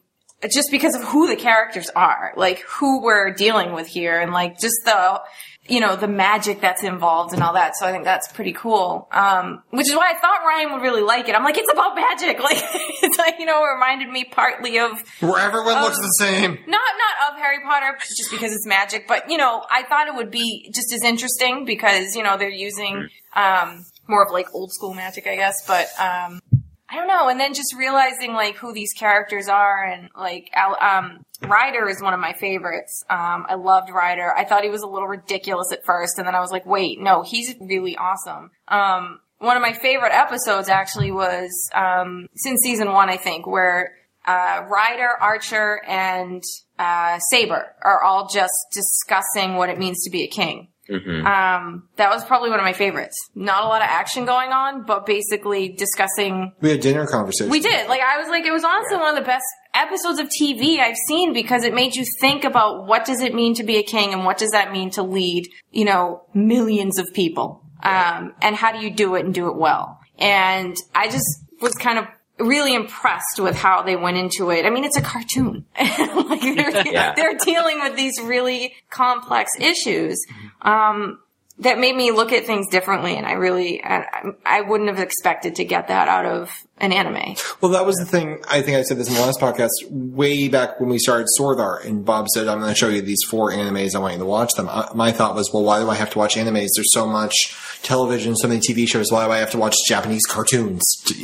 D: just because of who the characters are, like who we're dealing with here and like just the, you know, the magic that's involved and all that. So I think that's pretty cool. Um, which is why I thought Ryan would really like it. I'm like, it's about magic. Like, it's like, you know, it reminded me partly of
B: Where everyone
D: Um,
B: looks the same.
D: not not of Harry Potter just because it's magic, but you know, I thought it would be just as interesting because you know they're using um, more of like old school magic, I guess. But um, I don't know. And then just realizing like who these characters are and like Al- um, Ryder is one of my favorites. Um, I loved Ryder. I thought he was a little ridiculous at first, and then I was like, wait, no, he's really awesome. Um, one of my favorite episodes actually was um, since season one, I think, where uh, Ryder, Archer, and uh, Saber are all just discussing what it means to be a king.
R: Mm-hmm.
D: Um, that was probably one of my favorites. Not a lot of action going on, but basically discussing.
B: We had dinner conversation.
D: We did. Like, I was like, it was honestly one of the best episodes of TV I've seen because it made you think about what does it mean to be a king and what does that mean to lead, you know, millions of people. Um, and how do you do it and do it well? And I just was kind of really impressed with how they went into it. I mean, it's a cartoon. like they're,
R: Yeah.
D: they're dealing with these really complex issues. Um, that made me look at things differently, and I really, I, I- I wouldn't have expected to get that out of an anime.
B: Well, that was the thing. I think I said this in the last podcast, way back when we started Sorthar, and Bob said, "I'm going to show you these four animes. I want you to watch them." I, my thought was, "Well, why do I have to watch animes? There's so much television, so many TV shows. Why do I have to watch Japanese cartoons to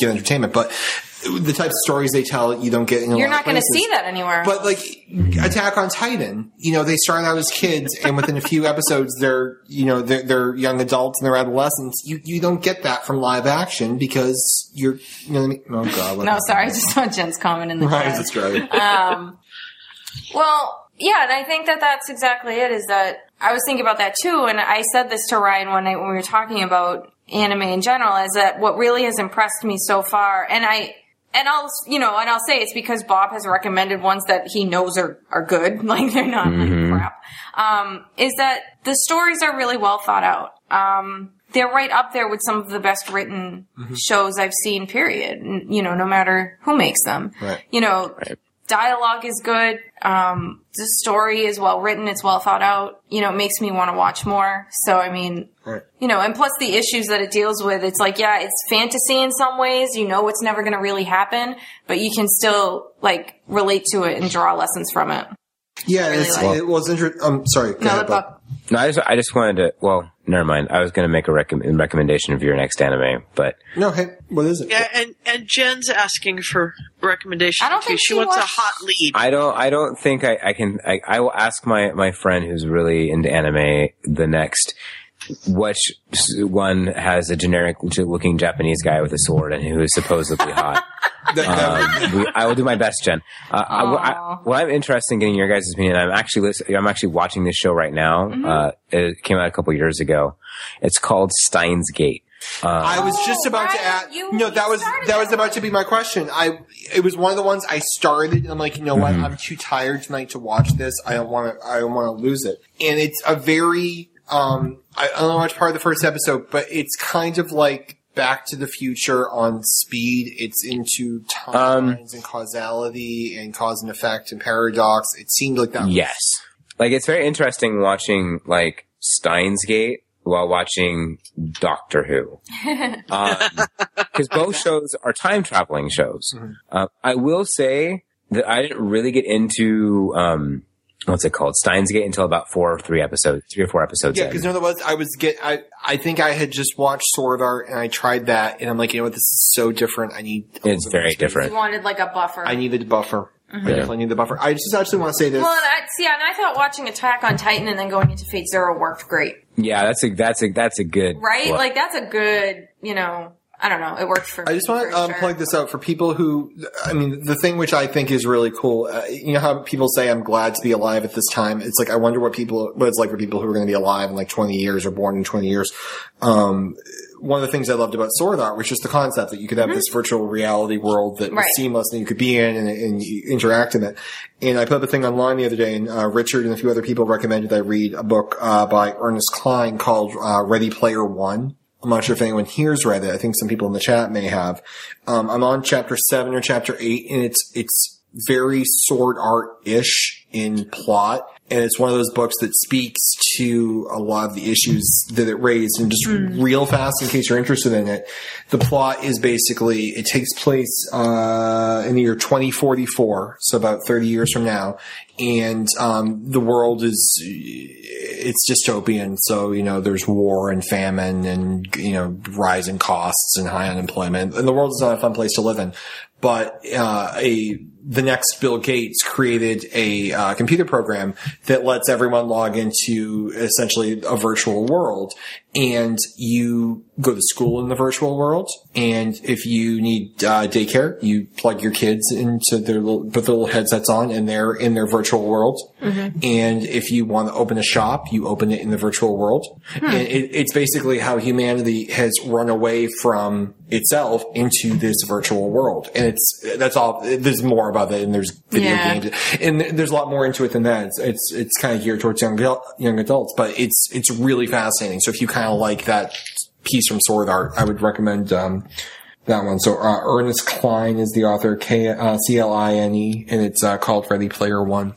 B: get entertainment?" But the types of stories they tell, you don't get in a
D: You're
B: lot
D: not
B: of
D: going to
B: places.
D: see that anywhere.
B: But like Attack on Titan, you know, they started out as kids, and within a few episodes, they're you know they're, they're young adults and they're adolescents. You you don't get that from live action because you're you know what I mean? oh god what
D: no, sorry, I just saw Jen's comment in the
B: Right,
D: chat.
B: that's right.
D: Um, well, yeah, and I think that that's exactly it. Is that I was thinking about that too, and I said this to Ryan one night when we were talking about anime in general. Is that what really has impressed me so far? And I. And I'll, you know, and I'll say it's because Bob has recommended ones that he knows are, are good. Like they're not
R: Mm-hmm.
D: crap. um, is that the stories are really well thought out. Um, they're right up there with some of the best written
R: Mhm.
D: shows I've seen, period. N- You know, no matter who makes them.
R: Right.
D: You know, dialogue is good. Um, the story is well written. It's well thought out. You know, it makes me want to watch more. So, I mean, you know, and plus the issues that it deals with, it's like, yeah, it's fantasy in some ways. You know, it's never going to really happen, but you can still like relate to it and draw lessons from it.
B: yeah it's,
D: like-
B: it was interesting I'm sorry go ahead, Bob.
C: No, I just I just wanted to. Well, never mind. I was going to make a recomm recommendation of your next anime, but
B: no hey what is it
A: Yeah, and and Jen's asking for recommendations. I don't think she, wants a hot lead.
C: I don't. I don't think I, I can. I, I will ask my my friend who's really into anime the next which one has a generic looking Japanese guy with a sword and who is supposedly hot. Um, we- I will do my best, Jen. Uh, I, what I, what I'm interested in getting your guys' opinion. I'm actually listening, I'm actually watching this show right now. Uh, it came out a couple years ago. It's called Steins Gate. Uh,
B: I was just about to ask. no, that was that was about to be my question. I it was one of the ones I started. And I'm like, you know
C: Mhm.
B: what? I'm too tired tonight to watch this. I don't want to. I don't want to lose it. And it's a very. Um, I, I don't know much part of the first episode, but it's kind of like Back to the Future on speed. It's into timelines and causality and cause and effect and paradox. It seemed like that. was-
C: Yes. Oh. Like it's very interesting watching like Steins Gate while watching Doctor Who. Because both shows are time traveling shows. Uh, I will say that I didn't really get into, um, what's it called? Steins Gate until about four or three episodes, three or four episodes
B: Yeah,
C: in.
B: because you know what it was I was get I I think I had just watched Sword Art and I tried that and I'm like you know what this is so different I need
C: It's very
D: You wanted like a buffer.
B: I needed a buffer
D: Mhm.
B: I definitely need the buffer I just actually want to say this
D: Well, and I, see, and I thought watching Attack on Titan and then going into Fate Zero worked great,
C: yeah, that's a, that's a, that's a good.
D: right?
C: look.
D: Like that's a good, you know, I don't know, it worked for.
B: I just want to um, plug this out for people who, I mean, the thing which I think is really cool. Uh, you know how people say, "I'm glad to be alive at this time." It's like I wonder what people, what it's like for people who are going to be alive in like 20 years or born in 20 years. Um, one of the things I loved about Sword Art was just the concept that you could have this
D: Mm-hmm.
B: virtual reality world that
G: Right.
B: was seamless and you could be in and, and you interact in it. And I put up a thing online the other day, and uh, Richard and a few other people recommended I read a book uh, by Ernest Klein called uh, Ready Player One. I'm not sure if anyone here's read it. I think some people in the chat may have. Um, I'm on chapter seven or chapter eight, and it's it's very sword art ish in plot, and it's one of those books that speaks to a lot of the issues that it raised. And just real fast, in case you're interested in it, the plot is basically it takes place uh, in the year 2044, so about 30 years from now, and um, the world is it's dystopian. So you know, there's war and famine, and you know, rising costs and high unemployment, and the world is not a fun place to live in. But uh, a the next Bill Gates created a uh, computer program that lets everyone log into essentially a virtual world, and you go to school in the virtual world. And if you need uh, daycare, you plug your kids into their little, put their little headsets on, and they're in their virtual world.
L: Mhm.
B: And if you want to open a shop, you open it in the virtual world.
L: Hmm.
B: And it, it's basically how humanity has run away from itself into this virtual world. And it's that's all. There's more about it, and there's video
L: Yeah.
B: games, and th- there's a lot more into it than that. It's it's, it's kind of geared towards young adult- young adults, but it's it's really fascinating. So if you kind of like that piece from Sword Art, I would recommend. um that one. So uh, Ernest Klein is the author, K uh, C L I N E, and it's uh, called Ready Player One.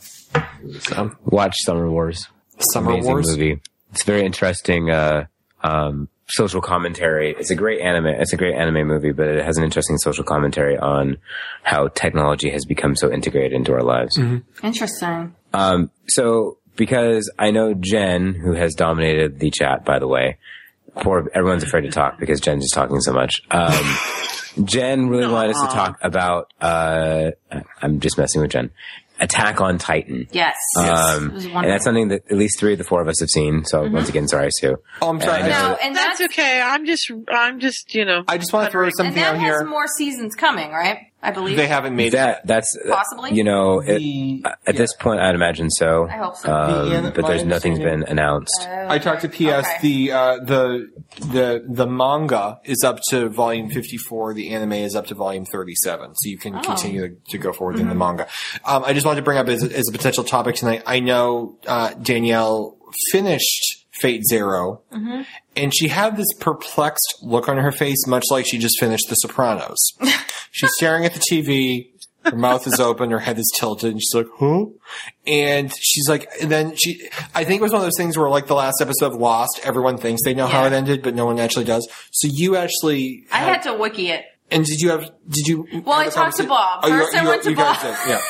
L: So
C: watch Summer Wars.
B: Summer
C: Amazing
B: Wars?
C: movie. It's very interesting. Uh, um, social commentary. It's a great anime. It's a great anime movie, but it has an interesting social commentary on how technology has become so integrated into our lives.
D: Interesting.
C: Um, so because I know Jen, who has dominated the chat, by the way, poor everyone's afraid to talk because Jen's just talking so much. Um, Jen really wanted us to talk about. Uh, I'm just messing with Jen. Attack on Titan.
D: Yes.
C: Um,
D: It was
C: and that's
D: wonderful. Mm-hmm.
C: something that at least three of the four of us have seen. So once again, sorry, Sue.
B: Oh, I'm sorry.
C: And I know
D: and that's,
A: okay. I'm just, I'm just, you know.
B: I just want to throw
D: and that has more seasons coming, right? I believe
C: that. That's uh,
D: Possibly?
C: You know, it, at this point, I'd imagine so.
D: I hope so. Uh, Oh.
C: Um,
B: The-
C: but
B: my
C: there's nothing's been announced.
B: Uh, I talked to PS. The uh, the the the manga is up to volume fifty four. The anime is up to volume thirty seven. So you can
L: Oh.
B: continue to go forward in the
L: Mhm.
B: manga. Um, I just wanted to bring up as, a- as a potential topic tonight. I know uh, Danielle finished Fate Zero,
L: Mm-hmm.
B: and she had this perplexed look on her face, much like she just finished The Sopranos. she's staring at the TV. Her mouth is open. Her head is tilted. And she's like, huh? And she's like, and then she, I think it was one of those things where like the last episode of Lost, everyone thinks they know how it ended, but no one actually does. So you actually,
D: I had to wiki it.
B: and did you have, did you?
D: Well, I
B: have a
D: talked to
B: conversa-
D: Bob.
B: Oh, you-
D: First, I
B: you-
D: went to
B: you guys
D: Bob.
B: did, yeah.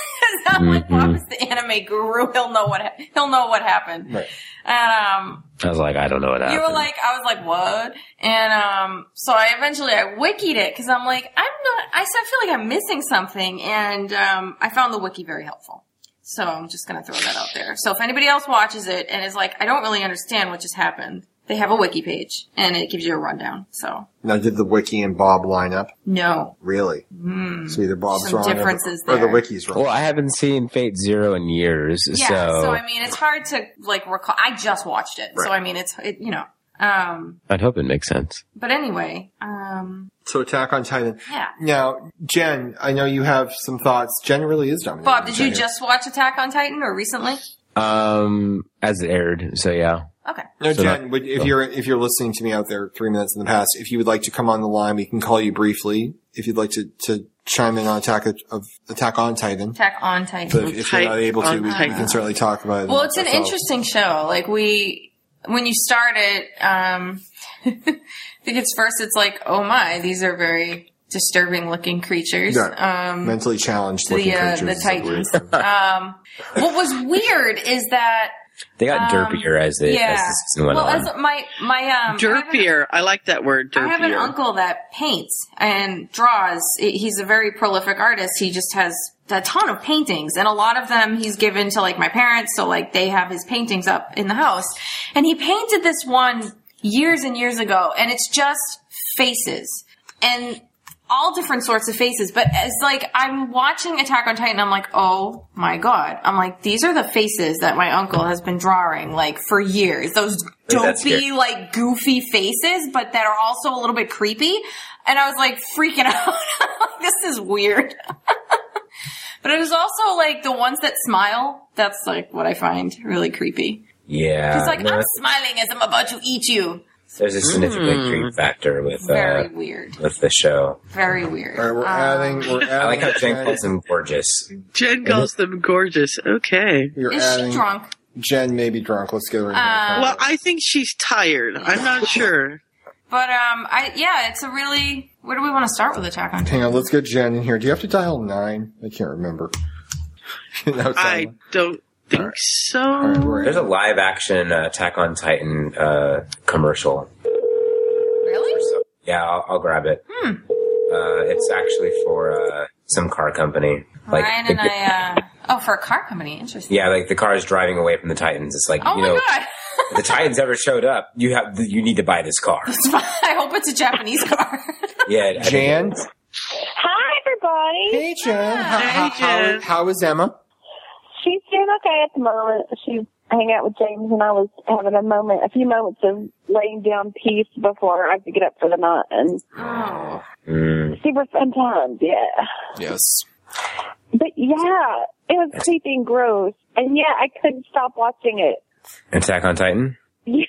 D: I'm like,
B: Mm-hmm.
D: Bob is the anime guru. He'll know what ha- he'll know what happened.
B: Right.
D: And um,
C: I was like, I don't know what
D: You
C: happened.
D: were like, I was like, what? And um, so I eventually I wikied it because I'm like, I'm not. I s- I feel like I'm missing something, and um, I found the wiki very helpful. So I'm just gonna throw that out there. So if anybody else watches it and is like, I don't really understand what just happened, they have a wiki page and it gives you a rundown. So
B: Now did the wiki and Bob line up?
D: no,
B: Really?
D: Hmm.
B: So either Bob's
D: Some
B: wrong or the-
D: differences
B: or the,
D: there.
B: wiki's wrong.
C: Well, I haven't seen Fate Zero in years,
D: yeah.
C: so,
D: So, I mean, it's hard to like recall. I just watched it, so
C: Right.
D: I mean, it's it, you know. Um,
C: I'd hope it makes sense.
D: but anyway, um,
B: So Attack on Titan.
D: yeah.
B: Now, Jen, I know you have some thoughts. Jen really is dominating.
D: Bob, did you
B: Jen.
D: just watch Attack on Titan or recently?
C: Um, as it aired, so yeah.
D: Okay.
B: No,
C: So
B: Jen.
C: not-
B: would, if
C: oh.
B: you're if you're listening to me out there, three minutes in the past, if you would like to come on the line, we can call you briefly if you'd like to, to chime in on attack of, of attack on Titan.
D: Attack on Titan.
B: But if, if you're not able to, we, we can certainly talk about it.
D: Well, it's an
B: ourselves.
D: interesting show. Like we, when you start it, um, I think it's first. It's like, oh my, these are very disturbing looking creatures.
B: Yeah.
D: Um,
B: mentally challenged looking
D: the uh, the
B: creatures.
D: Titans. um, what was weird is that
C: They got
D: Um,
C: derpier as the
D: yeah.
C: as the season went
D: well,
C: on.
D: as my my um,
A: derpier. I like that word. Derpier.
D: I have an uncle that paints and draws. He's a very prolific artist. He just has a ton of paintings and a lot of them he's given to like my parents. So like they have his paintings up in the house and he painted this one years and years ago and it's just faces and all different sorts of faces. But it's like I'm watching Attack on Titan. I'm like, oh my god. I'm like, these are the faces that my uncle has been drawing like for years. Those
L: That's
D: dopey,
L: scary.
D: like goofy faces, but that are also a little bit creepy. And I was like freaking out. Like, this is weird. but it is also like the ones that smile. That's like what I find really creepy.
C: yeah,
B: Uh,
D: It's like
C: no,
D: I'm smiling as I'm about to eat you.
C: there's a significant
D: Mm.
C: creep factor with
D: Very
C: uh,
D: weird.
C: with the show.
D: Very weird.
B: All right, we're
D: Um,
B: adding. We're adding
C: I like how Jen calls them gorgeous.
A: Jen calls them gorgeous. Okay.
B: You're
D: Is she
B: adding-
D: drunk?
B: Jen may be drunk. Let's get her. in here.
D: Uh,
A: well, I think she's tired. I'm not sure.
D: But um, I yeah, it's a really. Where do we want to start with Attack on?
B: Hang on, let's get Jen in here. Do you have to dial nine? I can't remember.
A: I don't think so.
C: There's a live action uh, Attack on Titan uh, commercial.
D: Really?
C: Yeah, I'll, I'll grab it.
D: Hmm.
C: Uh, it's actually for uh, some car company. Like
D: Ryan
C: the-
D: and I. Uh, oh, for a car company. Interesting.
C: yeah, like the car is driving away from the Titans. It's like
D: Oh
C: you
D: my
C: know,
D: god.
C: the Titans ever showed up, you have you need to buy this car.
D: I hope it's a Japanese car.
C: Yeah, I think
B: Jan.
I: Hi, everybody.
B: Hey, Jen. How, how, how, how is Emma?
I: She's doing okay at the moment. She's hanging out with James, and I was having a moment, a few moments of laying down peace before I have to get up for the night. And
D: Oh,
C: Mm.
I: super fun times, yeah.
B: Yes.
I: But yeah, it was creepy and gross, and yeah, I couldn't stop watching it.
C: Attack on Titan.
I: Yeah.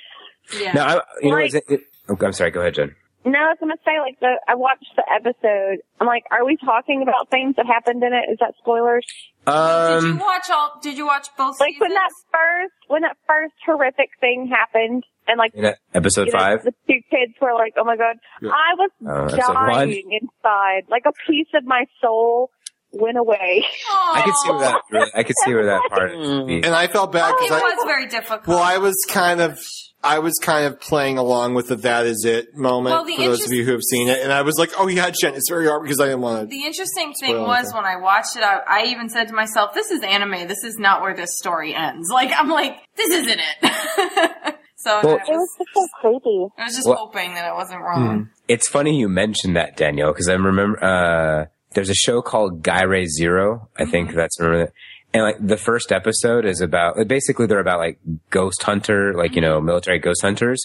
C: No, I, you know, it's- it, oh, I'm sorry. Go ahead, Jen.
I: No, I was gonna say like the I watched the episode. I'm like, are we talking about things that happened in it? Is that spoilers?
C: Um,
D: did you watch all? Did you watch both?
I: Like when that first when that first horrific thing happened, and like
C: In uh, episode
D: e-
I: you know,
C: five.
I: the two kids were like, "Oh my god!"
C: Yeah.
I: I was
C: Oh, that's like one.
I: dying inside. Like a piece of my soul went away.
C: I could see where that. Really, I could see where that part.
B: And I felt bad
D: Oh, it
B: because I
D: was very difficult.
B: well, I was kind of. I was kind of playing along with the "that is it" moment
D: Well, the
B: for those of
D: interest-
B: you who have seen it, and I was like, "Oh yeah, Jen, it's very hard because I didn't want to."
D: The interesting thing
B: Spoiler
D: was
B: thing.
D: when I watched it, I, I even said to myself, "This is anime. This is not where this story ends." Like I'm like, "This isn't it." so
C: Well-
D: it was,
I: just so creepy.
D: I was just
C: Well- hmm.
D: hoping that it wasn't wrong.
C: It's funny you mentioned that, Danielle, because I remember uh, there's a show called Guy Ray Zero. I think that's remember that. And like the first episode is about like, basically they're about like ghost hunter, like you know military ghost hunters,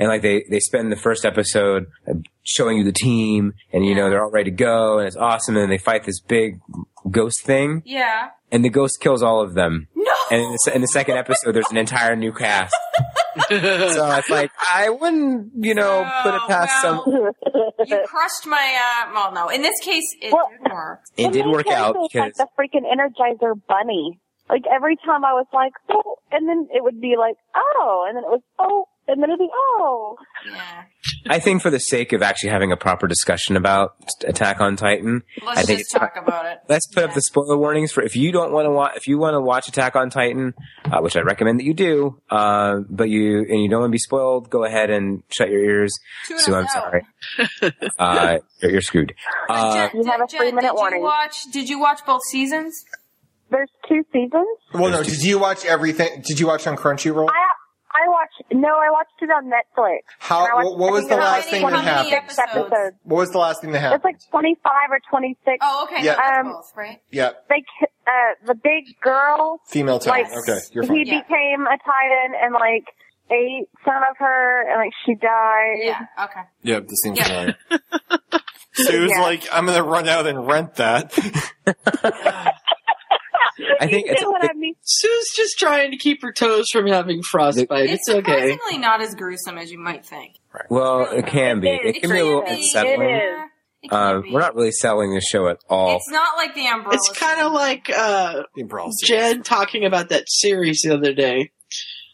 C: and like they they spend the first episode uh, showing you the team, and you know they're all ready to go, and it's awesome, and then they fight this big ghost thing,
D: Yeah.
C: and the ghost kills all of them. No. And in the, se- in the second episode, there's an entire new cast. so it's like I wouldn't, you know, put it
D: Oh,
C: past some.
D: you crushed my. Uh, well, no. In this case, it didn't work.
C: It did work out
I: It's
C: because
I: like the freaking Energizer Bunny. Like every time I was like, oh, and then it would be like, oh, and then it was oh, and then it'd be oh.
C: I think for the sake of actually having a proper discussion about Attack on Titan,
D: Let's
C: I think
D: just talk about it.
C: let's put up the spoiler warnings for if you don't want to watch if you want to watch Attack on Titan, uh, which I recommend that you do, uh, but you and you don't want to be spoiled, go ahead and shut your ears.
D: Tune
C: Sue,
D: us
C: I'm
D: out.
C: sorry, uh, you're, you're screwed. Uh,
I: you have a three
D: Did
I: minute
D: you
I: warning.
D: watch? Did you watch both seasons?
I: There's two seasons.
B: Well, no. Did you watch everything? Did you watch on Crunchyroll?
I: I watched no, I watched it on Netflix.
B: How-
I: And I watched-
B: Uh, what- what
I: I
B: was
I: think
B: the
I: it
B: last thing that How many happened?
I: Six episodes.
B: What was the last thing that happened?
I: It's like twenty five or twenty six.
D: Oh, okay,
B: Yeah. that's
I: both,
D: right?
B: yeah,
I: They, ki- uh, the big girl,
B: female
I: like,
B: Titan. okay, you're
I: he
B: fine.
I: became a Titan and like ate some of her, and like she died.
D: Yeah. Okay.
B: Yeah, this seems
D: Yeah.
B: familiar. Sue's
I: Yeah.
B: like, I'm gonna run out and rent that.
C: I think
A: it's-
I: what I mean?
A: Sue's just trying to keep her toes from having frostbite. It's,
D: It's
A: okay.
D: surprisingly not as gruesome as you might think.
C: well, it can be. It can be a little unsettling. Uh, we're not really selling this show at all.
D: It's not like the umbrella.
A: It's kind of like uh, Jen talking about that series the other day.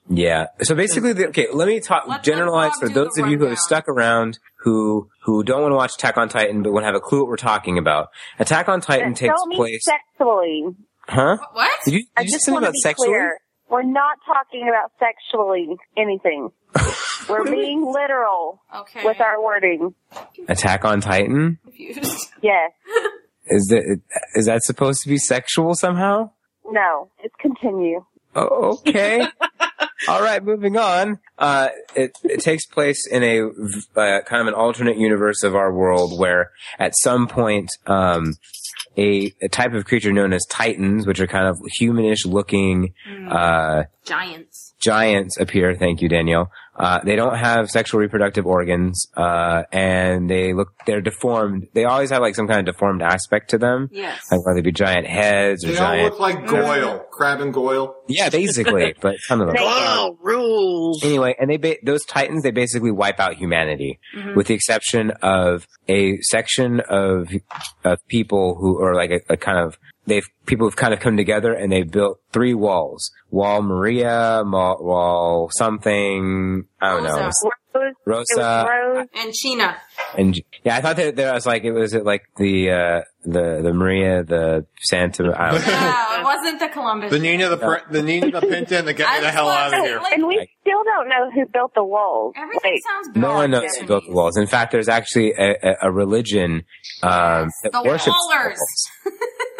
C: Yeah. So basically, the, okay, let me talk generalize for those of you who have stuck around who who don't want to watch Attack on Titan but want to have a clue what we're talking about. Attack on Titan takes
I: Don't mean
C: place,
I: sexually.
C: huh?
D: What?
C: Did you,
I: I
C: did you
I: just
C: say something
I: want to
C: about
I: be
C: sexually?
I: clear. We're not talking about sexually anything. We're being literal
D: okay.
I: with our wording.
C: Attack on Titan
I: Yes.
C: is that is that supposed to be sexual somehow?
I: No. It's continue.
C: Oh, okay. All right, moving on. Uh, it, it takes place in a v- uh, kind of an alternate universe of our world where at some point, um, a, a type of creature known as titans, which are kind of humanish looking, uh,
D: Giants.
C: giants appear. Thank you, Danielle. Uh, they don't have sexual reproductive organs, uh, and they look, they're deformed. They always have like some kind of deformed aspect to them.
D: Yes.
C: Like whether they be giant heads or
B: They all
C: giant.
B: look like Goyle, crab and Goyle.
C: Yeah, basically, but some of them.
A: Oh, rules.
C: Anyway, and they ba- those titans they basically wipe out humanity,
D: Mm-hmm.
A: Mhm.
C: with the exception of a section of of people who are like a, a kind of they've people have kind of come together and they've built three walls: wall Maria, wall, wall something I don't know,
I: Rose,
C: Rosa,
I: Rose
D: and Sheena.
C: and yeah, I thought that there was like it was it like the uh, the the Maria, the Santa, I don't know.
D: No, it wasn't the Columbus.
B: The Nina, the
C: Yeah.
B: Pr- the Nina, the Pinta, and the get me the hell out of here.
I: And we still don't know who built the wall. Everything
D: sounds
C: No one knows who built the walls. In fact, there's actually a, a, a religion um, that
D: The
C: worships
D: Wallers.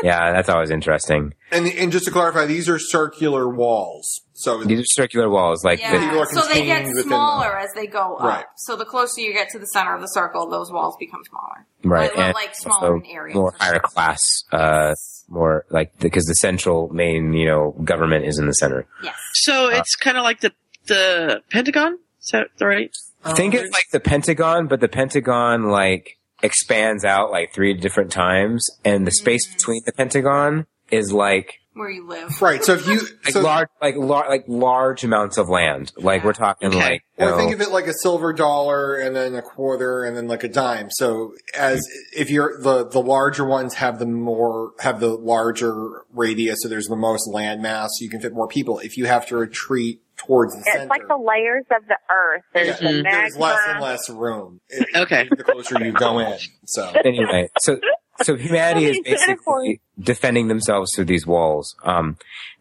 C: Yeah, that's always interesting.
B: And and just to clarify, these are circular walls. So
C: these are circular walls, like
D: Yeah.
C: the,
D: So they get
B: contained within
D: smaller as they go up.
C: Right.
D: So the closer you get to the center of the circle, those walls become smaller.
C: right,
D: Like,
C: and
D: like
C: also
D: smaller in area.
C: more higher class, uh, more like because the central main, you know, government is in the center.
D: Yes.
A: So
B: Uh,
A: it's kind of like the the Pentagon. Is that the right?
C: Think it's like the Pentagon, but the Pentagon like expands out like three different times, and the space between the Pentagon is like
D: Where you live.
B: Right. So if you
C: like large, like lar- like large amounts of land. Like we're talking like you
B: Or
C: know,
B: think of it like a silver dollar and then a quarter and then like a dime. So as if you're the, the larger ones have the more, have the larger radius. So there's the most land mass. So you can fit more people. If you have to retreat towards the
I: It's
B: center, Mm-hmm.
I: like the layers of the earth. There's the
B: there's
I: magma.
B: less and less room.
A: okay.
B: The closer you go in. So
C: anyway, so so humanity is
B: How many
C: basically defending themselves through these walls. Um,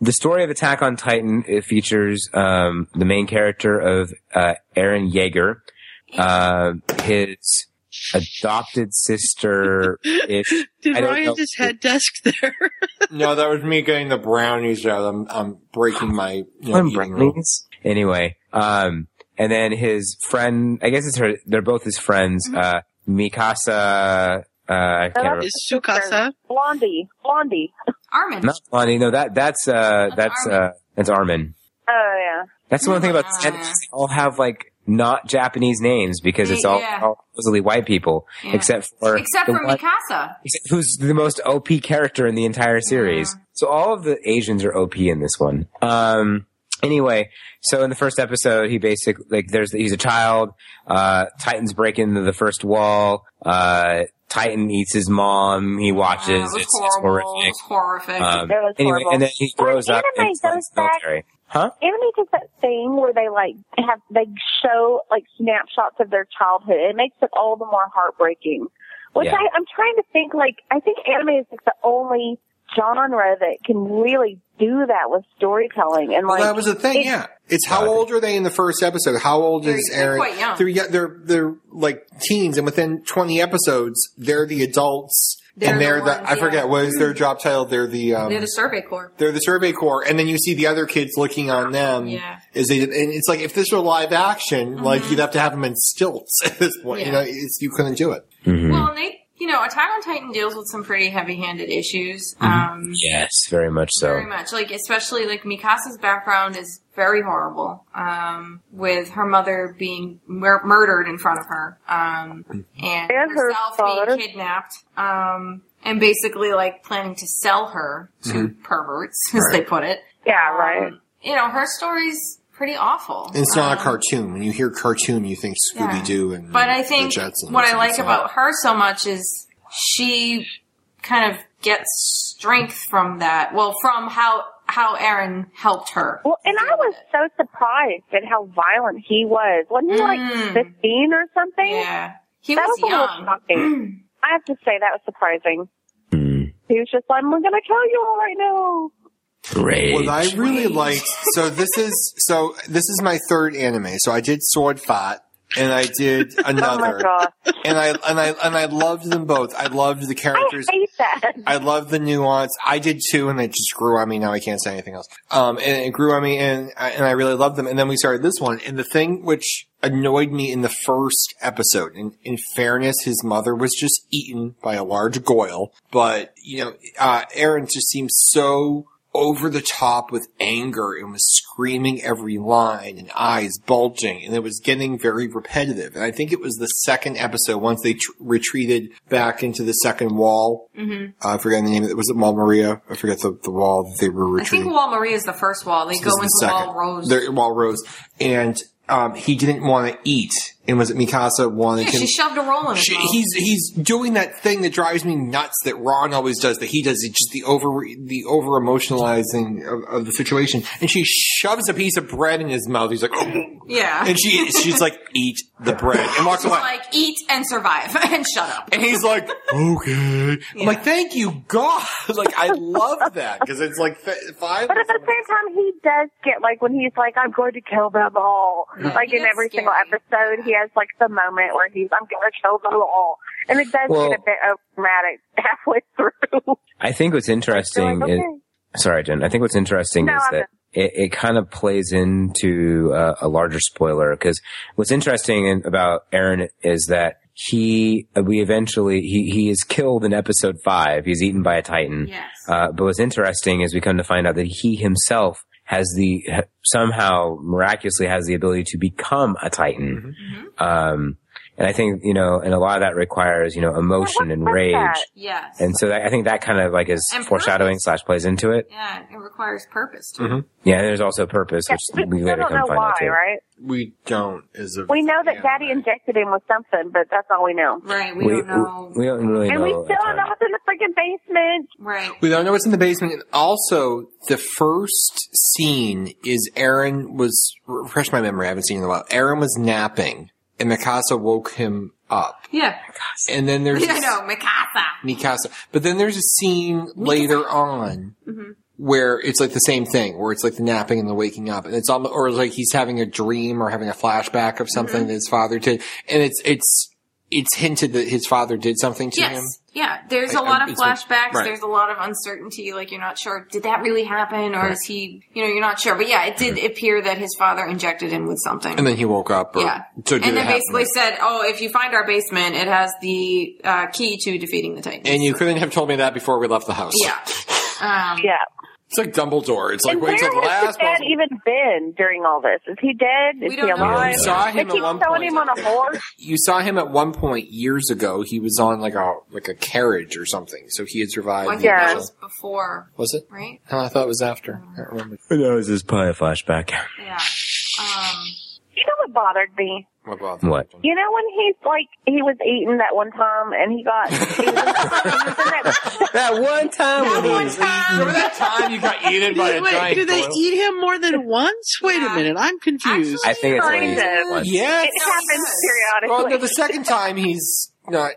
C: the story of Attack on Titan it features um, the main character of uh, Aaron Yeager, uh, his adopted sister.
A: Did Ryan just head desk there?
B: no, that was me getting the brownies out. I'm, I'm breaking my, you know,
C: I'm
B: eating
C: breaking
B: rules.
C: Anyway, um, and then his friend, I guess it's her, they're both his friends, uh, Mikasa, uh, I can't remember.
A: Is Sukasa?
I: Blondie. Blondie.
D: Armin.
C: Not Lonnie, no, that, that's, uh, that's, uh, that's Armin.
I: Oh, yeah.
C: That's the one thing about the Senate, they all have like not Japanese names because it's all,
D: Yeah.
C: all supposedly white people,
D: Yeah.
C: except for
D: Except
C: the
D: for
C: one-
D: Mikasa.
C: who's the most OP character in the entire series. So all of the Asians are OP in this one. Um, anyway, so in the first episode, he basically like there's he's a child. Uh, Titans break into the first wall. Uh, Titan eats his mom. He watches.
D: it was
C: it's, it's
D: horrible.
C: horrific.
D: It's horrific.
C: Um,
I: That was
C: anyway,
I: horrible.
C: and then he
I: Well,
C: grows up and
I: anime
C: joins
I: goes
C: the
I: back-
C: military. Huh?
I: Anime does that thing where they like have they show like snapshots of their childhood. It makes it all the more heartbreaking. Which
C: Yeah.
I: I, I'm trying to think like I think anime is like the only genre that can really do that with storytelling and like
B: Well, that was the thing,
I: it-
B: yeah. It's how old are they in the first episode? How old is
I: They're- they're
B: Aaron?
I: quite young.
B: They're, yeah, they're they're like teens, and within twenty episodes, they're the adults,
D: They're
B: and
D: the
B: they're the,
D: ones,
B: I forget what is their job title. They're the um,
D: They're the Survey Corps.
B: they're the Survey Corps, and then you see the other kids looking on them.
D: Yeah. Mm-hmm.
B: Is they and it's like if this were live action, like you'd have to have them in stilts at this point. You
D: Yeah.
B: know, it's, you couldn't do it.
C: Mm-hmm.
D: Well, and they, you know, Attack on Titan deals with some pretty heavy-handed issues.
B: Mm-hmm.
D: Um,
C: yes, very much so.
D: Very much. Like, especially, like, Mikasa's background is very horrible, um, with her mother being mur- murdered in front of her, um,
B: Mm-hmm.
D: and,
I: And her
D: herself
I: father.
D: being kidnapped, um, and basically, like, planning to sell her to
B: Mm-hmm.
D: perverts, as they put it. Um,
I: Yeah, right.
D: You know, her story's pretty awful.
B: And it's not a
D: Um,
B: cartoon. When you hear cartoon, you think Scooby Doo and
D: but I
B: the
D: think
B: Jetsons.
D: what I like
B: It's not-
D: about her so much is she kind of gets strength from that. Well, from how how Aaron helped her.
I: Well, and I was so surprised at how violent he was. Wasn't he
D: Mm.
I: like fifteen or something?
D: Yeah, he
I: that
D: was
I: was, a
D: young.
I: little shocking. I have to say that was surprising.
C: Mm.
I: He was just like, "I'm gonna kill you all right now."
B: What I really liked. So this is so this is my third anime. So I did Sword Fight and I did another.
I: Oh God.
B: And I and I and I loved them both. I loved the characters.
I: I hate that.
B: I love the nuance. I did too, and it just grew on me. Now I can't say anything else. Um, and it grew on me, and I- and I really loved them. And then we started this one, and the thing which annoyed me in the first episode, and in fairness, his mother was just eaten by a large goyle. But you know, uh, Aaron just seemed so over the top with anger and was screaming every line and eyes bulging and it was getting very repetitive and i think it was the second episode once they tr- retreated back into the second wall
D: Mm-hmm.
B: uh, I forget the name of it. Was it Mall Maria? I forget the, the wall that they were
D: I think
B: retreating.
D: Wall Maria is the first wall. They
B: This
D: go
B: is
D: into
B: the
D: Wall
B: second.
D: Rose.
B: They're- Wall Rose. And um, he didn't want to eat. And was it Mikasa wanted
D: yeah,
B: him?
D: she shoved a roll in his
B: She-
D: mouth.
B: he's he's doing that thing that drives me nuts that Ron always does that he does it's just the over the over emotionalizing of, of the situation and she shoves a piece of bread in his mouth he's like "Oh."
D: yeah,
B: and she she's like eat the bread and walks
D: She's
B: away
D: like eat and survive and shut up.
B: and he's like, okay. I'm like, thank you, God. Like, I love that because it's like f- five.
I: But at the same time, he does get like when he's like, "I'm going to kill them all."
B: Yeah.
I: Like in
D: That's
I: every single episode, he has like the moment where he's, "I'm going to kill them all," and it does
C: Well-
I: get a bit over dramatic halfway through.
C: I think what's interesting
I: They're like,
C: is, sorry, Jen. I think what's interesting
I: No,
C: is
I: I'm
C: that it, it kind of plays into uh, a larger spoiler because what's interesting in, about Aaron is that he we eventually he he is killed in episode five. He's eaten by a titan.
B: Mm-hmm.
S: Yes.
C: Uh, but what's interesting is we come to find out that he himself has the somehow miraculously has the ability to become a titan.
I: Mm-hmm.
C: Um, and I think you know, and a lot of that requires you know emotion and rage.
D: Yes.
C: And so that, I think that kind of like is
D: And
C: foreshadowing slash plays into it.
D: Yeah, it requires purpose too.
C: Yeah, and there's also purpose, which we
I: I
C: later
I: don't
C: come
I: know
C: find
I: why,
C: out too.
I: right?
B: We don't as a
I: We know that Daddy injected him with something, but that's all we know.
B: Mm-hmm.
D: Right.
C: We, we don't really
I: and
C: know.
I: we still don't know what's in the freaking basement.
D: Right.
B: We don't know what's in the basement. And also, the first scene is Aaron was refresh my memory. I haven't seen it in a while. Aaron was napping, and Mikasa woke him up.
D: Yeah.
B: And then there's
D: yeah, no, Mikasa.
B: Mikasa, but then there's a scene later on
I: Mm-hmm.
D: Mhm.
B: where it's like the same thing, where it's like the napping and the waking up, and it's almost or like he's having a dream or having a flashback of
I: Mm-hmm.
B: something that his father did, and it's it's it's hinted that his father did something to
D: Yes.
B: him.
D: Yeah. There's
B: I-
D: a lot
B: I-
D: of
B: it's what-
D: flashbacks.
B: right.
D: There's a lot of uncertainty. Like you're not sure. Did that really happen, or
B: Right.
D: is he? You know, you're not sure. But yeah, it did appear that his father injected him with something.
B: And then he woke up. Or,
D: yeah.
B: So did
D: and
B: it
D: they
B: happen?
D: basically said, "Oh, if you find our basement, it has the uh, key to defeating the Titan."
B: And you couldn't have told me that before we left the house.
D: Yeah. Um,
I: yeah.
B: Hmm. It's like Dumbledore. It's like
I: and
B: wait till the
I: where has
B: last
I: the dad
B: possible-
I: even been during all this? Is he dead? Is he alive?
B: You saw him
I: they
B: at
I: keep
B: one
I: throwing
B: point.
I: him on a horse.
B: You saw him at one point years ago. He was on like a like a carriage or something. So he had survived.
D: Well, I think
B: the-
D: that was before,
B: Was it?
D: right?
B: No, I thought it was after. I don't remember.
C: No, this is probably a flashback.
D: Yeah. Um,
I: You know what bothered me?
B: What about
C: What?
I: You know when he's like he was eaten that one time and he got he was in that,
C: one time
I: that
A: he
I: one
A: was
I: time
B: Remember that time you got eaten by a
A: Wait,
B: giant
A: do they
B: goyle?
A: eat him more than once? Wait a minute, I'm confused.
C: I think it's
I: kind
C: only
I: of
C: once.
B: Yes.
I: it happens periodically.
B: Well, no, the second time he's not.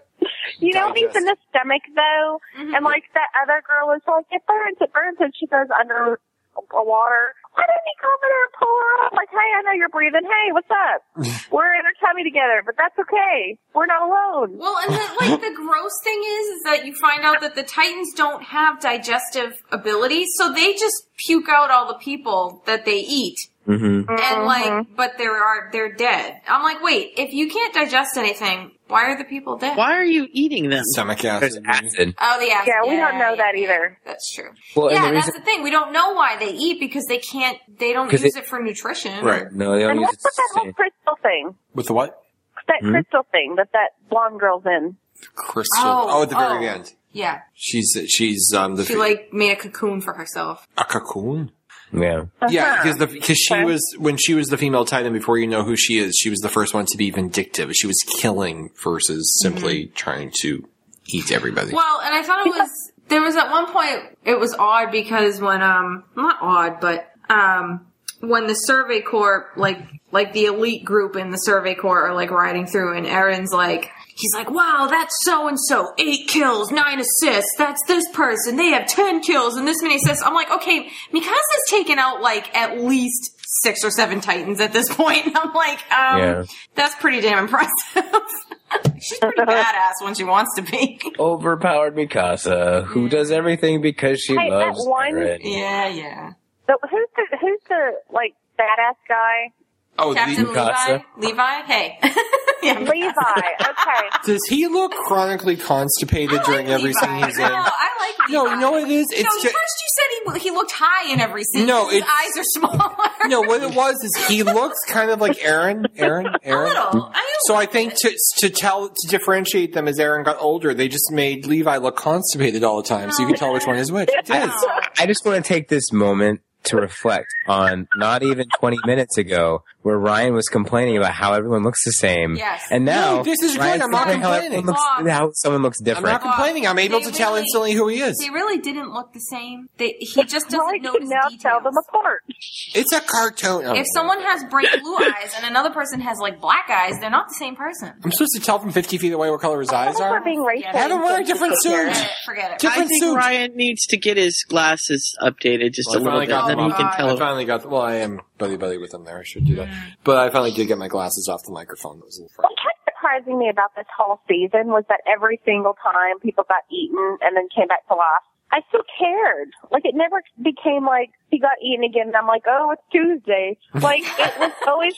I: you know he's in the stomach though,
D: mhm.
I: and like that other girl was like it burns, it burns, and she goes under a water. Why didn't he come in there and pull her up? Like, hey, I know you're breathing. Hey, what's up? We're in her tummy together, but that's okay. We're not alone.
D: Well, and the, like the gross thing is, is that you find out that the Titans don't have digestive ability, so they just puke out all the people that they eat,
C: Mm-hmm.
D: and like, but there are they're dead. I'm like, wait, if you can't digest anything, why are the people dead?
A: Why are you eating them?
B: Stomach acid.
C: acid.
D: Oh, the acid.
I: Yeah, we don't know that either.
D: That's true.
C: Well, and
D: yeah,
C: the
D: that's
C: reason-
D: the thing. We don't know why they eat because they can't. They don't
C: 'Cause
D: use it,
C: it-
D: for nutrition.
B: Right.
C: No, they don't
I: and
C: use
I: what's with that whole crystal thing?
B: With the what?
I: That
B: Hmm?
I: crystal thing that that blonde girl's in.
B: Crystal.
D: Oh,
B: Oh, at the very
D: oh.
B: end.
D: Yeah.
B: She's she's um the
D: She like made a cocoon for herself.
B: a cocoon.
C: Yeah.
B: Yeah,
D: Uh-huh.
B: because the because she was when she was the female Titan before you know who she is, she was the first one to be vindictive. She was killing versus simply trying to eat everybody.
D: Mm-hmm. Well, and I thought it was there was at one point it was odd because when um not odd but um when the Survey Corp like like the elite group in the Survey Corps are like riding through and Aaron's like he's like wow that's so and so eight kills nine assists that's this person they have ten kills and this many assists I'm like okay Mikasa's taken out like at least six or seven Titans at this point I'm like um
C: Yeah.
D: that's pretty damn impressive she's pretty badass when she wants to be.
C: Overpowered Mikasa,
D: Mm.
C: who does everything because she
I: Hey, that
C: loves
I: one-
C: Eren.
D: Yeah, yeah.
I: So who's the who's the like badass guy?
B: oh,
D: Captain
B: the-
D: Levi? Levi? Hey. yeah,
I: Levi. Okay.
B: does he look chronically constipated during every scene he's
D: No,
B: in?
D: I like
B: No,
D: Levi.
B: you know what it is?
D: no,
B: It's
D: first
B: just,
D: you said he, he looked high in every scene.
B: No,
D: his
B: it's-
D: eyes are smaller.
B: no. What it was is he looks kind of like Aaron, Aaron, Aaron.
D: Little. I
B: So I think to to tell to differentiate them as Aaron got older, they just made Levi look constipated all the time, so you could tell which one is which. It
C: I
B: is.
C: just, I just want to take this moment to reflect on not even 20 minutes ago where Ryan was complaining about how everyone looks the same.
D: Yes.
C: And now
B: No, this is good.
C: Ryan's
B: I'm not
C: saying how,
B: complaining.
C: everyone looks,
D: Bob.
C: how someone looks
B: I'm
C: different.
B: not complaining. I'm able
D: They
B: to tell
D: really-
B: instantly who he is.
D: they really didn't look the same. They, he just doesn't
I: Well, you
D: notice
I: can now
D: details.
I: tell them apart.
B: It's a cartoon. Oh,
D: If someone has bright blue eyes and another person has like black eyes, they're not the same person.
B: I'm supposed to tell from 50 feet away what color his
I: I
B: eyes
I: think we're
B: are.
I: being racist.
B: Have him wear a different
I: here.
B: suit.
D: Forget it. Forget it.
A: I
B: Different
A: think
B: suit.
A: Ryan needs to get his glasses updated just
B: Well,
A: a
B: I
A: little
B: finally
A: bit,
B: got
A: and
B: them
A: then he
B: off.
A: can
B: I
A: tell.
B: finally got. Well, I am buddy buddy with him there. I should do that. But I finally did get my glasses off the microphone. That was a little
I: What
B: frightening.
I: kept surprising me about this whole season was that every single time people got eaten and then came back to life, I still cared. Like it never became like he got eaten again and I'm like, oh, it's Tuesday. Like it was always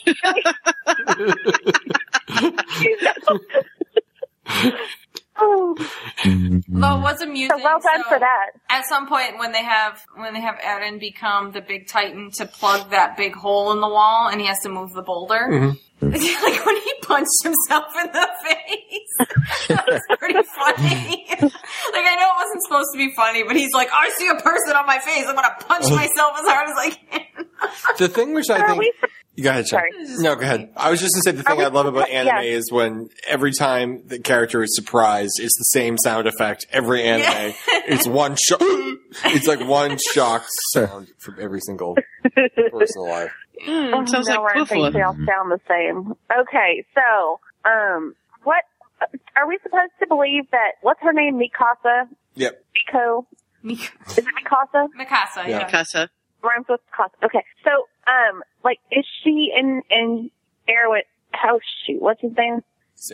I: oh,
D: Well, it was amusing.
I: So well done for that.
D: At some point, when they have when they have Adam become the big titan to plug that big hole in the wall, and he has to move the boulder,
B: Mm-hmm.
D: like when he punched himself in the face, that was pretty funny. like I know it wasn't supposed to be funny, but he's like, I see a person on my face, I'm gonna punch myself as hard as I can.
B: The thing which I think. You go ahead, Sean. No, go ahead. I was just going to say the thing I love about anime
I: Yeah.
B: is when every time the character is surprised, it's the same sound effect. Every anime, it's one shock. It's like one shock sound from every single person alive.
I: Oh,
A: Mm-hmm. sounds
I: no,
A: like
I: I think
A: Buffalo.
I: they all sound the same. Okay, so um, what are we supposed to believe that? What's her name? Mikasa.
B: Yep.
I: Miko. Is it Mikasa?
D: Mikasa.
A: Yeah. Mikasa.
I: Rhymes with Mikasa. Okay, so um, like, is she in in Erwin? Oh shoot, what's his name?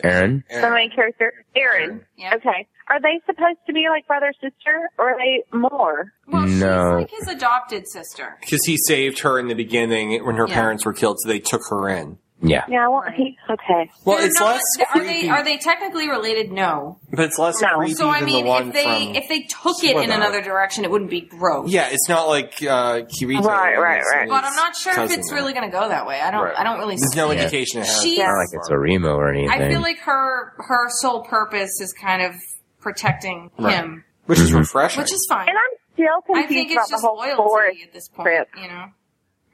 L: Aaron.
I: The main character, Aaron. Okay, are they supposed to be like brother sister, or are they more?
B: no,
D: Like his adopted sister.
B: because he saved her in the beginning when her
D: Yeah.
B: parents were killed, so they took her in.
L: Yeah.
I: Yeah, well, he, okay.
B: Well,
D: They're
B: it's
D: not-
B: less
D: Are they are they technically related? No.
B: But it's less creepy
D: So I
B: than
D: mean,
B: the one
D: if they
B: from.
D: if they took it in
B: Sweater.
D: another direction, it wouldn't be gross.
B: yeah, it's not like uh, Kirito.
I: Right, right,
B: is-
I: right.
D: But I'm not sure if
B: cousin
D: it's
B: there.
D: really going to go that way. I don't.
B: Right.
D: I don't really.
B: There's
D: see
B: no
D: it.
B: indication it has.
D: She's-
L: Not like it's a remo or anything.
D: I feel like her her sole purpose is kind of protecting
L: Right.
D: him,
B: which
L: Mhm.
B: is refreshing.
D: which is fine.
I: And I'm still
D: I
I: confused
D: think
I: about
D: it's
I: the
D: just
I: whole
D: loyalty at this point.
I: trip.
D: You know.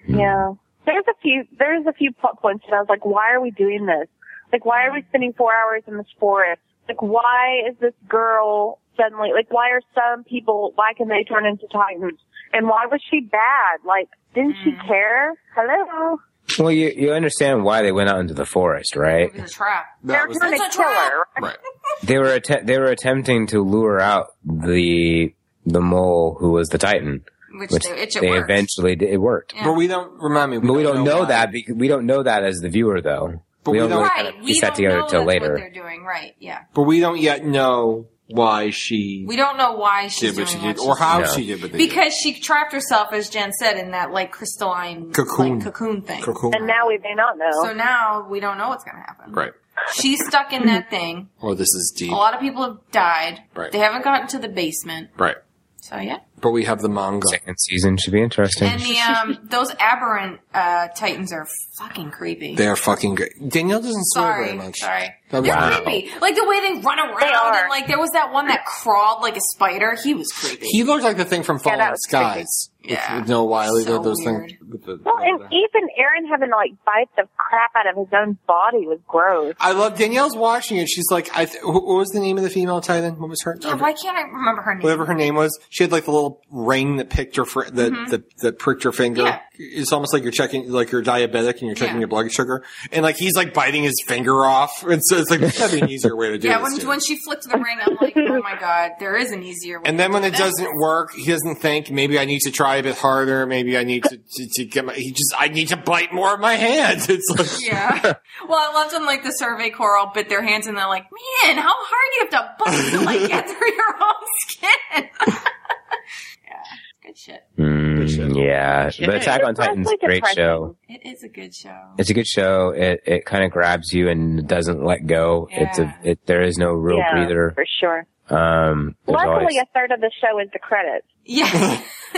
L: Mm.
I: Yeah. There's a few, there's a few plot points that I was like, why are we doing this? Like, why are we spending four hours in this forest? Like, why is this girl suddenly, like, why are some people, why can they turn into titans? And why was she bad? Like, didn't
L: Mm.
I: she care? Hello?
L: Well, you you understand why they went out into the forest, right?
D: It's a trap.
I: They're trying to kill her.
L: They were att- they were attempting to lure out the the mole who was the Titan,
D: Which
L: which
D: they-
L: they,
D: which it worked.
L: eventually did. It worked.
D: Yeah. But
B: we don't remind me.
L: but we don't know, that because we don't know that as the viewer though. But we, only kind of
D: right. We
L: piece
D: don't
L: that together
D: know
L: till
D: that's what
L: later.
D: they're doing. Right. Yeah.
B: But we don't yet know why she
D: We don't know why she's
B: did what she
D: doing
B: did,
D: what
B: or
D: she's
B: how
D: doing.
B: she did what they
D: Because she trapped herself, as Jen said, in that like crystalline
B: Cocoon.
D: like, cocoon thing.
B: Cocoon.
I: And now we may not know.
D: So now we don't know what's going to happen.
B: did. Right.
D: She's stuck in that thing.
B: Well, this is
D: A
B: deep.
D: lot of people have died.
B: Right.
D: They haven't gotten to the basement.
B: Right.
D: So yeah.
B: But we have the manga.
L: Second season should be interesting.
D: And the um those aberrant uh titans are fucking creepy.
B: They are fucking great. Danielle doesn't swear
D: Sorry,
B: very much.
D: sorry.
B: That was
D: They're
B: wow.
D: creepy. Like the way they run around and like there was that one that crawled like a spider. He was creepy.
B: He looked like the thing from Falling
I: that was
B: Skies.
D: Yeah.
B: With, with Noah Wiley,
D: So
B: those
D: weird.
B: things. With the,
I: well, and even Aaron having to like bite the crap out of his own body was gross.
B: I love Danielle's watching it. She's like, I th- wh- what was the name of the female Titan? What was her?
D: yeah, why can't I remember her name?
B: Whatever her name was, she had like the little ring that picked her fr- that
D: Mhm.
B: that that pricked her finger.
D: Yeah.
B: It's almost like you're checking, like you're diabetic and you're checking
D: Yeah.
B: your blood sugar. And like he's like biting his finger off, and so it's like that'd be an easier way to do
D: yeah,
B: this.
D: when
B: dude.
D: when she flicked the ring, I'm like, oh my god, there is an easier way.
B: And then
D: to
B: when
D: do
B: it
D: this.
B: doesn't work, he doesn't think maybe I need to try a bit harder. Maybe I need to, to, to get my. He just I need to bite more of my hands. It's like
D: Yeah. Well, I loved them like the Survey Coral bit their hands and they're like, man, how hard you have to bust to like get through your own skin. yeah, good shit.
L: Mm, yeah, but Attack on Titan's a great show.
D: It is a good show.
L: It's a good show. It it kind of grabs you and doesn't let go. It's a it, there is no real
I: yeah,
L: breather.
I: for sure.
L: Um, there's
I: Luckily,
L: always,
I: a third of the show is the credits.
D: Yeah.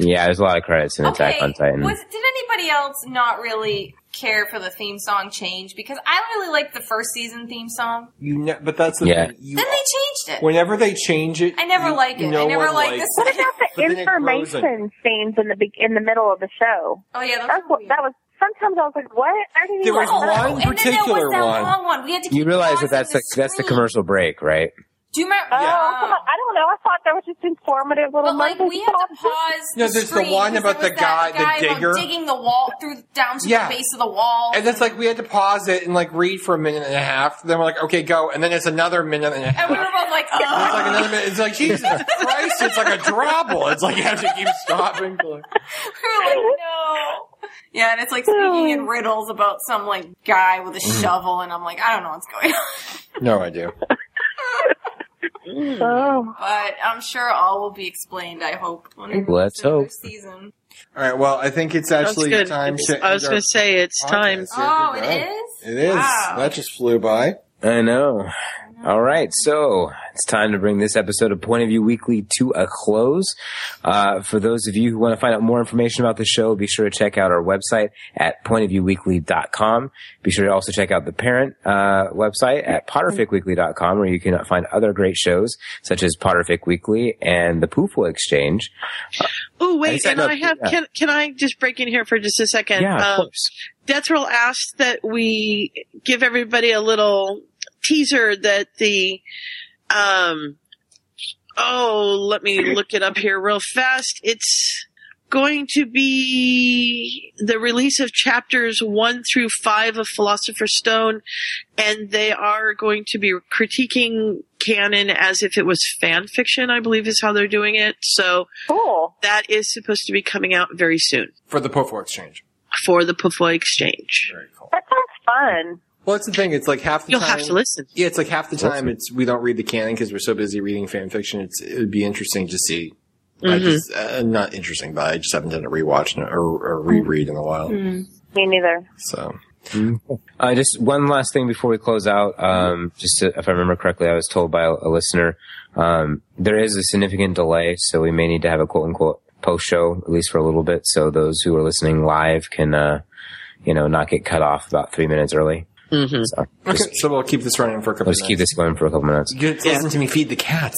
L: yeah, there's a lot of credits in Attack on Titan.
D: Was did anybody else not really care for the theme song change? Because I really liked the first season theme song.
B: you. Ne- but that's the
L: Yeah.
B: thing.
D: Then
B: You,
D: they changed it.
B: whenever they change it,
D: I never
B: you-
D: like it.
B: no
D: I never
B: one
D: like
B: likes
D: this.
B: it.
I: What about the
B: But then it grows on
I: information scenes in the be- in the middle of the show?
D: Oh yeah,
I: that's what that was. Sometimes I was like, "What? I didn't
B: There was
I: even
B: one
D: Oh, and then there
B: particular
D: was that
B: one.
D: long one. We had to.
L: You
D: keep
L: realize
D: pausing
L: that that's
D: the
L: the, that's the
D: screen.
L: commercial break, right?
D: Do you remember?
I: Oh, come on. I don't know. I thought that was just informative little.
D: But like
I: nuggets.
D: we had to pause.
B: No, there's
D: the
B: the
D: screen
B: one
D: because
B: about
D: there
B: the
D: was that
B: guy, the
D: about
B: digger.
D: digging the wall through down to
B: Yeah.
D: the base of the wall.
B: And it's like we had to pause it and like read for a minute and a half. Then we're like, okay, go. And then it's another minute and a half.
D: and we were both like,
B: And it's like
D: "Ugh."
B: another minute. It's like Jesus Christ! It's like a drabble. It's like you have to keep stopping.
D: we were like, no. Yeah, and it's like speaking in riddles about some like
B: Mm.
D: guy with a shovel, and I'm like, I don't know what's going on.
B: No, I do.
I: Oh.
D: But I'm sure all will be explained, I hope. When
C: Let's hope.
D: Season.
B: All right. Well, I think it's actually
A: Sounds good.
B: time
A: It's-
B: to.
A: I was gonna say it's time.
D: Oh,
B: it
D: is?
B: It is.
D: Wow.
B: That just flew by.
C: I know. All right, so it's time to bring this episode of Point of View Weekly to a close. Uh, for those of you who want to find out more information about the show, be sure to check out our website at pointofviewweekly.com. Be sure to also check out the parent uh, website at potterficweekly.com, where you can find other great shows such as Potterfic Weekly and the Poofwa Exchange.
A: Oh
C: I
A: wait,
C: said
A: and
C: no,
A: I have
C: yeah.
A: can can I just break in here for just a second?
C: Yeah, of
A: um, Death Roll asked that we give everybody a little teaser that the um oh let me look it up here real fast. It's going to be the release of chapters one through five of Philosopher's Stone, and they are going to be critiquing canon as if it was fan fiction, I believe is how they're doing it. So
I: cool.
A: that is supposed to be coming out very soon
B: For the Pofo Exchange.
A: for the Pufoy Exchange.
I: That sounds fun.
B: Well, that's the thing. It's like half the
A: You'll
B: time.
A: have to listen.
B: Yeah, it's like half the
A: Listen.
B: time. It's we don't read the canon because we're so busy reading fan fiction. It's it would be interesting to see. I
A: Mm-hmm.
I: Mhm.
B: just uh, not interesting, but I just haven't done a rewatch in- or,
A: Mm.
B: or reread in a while.
I: Me neither.
B: So.
C: Uh, just one last thing before we close out. Um, just to, if I remember correctly, I was told by a, a listener um, there is a significant delay, so we may need to have a quote unquote post show at least for a little bit, so those who are listening live can, uh, you know, not get cut off about three minutes early.
A: Mm-hmm.
C: So
B: Okay, so we'll keep this running for a couple.
C: let's keep this going for a couple minutes.
B: Just Listen to me feed the cats.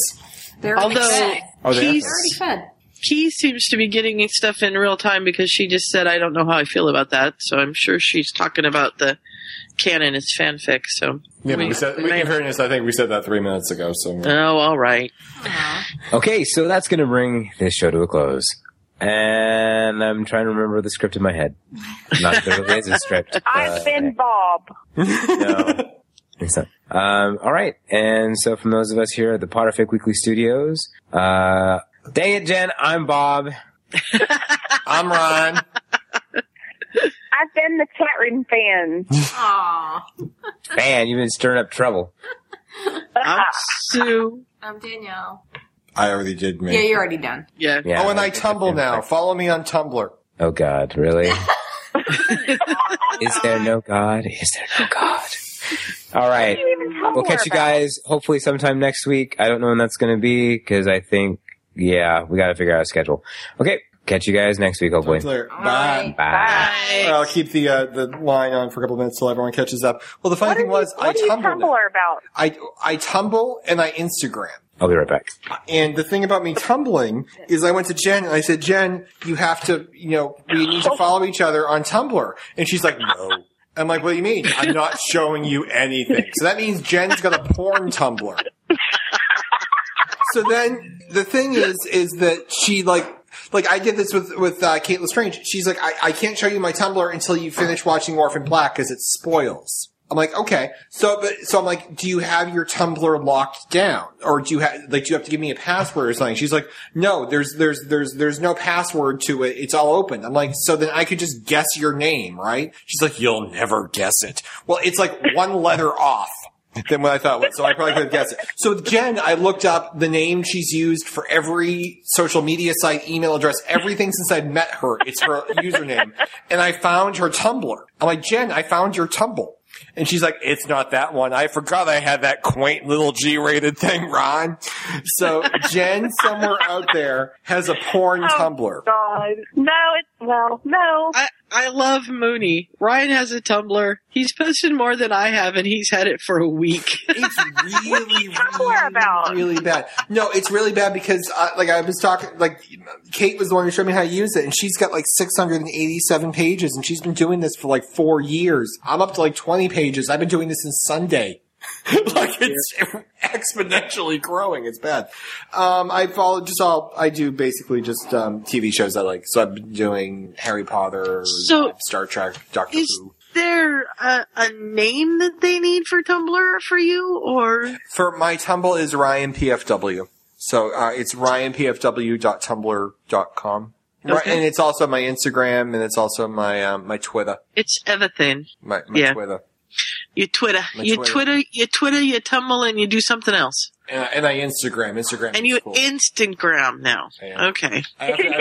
D: They're already
A: Although
D: fed.
B: Oh, they
A: Keys-
D: They're already fed.
A: Key seems to be getting stuff in real time because she just said, I don't know how I feel about that. So I'm sure she's talking about the canon as fanfic. So
B: Yeah, but
A: we-
B: we said, we, in fairness, I think we said that three minutes ago. So
A: Oh, all right.
C: Okay, so that's going to bring this show to a close. And I'm trying to remember the script in my head. Not that there is a script. but-
I: I've been Bob.
C: no. It's not. Um, all right. And so from those of us here at the Potterfic Weekly Studios, uh, dang it, Jen, I'm Bob.
A: Uh.
B: I'm Ron.
I: I've been the chat room fan.
D: Aw.
C: Man, you've been stirring up trouble.
A: I'm Sue.
D: I'm Danielle.
B: I already did. Me.
D: Yeah, you're already done.
A: Yeah.
C: Yeah.
B: oh, and I tumble now. Follow me on Tumblr.
C: Oh God, really? Is there no God? Is there no God? All right. We'll catch you guys hopefully sometime next week. I don't know when that's going to be because I think, yeah, we got to figure out a schedule. Okay. Catch you guys next week, hopefully.
B: Tumblr. Bye.
C: Bye.
B: Well, I'll keep the uh, the line on for a couple minutes till everyone catches up. Well, the funny
I: What,
B: thing
I: are, you,
B: was, I
I: what are you
B: tumble. now.
I: Tumblr about?
B: I I tumble and I Instagram.
C: I'll be right back.
B: And the thing about me tumbling is I went to Jen and I said, Jen, you have to, you know, we need to follow each other on Tumblr. And she's like, no. I'm like, what do you mean? I'm not showing you anything. So that means Jen's got a porn Tumblr. So then the thing is, is that she like, like I did this with with uh, Kate Lestrange. She's like, I, I can't show you my Tumblr until you finish watching Orphan Black because it spoils. I'm like, okay. So, but so I'm like, do you have your Tumblr locked down, or do you have like, do you have to give me a password or something? She's like, no, there's there's there's there's no password to it. It's all open. I'm like, so then I could just guess your name, right? She's like, you'll never guess it. Well, it's like one letter off than what I thought it was. So I probably could have guessed it. So with Jen, I looked up the name she's used for every social media site, email address, everything since I'd met her. It's her username. And I found her Tumblr. I'm like, Jen, I found your Tumblr. And she's like, it's not that one. I forgot I had that quaint little G-rated thing, Ron. So Jen somewhere out there has a porn Tumblr.
I: God. No, it's, well, no.
A: I, I love Mooney. Ryan has a Tumblr. He's posted more than I have, and he's had it for a week.
B: It's really, really, really bad. No, it's really bad because, uh, like, I was talking, like, Kate was the one who showed me how to use it, and she's got like 687 pages, and she's been doing this for like four years. I'm up to like 20 pages. I've been doing this since Sunday. like it's exponentially growing. It's bad. Um, I follow just all. I do basically just um, TV shows I like. So I've been doing Harry Potter,
A: So-
B: Star Trek, Doctor
A: is
B: Who.
A: there a, a name that they need for Tumblr for you, or
B: For my Tumblr is Ryan PFW. So uh, it's ryanpfw.tumblr.com. Ri-
A: Okay.
B: And it's also my Instagram and it's also my um, my Twitter.
A: it's everything?
B: My, my
A: Yeah.
B: Twitter.
A: You Twitter,
B: My
A: you
B: Twitter.
A: Twitter, you Twitter, you tumble, and you do something else.
B: And I, Uh, and I Instagram. Instagram.
A: And
B: is
A: you
B: cool.
A: Instagram now. Okay.
B: I haven't,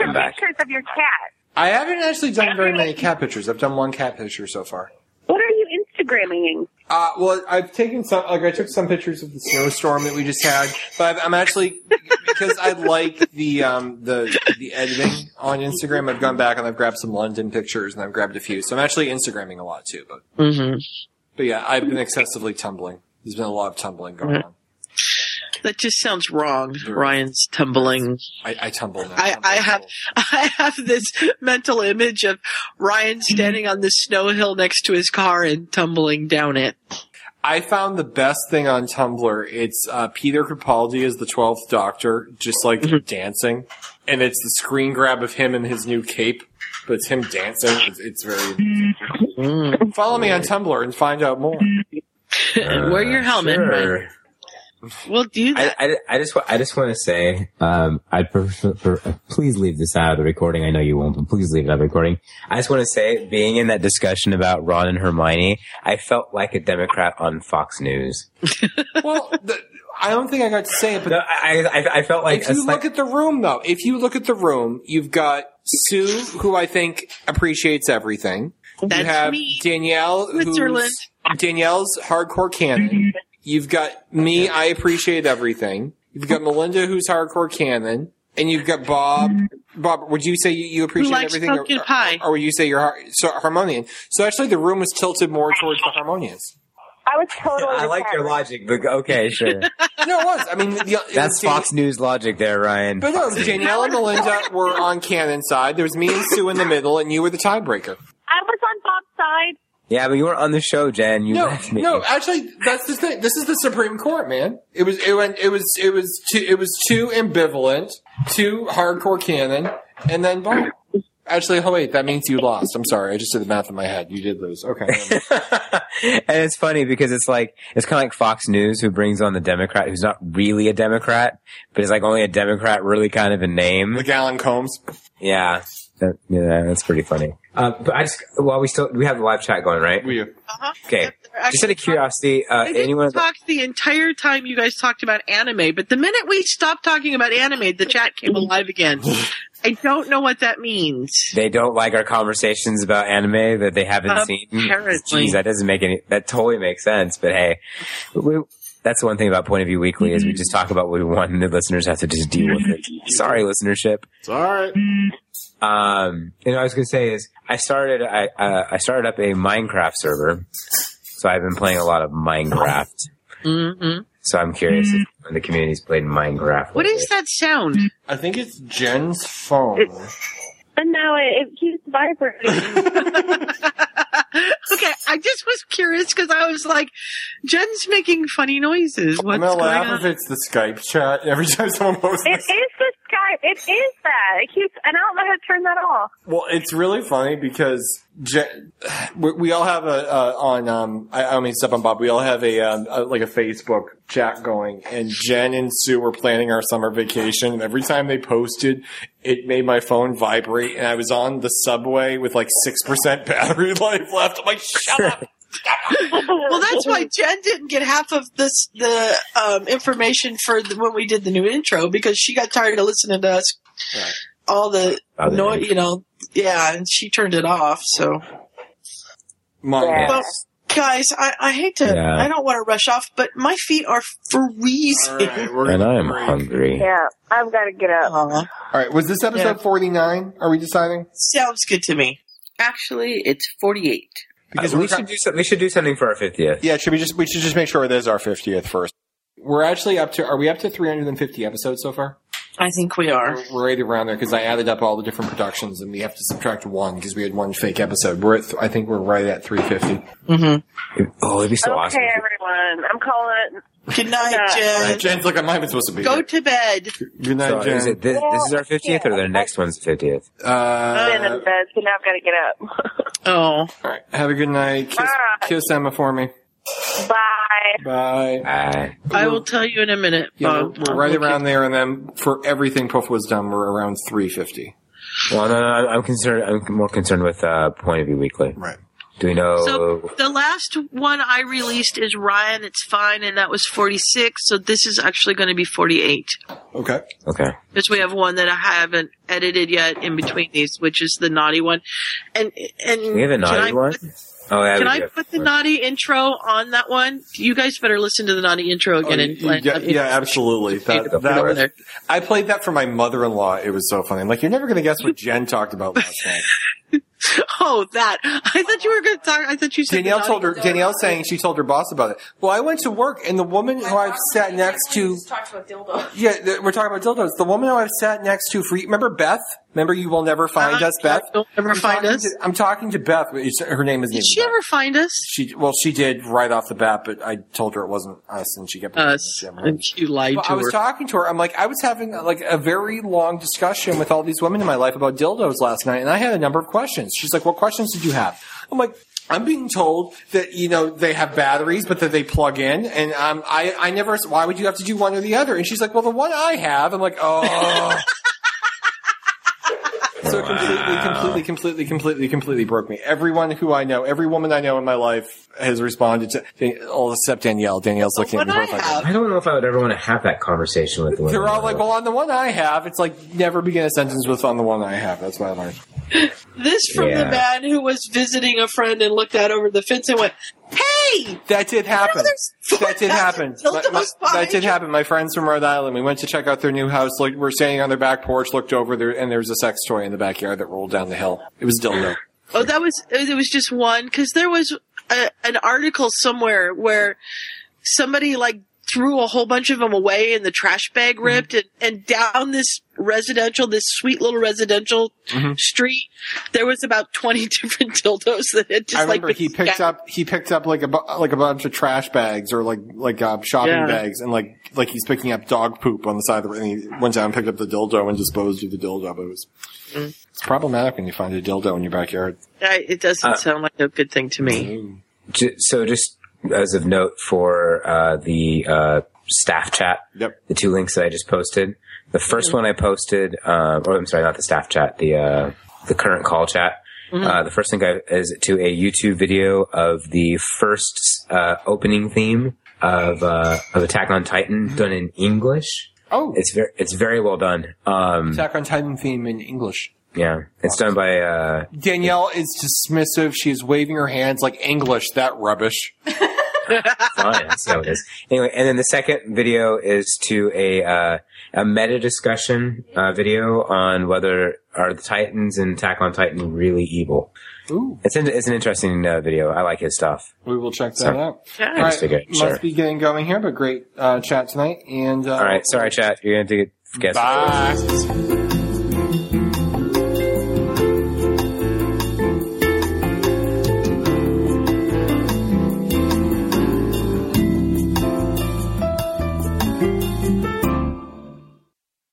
I: Some pictures of your cat.
B: I haven't actually done very many cat pictures. I've done one cat picture so far.
I: What are you Instagramming?
B: Uh, well, I've taken some, like I took some pictures of the snowstorm that we just had, but I've, I'm actually because I like the um, the the editing on Instagram. I've gone back and I've grabbed some London pictures and I've grabbed a few. So I'm actually Instagramming a lot too. But
A: Mm-hmm.
B: but yeah, I've been excessively tumbling. There's been a lot of tumbling going on.
A: That just sounds wrong. Ryan's tumbling.
B: I, I tumble. Now.
A: I, I have I have this mental image of Ryan standing on the snow hill next to his car and tumbling down it.
B: I found the best thing on Tumblr. It's uh, Peter Capaldi as the Twelfth Doctor, just like dancing, and it's the screen grab of him in his new cape, but it's him dancing. It's, it's very.
C: Mm.
B: Follow me on Tumblr and find out more.
A: And wear your helmet.
C: Uh, sure.
A: Ryan. We'll do
C: I,
A: that.
C: I, I just wa- I just want to say um, I prefer, per- please leave this out of the recording. I know you won't, but please leave it out of the recording. I just want to say, being in that discussion about Ron and Hermione, I felt like a Democrat on Fox News.
B: well, the, I don't think I got to say it, but
C: I, I, I felt like
B: if
C: a
B: you
C: slight-
B: look at the room, though, if you look at the room, you've got Sue, who I think appreciates everything. you
A: That's
B: have
A: me.
B: Danielle,
A: Switzerland.
B: who's Danielle's hardcore canon. You've got me, I appreciate everything. You've got Melinda, who's hardcore canon, and you've got Bob. Bob, would you say you, you appreciate
A: likes
B: everything, or-
A: pumpkin
B: or,
A: pie?
B: or would you say you're har- so harmonian? So actually, the room was tilted more towards the harmonians.
I: I was totally.
C: I like your logic, but okay, sure.
B: No, it was. I mean, the, it
C: That's
B: was Dan-
C: Fox News logic, there, Ryan.
B: But no, Danielle and Melinda were on canon side. There was me and Sue in the middle, and you were the tiebreaker.
I: I was on Bob's side.
C: Yeah, but you weren't on the show, Jen. You
B: No,
C: left me.
B: no, actually, that's the thing. This is the Supreme Court, man. It was, it went, it was, it was too, it was too ambivalent, too hardcore canon, and then Bob. Actually, oh wait, that means you lost. I'm sorry, I just did the math in my head. You did lose. Okay.
C: and it's funny because it's like it's kind of like Fox News who brings on the Democrat who's not really a Democrat, but is like only a Democrat really kind of in name. The
B: Gallon Combs.
C: Yeah, That- yeah, that's pretty funny. Uh, but I just while we still we have the live chat going, right?
B: We
A: Uh-huh.
C: okay. Just out of curiosity, uh,
A: I didn't
C: anyone?
A: talk the entire time you guys talked about anime, but the minute we stopped talking about anime, the chat came alive again. I don't know what that means.
C: They don't like our conversations about anime that they haven't seen.
A: Apparently.
C: Jeez, that doesn't make any. That totally makes sense. But hey, we, that's one thing about Point of View Weekly is we
A: Mm-hmm.
C: just talk about what we want, and the listeners have to just deal with it. Sorry, listenership.
T: It's all right.
C: Um, and I was gonna say is I started I uh, I started up a Minecraft server, so I've been playing a lot of Minecraft.
A: Mm-hmm.
C: So I'm curious if anyone in the community's played Minecraft.
A: What is that sound?
B: I think it's Jen's phone.
I: But no, it, it keeps vibrating.
A: Okay, I just was curious because I was like, Jen's making funny noises. What's
B: I'm gonna
A: going
B: laugh
A: on?
B: if it's the Skype chat every time someone posts.
I: it is the sky. It is that. It keeps, and I don't know how to turn that off.
B: Well, it's really funny because Je- we, we all have a uh, on um I, I don't mean to step on Bob. We all have a, um, a like a Facebook chat going, and Jen and Sue were planning our summer vacation. And every time they posted, it made my phone vibrate, and I was on the subway with like six percent battery life left. I'm like, shut up.
A: well, that's why Jen didn't get half of this the um, information for the, when we did the new intro because she got tired of listening to us all the
C: All the
A: noise.
C: noise.
A: You know, yeah, and she turned it off. So,
B: Mom,
A: Well, guys, I, I hate to.
C: Yeah.
A: I don't want to rush off, but my feet are freezing.
C: And I'm hungry.
I: Yeah, I've got to get up.
B: All right, was this episode 49? Are we deciding?
A: Sounds good to me. Actually, it's 48.
C: Because we should do some, we should do something for our fiftieth.
B: Yeah, should we just we should just make sure it is our fiftieth first. We're actually up to are we up to 350 episodes so far?
A: I think we are.
B: We're, we're right around there because I added up all the different productions and we have to subtract one because we had one fake episode. We're at th- I think we're right at 350.
C: Mm-hmm. Oh, it'd be so awesome.
I: Okay, everyone. I'm calling it.
A: Good night,
B: Right, Jen's like I'm not even supposed to be.
I: Go
B: here.
A: to bed.
B: Good night,
C: So
B: Jen.
C: is it this, this is our fiftieth, or the next one's fiftieth?
B: uh,
A: Uh,
I: I've been in bed, so now I've got to get up.
A: Oh.
B: All right. Have a good night. Kiss, kiss Emma for me.
I: Bye.
B: Bye.
C: Bye.
A: I will tell you in a minute.
B: Yeah,
A: Bob.
B: we're right around there, and then for everything Puff was done, we're around 350.
C: Well, no, no, I'm concerned. I'm more concerned with uh, Point of View Weekly.
B: Right.
C: Do we know?
A: So
B: Oh.
A: the last one I released is Ryan. It's fine, and that was forty six. So this is actually going to be forty eight
B: Okay.
C: Okay.
A: because we have one that I haven't edited yet in between these, which is the naughty one. And and
C: We have a naughty
A: can I,
C: one. oh, yeah,
A: Can
C: we
A: I
C: do.
A: put the naughty intro on that one? You guys better listen to the naughty intro again. and let-
B: Oh, yeah,
A: let me-
B: yeah, absolutely. That,
A: put
B: that
A: over
B: was,
A: there.
B: I played that for my mother-in-law. It was so funny. I'm like, you're never going to guess what Jen talked about last night.
A: Oh, that! I thought you were going to talk. I thought you said the
B: Danielle
A: naughty
B: told her.
A: intro.
B: Danielle saying she told her boss about it. Well, I went to work, and the woman who I've sat next to.
H: Talked about dildo.
B: Yeah, th- we're talking about dildos. The woman who I've sat next to for remember Beth? Remember you will never find
A: Uh,
B: us, Beth.
A: Don't ever find us.
B: I'm talking to Beth. but it's- Her name is.
A: Did she ever find us?
B: She well, she did right off the bat, but I told her it wasn't us, and she kept
A: Us, and she lied
B: Well,
A: to
B: I was
A: her.
B: talking to her. I'm like, I was having like a very long discussion with all these women in my life about dildos last night, and I had a number of questions. She's like, "What questions did you have?" I'm like, "I'm being told that you know they have batteries, but that they plug in, and um, I I never. Why would you have to do one or the other?" And she's like, "Well, the one I have." I'm like, "Oh." So it completely, completely, completely, completely, completely broke me. Everyone who I know, every woman I know in my life has responded to, all except Danielle. Danielle's looking at me horrified.
L: I don't know if I would ever want to have that conversation with the women.
B: They're all like, well, on the one I have, it's like never begin a sentence with on the one I have. That's what I learned.
A: This from the
B: Yeah.
A: man who was visiting a friend and looked out over the fence and went, "Hey,
B: That did happen. That did happen. My-
A: Dildos
B: my- that
A: behind
B: did
A: you.
B: happen. My friends from Rhode Island, we went to check out their new house. Looked, we're standing on their back porch, looked over there, and there was a sex toy in the backyard that rolled down the hill. It was a dildo.
A: Oh, that was it was just one because there was a, an article somewhere where somebody like threw a whole bunch of them away and the trash bag
B: Mm-hmm.
A: ripped and, and down this residential this sweet little residential
B: Mhm.
A: street there was about 20 different dildos that had just
B: I
A: like
B: remember
A: been
B: he picked
A: scattered.
B: up he picked up like a bu- like a bunch of trash bags or like like uh, shopping
A: Yeah.
B: bags and like like he's picking up dog poop on the side of the road and he went down and picked up the dildo and disposed of the dildo. But it was
A: Mm.
B: it's problematic when you find a dildo in your backyard.
A: I- it doesn't
B: Uh,
A: sound like a good thing to me
C: Ju- so just as of note for uh, the uh, staff chat, the two links that I just posted. The 1st one I posted, uh, or I'm sorry, not the staff chat, the uh, the current call chat.
L: Mhm.
C: Uh, the first link I, is to a YouTube video of the first uh, opening theme of uh, of Attack on Titan done in English.
B: Oh,
C: it's very it's very well done. Um,
B: Attack on Titan theme in English.
C: yeah, it's done by uh,
B: Danielle is dismissive. She is waving her hands like English. That rubbish.
C: fine. That's how it is. Anyway, and then the second video is to a uh, a meta discussion uh, video on whether are the Titans and Attack on Titan really evil.
B: Ooh.
C: It's an, it's an interesting uh, video. I like his stuff.
B: We will check that
C: So-
B: out.
C: Yeah.
B: All right,
C: Investigate,
B: must
C: sure.
B: be getting going here, but great uh, chat tonight. And uh,
C: All right, sorry, chat. You're going to get guess.
B: Bye.